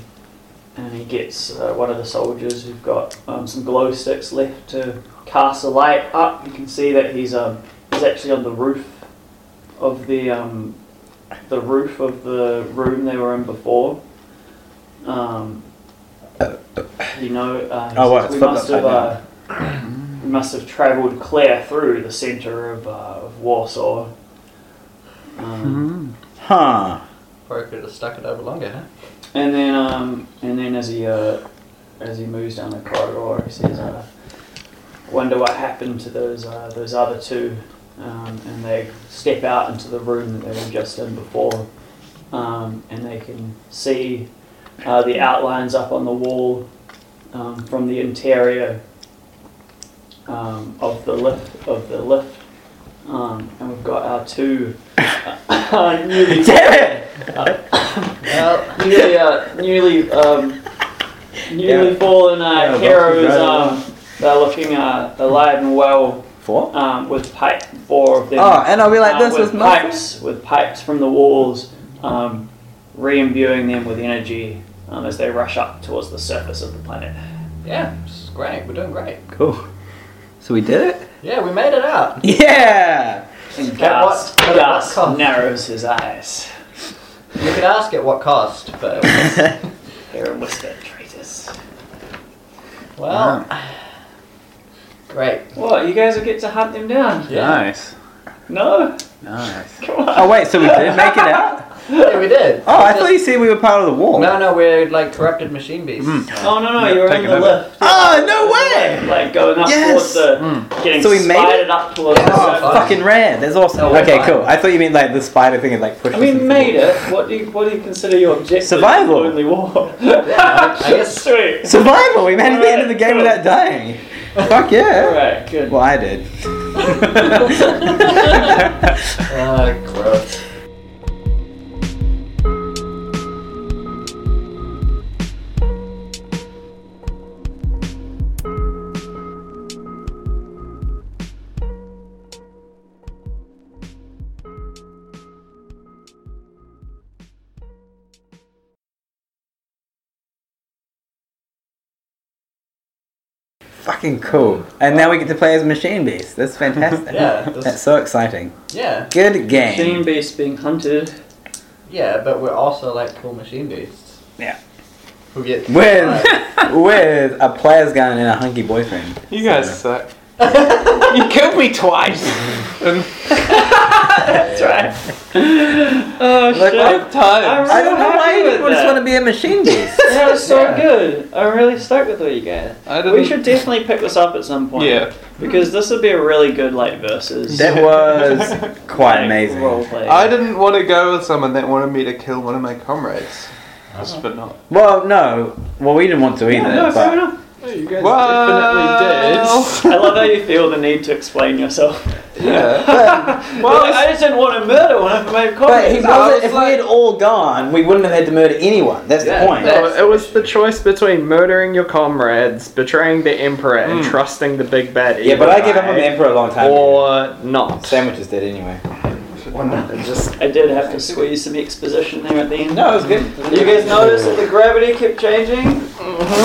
S1: and he gets uh, one of the soldiers who've got um, some glow sticks left to cast a light up. You can see that he's um, he's actually on the roof of the um, the roof of the room they were in before. Um, you know, uh, he
S2: Oh, wow,
S1: says,
S2: it's
S1: we
S2: flipped
S1: must have uh,
S2: upside
S1: we must have travelled clear through the centre of, uh, of Warsaw.
S3: Mm-hmm.
S1: Um,
S3: Mm.
S2: Huh.
S8: Probably could have stuck it over longer, huh?
S1: and then, um, and then as he uh, as he moves down the corridor, he says, uh, "Wonder what happened to those uh, those other two? Um, and they step out into the room that they were just in before, um, and they can see uh, the outlines up on the wall um, from the interior um, of the lift of the lift. Um, and we've got our two uh, newly
S8: Well,
S1: newly, uh, newly, um, newly fallen uh,
S2: Yeah,
S1: heroes
S2: that's right.
S1: um, they're looking uh, alive and well
S2: Four?
S1: um, with pipe four of them.
S2: Oh, and I'll be like,
S1: uh,
S2: this
S1: with
S2: is my.
S1: pipes with pipes from the walls, um, re-imbuing them with energy um, as they rush up towards the surface of the planet.
S8: yeah, this is great. We're doing great.
S2: Cool. So we did it?
S8: Yeah, we made it out.
S2: Yeah!
S1: And
S8: At what-
S1: Gas,
S8: at what
S1: Gas
S8: cost?
S1: narrows his eyes.
S8: You could ask at what cost, but.
S10: They're whisper traitors.
S8: Well. Great.
S1: What? You guys will get to hunt them down.
S2: Nice.
S1: No.
S2: Nice.
S1: Come on.
S2: Oh wait, so we did make it out?
S8: Yeah, we did.
S2: Oh, I thought you said we were part of the war.
S8: No, no, we're like corrupted machine beasts.
S1: Oh no no, you were in
S2: taking
S1: the
S2: over.
S1: lift.
S2: Oh no way!
S1: Like going up
S2: Yes.
S1: towards the,
S2: Hmm.
S1: getting
S2: So we made it?
S1: spidered up towards the
S2: Oh,
S1: sofa.
S2: fucking rad. That's awesome.
S8: Oh,
S2: okay,
S8: fine.
S2: cool. I thought you meant like the spider thing and like pushing.
S1: I mean, made it. What do you what do you consider your objective?
S2: Survival.
S1: Only war.
S8: I guess-
S1: Sweet.
S2: Survival. We made it to the end of the game without dying. Fuck
S1: All
S2: yeah.
S1: right. Good.
S2: Well, I did.
S8: Ah, gross.
S2: Fucking cool. And now we get to play as Machine Beast. That's fantastic.
S8: Yeah, that's-
S2: That's so exciting.
S8: Yeah,
S2: Good
S1: Machine
S2: game.
S1: beast being hunted.
S8: yeah, but we're also like cool machine beasts.
S2: Yeah.
S8: Who get
S2: With with a player's gun and a hunky boyfriend.
S3: You guys suck.
S7: You killed me twice.
S1: That's right. oh
S2: Look,
S1: shit.
S2: I-
S1: I'm
S3: Times.
S1: really
S2: I don't know why
S1: happy
S2: you
S1: with
S2: just want to
S1: that.
S2: be a machine beast.
S1: That was so good. I'm really stuck with what you guys.
S3: I didn't.
S1: We should definitely pick this up at some point.
S3: Yeah.
S1: Because this would be a really good like versus.
S2: that was quite amazing.
S1: Role play.
S3: I didn't want to go with someone that wanted me to kill one of my comrades.
S1: Uh-huh.
S3: Just for not.
S2: Well, no. Well, we didn't want to either.
S1: no, fair
S2: but
S1: enough.
S10: you guys
S3: Well,
S1: I love how you feel the need to explain yourself.
S3: yeah.
S1: Well, I just didn't want to murder one of my
S2: But he
S1: colleagues.
S2: wasn't, if we had all gone, we wouldn't have had to murder anyone. That's the point.
S4: Well, it was the choice between murdering your comrades, betraying the emperor, and trusting the big bad.
S2: yeah, but
S4: evil
S2: I gave up on
S4: guy,
S2: the Emperor a long time ago.
S4: Or not.
S2: Sandwiches did anyway.
S4: Just
S1: I did have to squeeze some exposition there at the end.
S2: No, it was good.
S1: You guys noticed that the gravity kept changing, and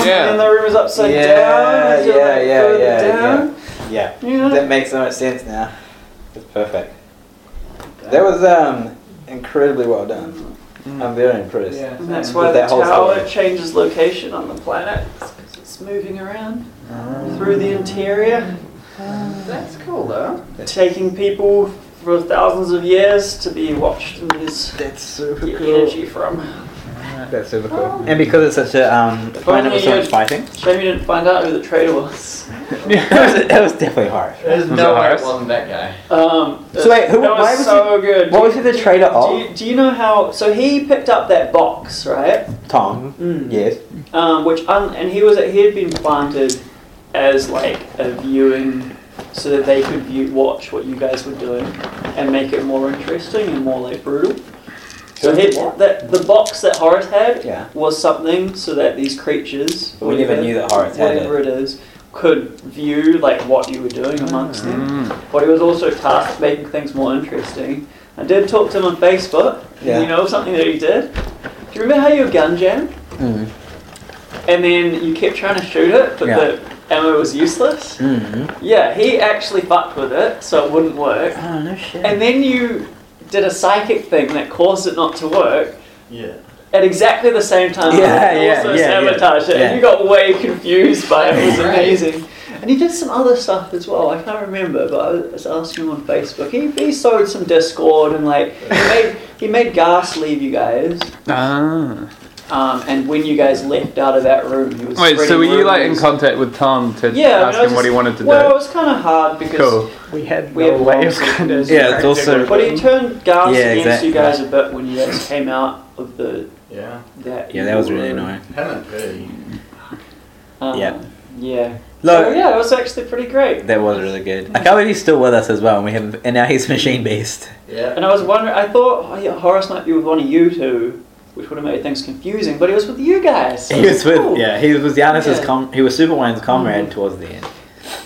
S3: yeah.
S1: the room was upside
S2: Yeah,
S1: down. as you're,
S2: yeah,
S1: like,
S2: yeah,
S1: further
S2: yeah,
S1: down.
S2: Yeah.
S1: Yeah.
S2: That makes so much sense now. It's perfect. That was um incredibly well done.
S1: Mm.
S2: I'm very impressed.
S10: Yeah.
S1: And that's why
S2: With
S1: the
S2: that whole
S1: tower
S2: story.
S1: changes location on the planet. It's 'cause it's moving around
S2: Uh-huh.
S1: through the interior,
S8: That's cool though.
S1: taking people for thousands of years to be watched and is
S2: That's super
S1: get energy from.
S2: That's super cool.
S1: Oh.
S2: And because it's such a um, planet with so much fighting,
S1: Shame you didn't find out who the traitor was.
S2: it, was, it was definitely harsh.
S8: There's
S3: it
S8: no way
S3: Horace?
S8: it wasn't that guy.
S1: Um,
S2: So wait, who-
S1: that
S2: why was
S1: so good?
S2: What
S1: Do
S2: was
S1: you-
S2: he the traitor
S1: Do you,
S2: of?
S1: do you know how? So he picked up that box, right?
S2: Tom.
S1: Mm.
S2: Yes.
S1: Um, which un, and he was he had been planted as like a viewing, so that they could view watch what you guys were doing and make it more interesting and more like brutal. So
S2: Who
S1: he,
S2: did what?
S1: that the box that Horace had
S2: Yeah.
S1: was something so that these creatures,
S2: But we never
S1: whatever-
S2: knew that Horace had
S1: whatever
S2: it.
S1: it is, could view like what you were doing amongst them.
S3: Mm.
S1: But he was also tasked with making things more interesting. I did talk to him on Facebook.
S2: Yeah.
S1: You know something that he did? Do you remember how you were gun jammed?
S2: Mm.
S1: And then you kept trying to shoot it, but
S2: Yeah.
S1: the ammo was useless?
S2: Mm.
S1: Yeah, he actually fucked with it, so it wouldn't work.
S2: Oh no shit.
S1: And then you did a psychic thing that caused it not to work.
S8: Yeah.
S1: At exactly the same time,
S2: Yeah,
S1: and
S2: yeah,
S1: also
S2: yeah, yeah.
S1: sabotaged it.
S2: Yeah.
S1: And you got way confused by it. It was
S8: Right.
S1: amazing. And he did some other stuff as well. I can't remember, but I was asking him on Facebook. He, he sowed some discord and like he made he made Gas leave you guys.
S3: Ah.
S1: Um, and when you guys left out of that room, he was
S3: Wait, so
S1: spreading
S3: were you like in
S1: rumors.
S3: contact with Tom
S1: Yeah, I
S3: to
S1: mean,
S3: ask
S1: I was
S3: him what he
S1: just-
S3: wanted to
S1: Well, it was kind of hard
S3: do?
S1: because
S3: Cool.
S4: we had
S1: We
S4: no
S1: had
S4: way of
S1: bombs.
S4: kind of
S2: Yeah, it's also-
S1: But he turned Gas
S2: Yeah,
S1: against
S2: exactly.
S1: you guys a bit when you guys came out of the
S8: Yeah.
S1: that.
S2: yeah, that was really
S1: room.
S2: annoying.
S8: Haven't really.
S1: Um,
S2: Yeah.
S1: Yeah. so,
S2: Look,
S1: Oh, yeah, it was actually pretty great.
S2: that was really good. I can't believe he's still with us as well. And we have, and now he's machine based.
S8: Yeah.
S1: And I was wondering, I thought oh, yeah, Horace might be with one of you two, which would have made things confusing, but he was with you guys. so
S2: He was
S1: cool.
S2: with yeah. He was
S1: Yeah.
S2: Giannis's
S1: Mm-hmm.
S2: com. He was Superwine's comrade towards the end.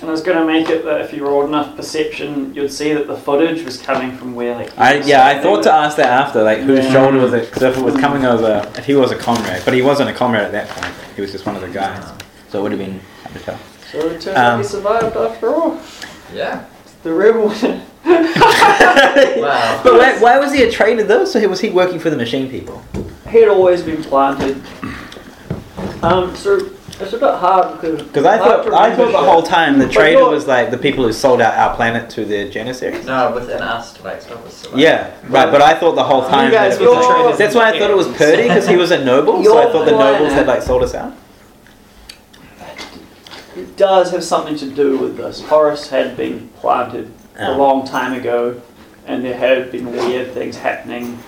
S1: And I was going to make it that if you were old enough perception, you'd see that the footage was coming from where, like. he
S2: I
S1: was
S2: yeah. I
S1: standing.
S2: thought to ask that after like whose
S1: Yeah.
S2: shoulder was it? Because if it was coming over, if he was a comrade, but he wasn't a comrade at that point. He was just one of the guys. So it would have been. hard to tell.
S1: So it turned
S2: Um,
S1: out he survived after all.
S8: Yeah.
S10: The rebel.
S2: wow. But why, why was he a trader though? So he- was he working for the machine people?
S1: He had always been planted. Um, so it's a bit hard because
S2: Because I thought I thought the whole time the
S1: But
S2: trader
S1: you're-
S2: was like the people who sold out our planet to the Janissaries.
S8: No, within us, like stuff was still.
S2: Yeah, right. But I thought the whole time
S8: guys
S2: that it was
S8: were
S2: like-
S8: traders
S2: that's why I thought it was Purdy because he was a noble. so I
S1: Your
S2: thought the nobles
S1: planet.
S2: had like sold us out.
S1: It does have something to do with this. Horus had been planted a
S2: Oh.
S1: long time ago, and there had been weird things happening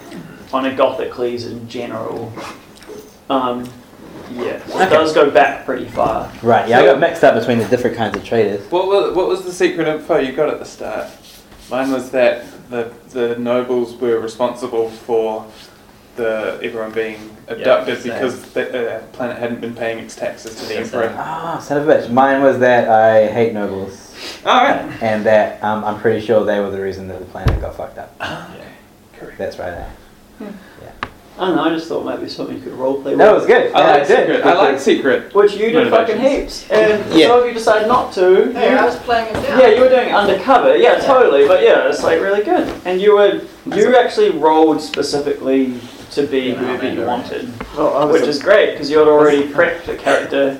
S1: on Agathocles in general. Um, yeah, so it
S2: Okay.
S1: does go back pretty far.
S2: Right. Yeah, I got mixed up between the different kinds of traders.
S3: What was, what was the secret info you got at the start? Mine was that the the nobles were responsible for the everyone being abducted
S2: same.
S3: because the uh, planet hadn't been paying its taxes to the emperor.
S2: Ah, son of a bitch. Mine was that I hate nobles.
S3: All right.
S2: And that um, I'm pretty sure they were the reason that the planet got fucked up.
S3: Ah,
S2: That's right. eh?
S1: I don't know, I just thought maybe something you could roleplay
S2: No, it
S1: with.
S2: was good.
S3: I
S2: Yeah,
S3: like
S2: I did,
S3: secret. I like
S2: because-
S3: secret.
S1: Which you did fucking
S3: motivations.
S1: heaps. And
S2: Yeah.
S1: some of you decided not to.
S14: Hey,
S1: You-
S14: I was playing it down.
S1: Yeah, you were doing undercover. Yeah, totally. But yeah, it's like really good. And you were you actually rolled specifically to be whoever you wanted, which is great because you had already prepped the character.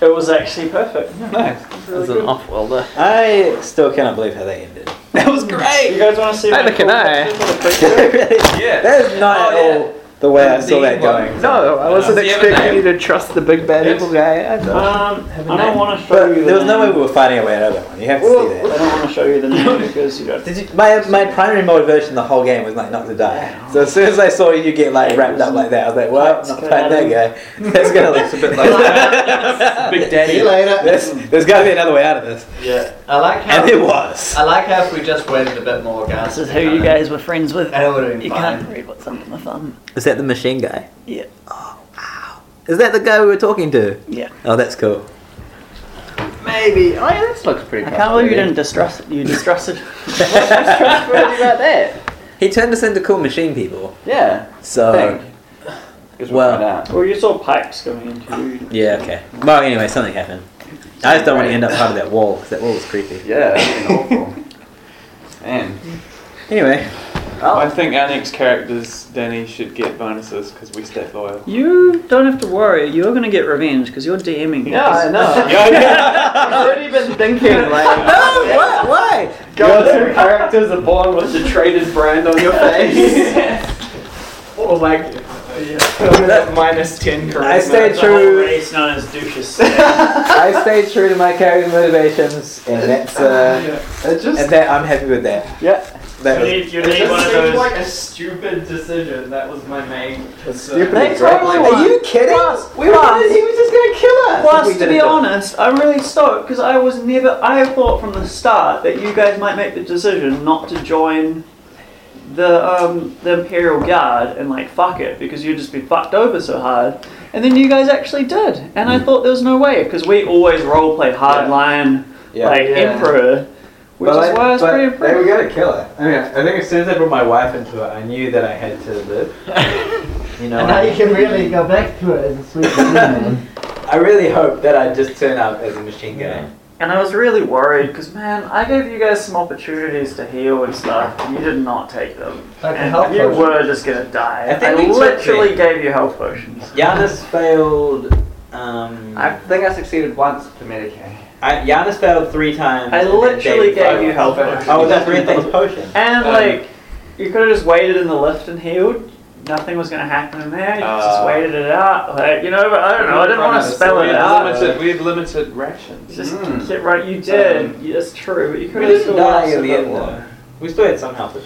S1: it was actually perfect.
S3: Nice.
S4: That's an off-worlder.
S2: I still cannot believe how they ended.
S1: That was great. You guys want to see?
S4: Neither
S1: my
S4: can
S1: cool
S4: I.
S1: picture for the creature?
S2: yeah. That is
S3: Oh,
S2: not at all the way I saw that going.
S4: No, I wasn't
S3: Does he have a
S4: expecting you
S3: name?
S4: to trust the big bad evil guy. I thought.
S1: Um, I don't want to show
S2: But
S1: you. The
S2: there was no way
S1: name.
S2: we were fighting our way out of that one. You have to see that.
S1: I don't want to show you the name because you don't.
S2: Did you, my my primary motivation the whole game was like not to die. So as soon as I saw you get like wrapped up like that, I was like, well, not fight that guy. That's gonna look a bit like
S3: Big
S8: See
S3: Daddy.
S8: you later.
S2: There's, there's got to be another way out of this,
S8: Yeah, I like how
S2: and it was.
S8: I like how if we just waited a bit more, guys.
S5: This is who you guys were friends with.
S8: And it would have been
S5: You
S8: fine.
S5: can't read what's under my thumb.
S2: Is that the machine guy? Oh,
S5: Yeah.
S2: Is that the guy we were talking to?
S5: Yeah.
S2: Oh, that's cool.
S5: Maybe. Oh, yeah, that's
S4: looks pretty
S5: I can't believe you didn't distrust You distrusted.
S4: about that.
S2: He turned us into cool machine people.
S4: Yeah.
S2: So well,
S8: Oh.
S1: Well, you saw pipes coming into you.
S2: yeah, okay. Well, anyway, something happened. I just don't want to end up part of that wall because that wall was creepy.
S4: Yeah, that's awful.
S3: And
S2: Anyway,
S4: Oh.
S3: I think our next characters, Danny, should get bonuses because we stayed loyal.
S1: You don't have to worry. You're gonna get revenge because you're DMing.
S4: Yeah, I know.
S3: yeah, yeah.
S4: I've already been thinking like
S2: no, what? Why?
S4: your two characters are born with the traded brand on your face.
S10: Or
S1: Oh,
S10: like,
S2: That-
S10: minus 10 charisma.
S2: I stayed
S1: The whole
S2: true.
S1: race known as douches.
S2: I stayed true to my character motivations, and that's uh,
S4: It just
S2: and that I'm happy with that.
S4: yeah.
S2: That
S1: You
S2: was
S1: need, you need one of those.
S4: a stupid decision. That was my main.
S2: stupid.
S1: They totally
S2: Are
S1: won.
S2: you kidding?
S1: Plus-
S2: we won.
S1: plus-
S2: He was just gonna kill us. if we
S1: Plus, to
S2: didn't
S1: be
S2: do it.
S1: honest, I'm really stoked because I was never. I thought from the start that you guys might make the decision not to join the um, the Imperial Guard and like fuck it because you'd just be fucked over so hard. And then you guys actually did, and I thought there was no way because we always roleplay hardline
S2: Yeah.
S1: like Emperor, which
S2: But
S1: is
S2: I-
S1: why I was
S2: but
S1: pretty
S2: They were
S1: impressed.
S2: gonna kill her. I mean, I think as soon as I brought my wife into it, I knew that I had to live. You know,
S5: And now you can really go back to it as a sweet man.
S2: I really hope that I just turn up as a machine gun.
S1: And I was really worried because man, I gave you guys some opportunities to heal and stuff, and you did not take them.
S5: Like a
S1: And
S5: health
S1: you
S5: potion.
S1: were just gonna die.
S2: I
S1: I,
S2: think we took
S1: literally gave you health potions.
S2: Giannis failed. Um,
S4: I think I succeeded once to Medicaid.
S2: I, Giannis failed three times.
S1: I
S2: and then
S1: literally
S2: David
S1: gave
S2: failed.
S1: you health potions.
S2: Oh, that's three things potion.
S1: And
S3: Um,
S1: like, you could have just waited in the lift and healed. Nothing was gonna happen in there. You just
S3: Uh,
S1: waited it out. Like, you know, but I don't know. I didn't want to spell
S3: we
S1: it
S3: had
S1: out.
S3: Limited, we had limited rations.
S1: Just
S8: Mm.
S1: get right. You did. Yeah, That's true. But you could
S2: Hmm.
S1: have
S2: We didn't
S1: still
S2: die
S1: lasted
S2: in the
S1: a bit
S2: end
S1: longer.
S2: though. We still had some health.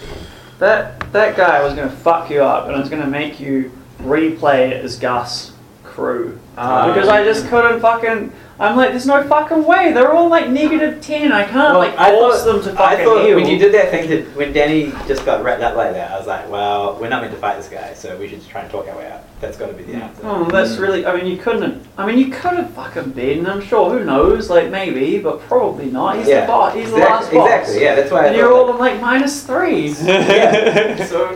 S1: That that guy was gonna fuck you up, and I was gonna make you replay as Gus crew. Uh, Ah.
S2: Uh,
S1: because I just couldn't fucking. I'm like, there's no fucking way. They're all like negative ten. I can't like
S2: I
S1: force
S2: thought,
S1: them to
S2: I
S1: fucking
S2: thought
S1: heal.
S2: when you did that thing to when Danny just got wrapped up like that, I was like, well, we're not meant to fight this guy, so we should just try and talk our way out. That's got to be the answer.
S1: Oh, that's really. I mean, you couldn't. have- I mean, you could have fucking been. I'm sure. Who knows? Like maybe, but probably not. He's
S2: Yeah.
S1: the boss. He's
S2: exactly,
S1: the last boss.
S2: Exactly. Yeah, that's why.
S1: And
S2: I
S1: you're
S2: thought,
S1: all on like minus three.
S2: like, yeah.
S1: so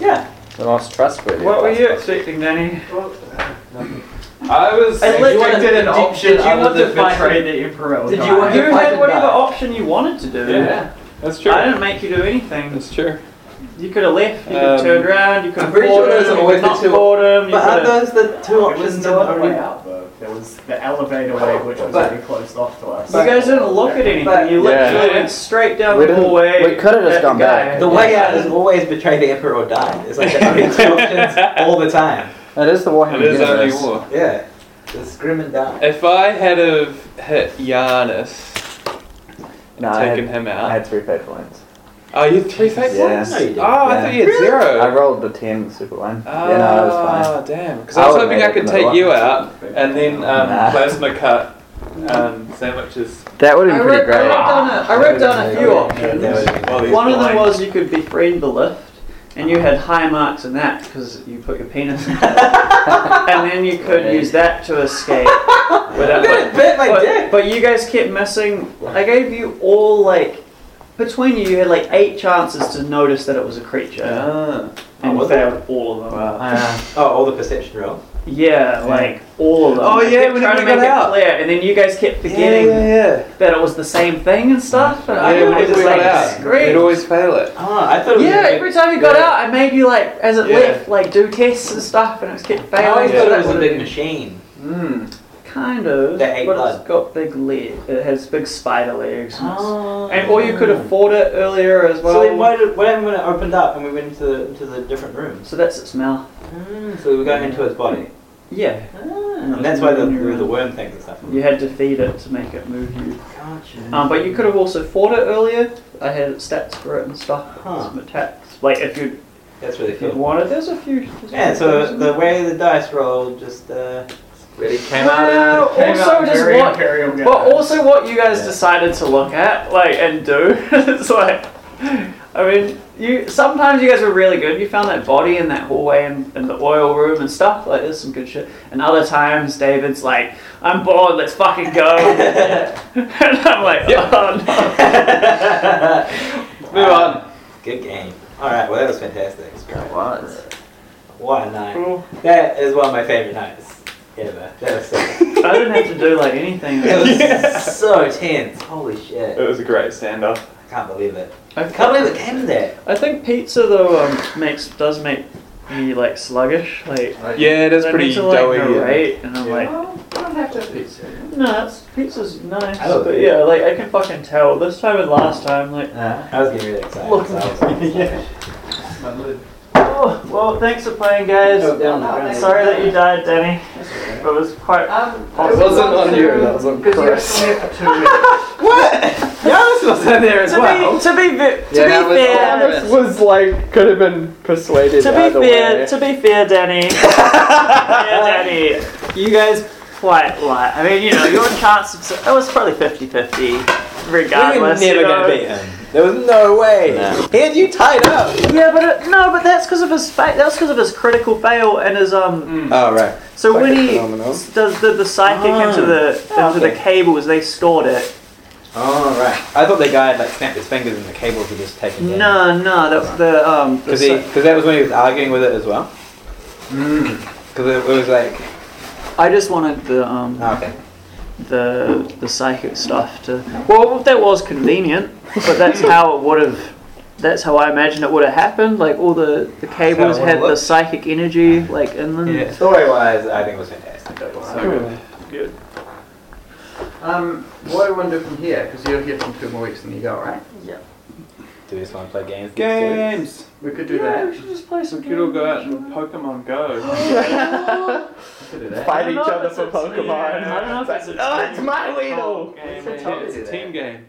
S2: yeah.
S4: The most trustworthy.
S1: what were you expecting, Danny?
S4: I was
S1: I literally
S4: rejected
S1: did
S4: an option
S1: Did you
S4: out
S1: want
S4: of
S1: to
S4: the
S1: fight
S4: betray-
S1: the emperor? or
S4: Did
S1: not?
S4: you want to
S1: You
S4: fight
S1: had
S4: or
S1: whatever
S4: not?
S1: option you wanted to do.
S4: Yeah, that's true.
S1: I didn't make you do anything. That's
S3: true.
S1: You could have left. You could
S4: Um,
S1: have turned around. You could
S4: I'm
S1: have
S4: pretty sure those are always the
S1: not
S4: two-
S1: bored him. You
S4: But are
S1: could have-
S4: those the two options
S17: the
S4: on
S17: other
S4: the
S17: way
S4: way?
S17: out, though. There was the elevator way, which was
S4: But-
S17: already closed off to us.
S1: You guys didn't look at anything. you literally
S17: Yeah.
S1: went straight down
S18: We
S1: the
S18: didn't-
S1: hallway.
S18: we could have just
S1: at
S18: gone
S1: the guy.
S18: back.
S2: The way out is always betray the emperor or die. It's like the only two options all the time.
S18: That is the Warhammer
S3: It is only
S18: universe.
S3: war.
S2: Yeah, it's grim and dark.
S3: If I had have hit Giannis, and
S4: No, I had-
S3: taken him out.
S4: I had three fate points.
S3: Oh, you had three fate
S4: Yeah.
S3: points? oh, I thought you had zero.
S4: I rolled the 10 super one.
S3: Oh. Ah,
S4: yeah, no, it was fine.
S3: damn. Because I was
S4: would've
S3: hoping
S4: made
S3: I
S4: it
S3: could
S4: another
S3: take
S4: one.
S3: you out and then um,
S4: Nah.
S3: plasma cut um, sandwiches.
S4: That
S1: I wrote, I wrote down a, I wrote down a few options.
S3: While he's
S1: One of them
S3: blind.
S1: was you could befriend the lift, and you had high marks in that because you put your penis in it. and then you could use that to escape. without,
S2: Bit- bit my
S1: but,
S2: dick.
S1: but you guys kept missing. I gave you all like between you, you had like eight chances to notice that it was a creature, and
S2: Oh, was
S1: failed all of them.
S2: oh, all the perception rolls.
S1: Yeah, like all of them.
S3: Oh,
S1: I
S3: yeah,
S1: kept
S3: when it-
S1: trying to
S3: when it
S1: make
S3: got
S1: it
S3: out.
S1: clear, and then you guys kept forgetting
S3: Yeah, yeah,
S1: that it was the same thing and stuff. But
S3: yeah.
S1: I
S3: yeah
S1: was
S3: whenever
S1: just
S3: we
S1: like,
S3: got out,
S1: scream.
S3: we'd always fail it.
S2: Ah, I
S1: yeah, every time you got
S3: yeah.
S1: out, I made you like, as it
S3: Yeah.
S1: left, like do tests and stuff, and it kept failing.
S2: I always thought
S1: so
S2: it was a
S1: would've
S2: big
S1: been-
S2: machine.
S4: Hmm.
S1: Mm, kind of.
S2: That ate
S1: but
S2: blood.
S1: it's got big legs. It has big spider legs. and it's-
S2: Oh.
S1: And or you could have fought it earlier as well.
S2: so then why did, what happened when it opened up and we went into the, into the different rooms?
S1: So that's its mouth.
S2: Mm, Ah. so we were going into its body.
S1: Yeah.
S2: And that's why the, the worm things and stuff.
S1: You had to feed it to make it move you.
S2: Gotcha.
S1: Um, but you could have also fought it earlier. I had stats for it and stuff. Some attacks. Like if you
S2: That's really
S1: if you
S2: cool.
S1: wanted, there's a few. there's a
S2: Yeah,
S1: few things
S2: so
S1: in
S2: the
S1: there.
S2: way the dice rolled just uh,
S4: really came
S1: Well,
S4: out. Came
S1: also
S4: out
S1: just
S4: very
S1: what,
S4: imperial
S1: but
S4: guys.
S1: also what you guys decided to look at, like and do. it's like, I mean, you sometimes you guys were really good. You found that body in that hallway and in the oil room and stuff. Like, there's some good shit. And other times, David's like, "I'm bored. Let's fucking go." and I'm like, "Oh no." Move on.
S2: good game. All right, well that was fantastic. It
S18: was.
S2: What a night.
S1: Cool.
S2: That is one of my favorite nights ever. That was so,
S1: I didn't have to do like anything.
S2: that was so tense. Holy shit!
S3: It was a great standoff.
S2: I can't believe it.
S1: I
S2: can't believe it came to that.
S1: I think pizza though um, makes does make me like sluggish. Like
S3: Yeah, it is
S1: I need
S3: pretty
S1: to, like,
S3: doughy, yeah.
S1: narrate, and I'm like,
S19: I don't have to have pizza.
S1: no, it's, pizza's nice,
S2: I don't
S1: but
S2: think-
S1: yeah, like I can fucking tell. This time and last time, like,
S8: Uh,
S2: I was getting really excited.
S1: Look.
S2: so I was like,
S1: oh well, thanks for playing, guys.
S2: Go down the ground.
S1: Sorry that you died, Danny. It was quite.
S4: It wasn't on you, that was on Chris.
S3: Giannis was in there as
S1: to
S3: well.
S1: Be, to be, ve- to
S4: Yeah, that
S1: be
S4: was
S1: fair,
S4: on
S3: Giannis
S4: Chris.
S3: was like, could have been persuaded
S1: To be
S3: either
S1: fair,
S3: way.
S1: to be fair, Danny, yeah, Danny, you guys quite like. I mean, you know, your chance of it was probably 50-50,
S2: we were
S1: regardless.
S2: never
S1: you know.
S2: gonna beat him. There was no way. He had you tied up.
S1: Yeah, but it, no, but that's because of his fa- that's because of his critical fail and his um.
S2: Oh right.
S1: So when he s- does the, the psychic into the into the cables, they stored it.
S2: Oh right. I thought the guy had like snapped his fingers and the cables were just taken down.
S1: No, no, that was the um. the
S2: Because that was when he was arguing with it as well. Mm. Because it, it was like oh,
S1: psy- I just wanted the um.
S2: okay.
S1: The the psychic stuff to well that was convenient, but that's how it would have. That's how I imagine it would have happened. Like all the the cables
S2: it
S1: had the
S2: looked.
S1: psychic energy like in them.
S2: Yeah, story wise, Mm. I think it was fantastic.
S1: So good.
S8: Um, what do we want to do from here? Because you're here for two more weeks and you go, right?
S1: Yeah.
S2: Do we just want to play games?
S3: Games!
S8: We could do
S1: Yeah,
S8: that.
S1: "Oh, we should just play some.
S3: We could all go out and Pokemon Go.
S8: We could do that.
S4: Fight each
S1: know
S4: other
S1: if
S4: for
S1: I
S4: Pokemon.
S1: don't know if it's.
S4: Oh, it's my Weedle!
S3: It's a team game.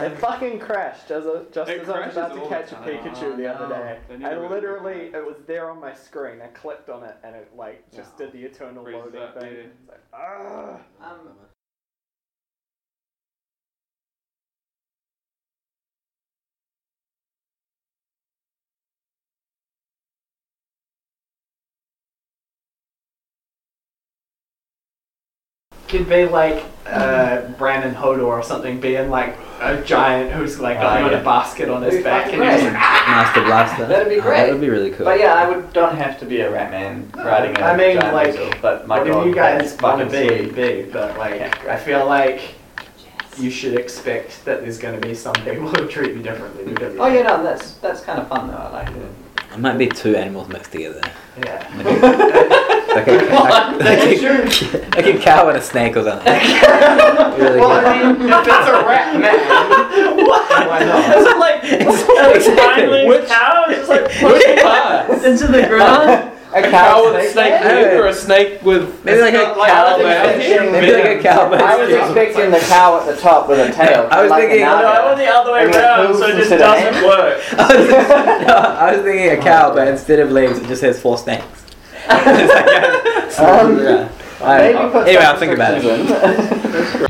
S4: It fucking crashed as a, just
S3: It
S4: as I was
S3: crashes
S4: about to
S3: all
S4: catch a
S3: the time.
S4: Pikachu the other day.
S3: They need
S4: I
S3: to really
S4: literally, it was there on my screen. I clicked on it and it like just did the eternal
S3: Freezes
S4: loading
S3: up,
S4: thing.
S3: yeah.
S4: It's like, ah. could be like uh, Brandon Hodor or something being like a giant who's like
S2: Oh,
S4: got
S2: yeah.
S4: a basket on his
S8: That'd be
S4: back
S8: fucking
S4: and he's
S8: great.
S4: like, "Ah!"
S2: Master Blaster.
S8: That'd be
S2: Oh,
S8: great.
S2: that would be really cool.
S8: But yeah, I would don't have to be a rat man riding a
S4: I mean,
S8: giant
S4: like,
S8: weasel, but my
S4: whatever
S8: god,
S4: you guys
S8: that's
S4: want to
S8: fucking
S4: be,
S8: sweet.
S4: be. But like, I feel like you should expect that there's going to be some people who treat you differently. Because of
S8: Oh
S4: that.
S8: yeah, no, that's that's kind of fun though. I like it.
S2: It might be two animals mixed together.
S4: Yeah.
S2: Like a, like a, like a, like a cow and a snake or something. really
S4: Well,
S2: good.
S4: I mean, if it's a rat man, why not?
S1: It's like, it's like finally which cow? It's just like
S3: Which part?
S1: into the ground.
S3: A cow, with a snake head or a snake with
S2: Maybe like a
S3: It's got
S2: cow
S3: like
S2: mouth.
S3: venom.
S2: Maybe like a cow mouth.
S20: I was expecting the cow at the top with a tail.
S2: I was
S20: like
S2: thinking-
S20: an
S2: No,
S20: alligator.
S2: I
S21: "Oh, the other way
S20: And it
S21: around,
S20: moves
S21: so it just
S20: instead
S21: doesn't
S20: of hand.
S21: work.
S2: No, I was thinking a cow, but instead of legs, it just has four snakes. it's like a,
S20: Um,
S2: yeah. I don't
S20: maybe
S2: know.
S20: put
S2: Anyway,
S20: some
S2: I'll think about it.
S20: restrictions in.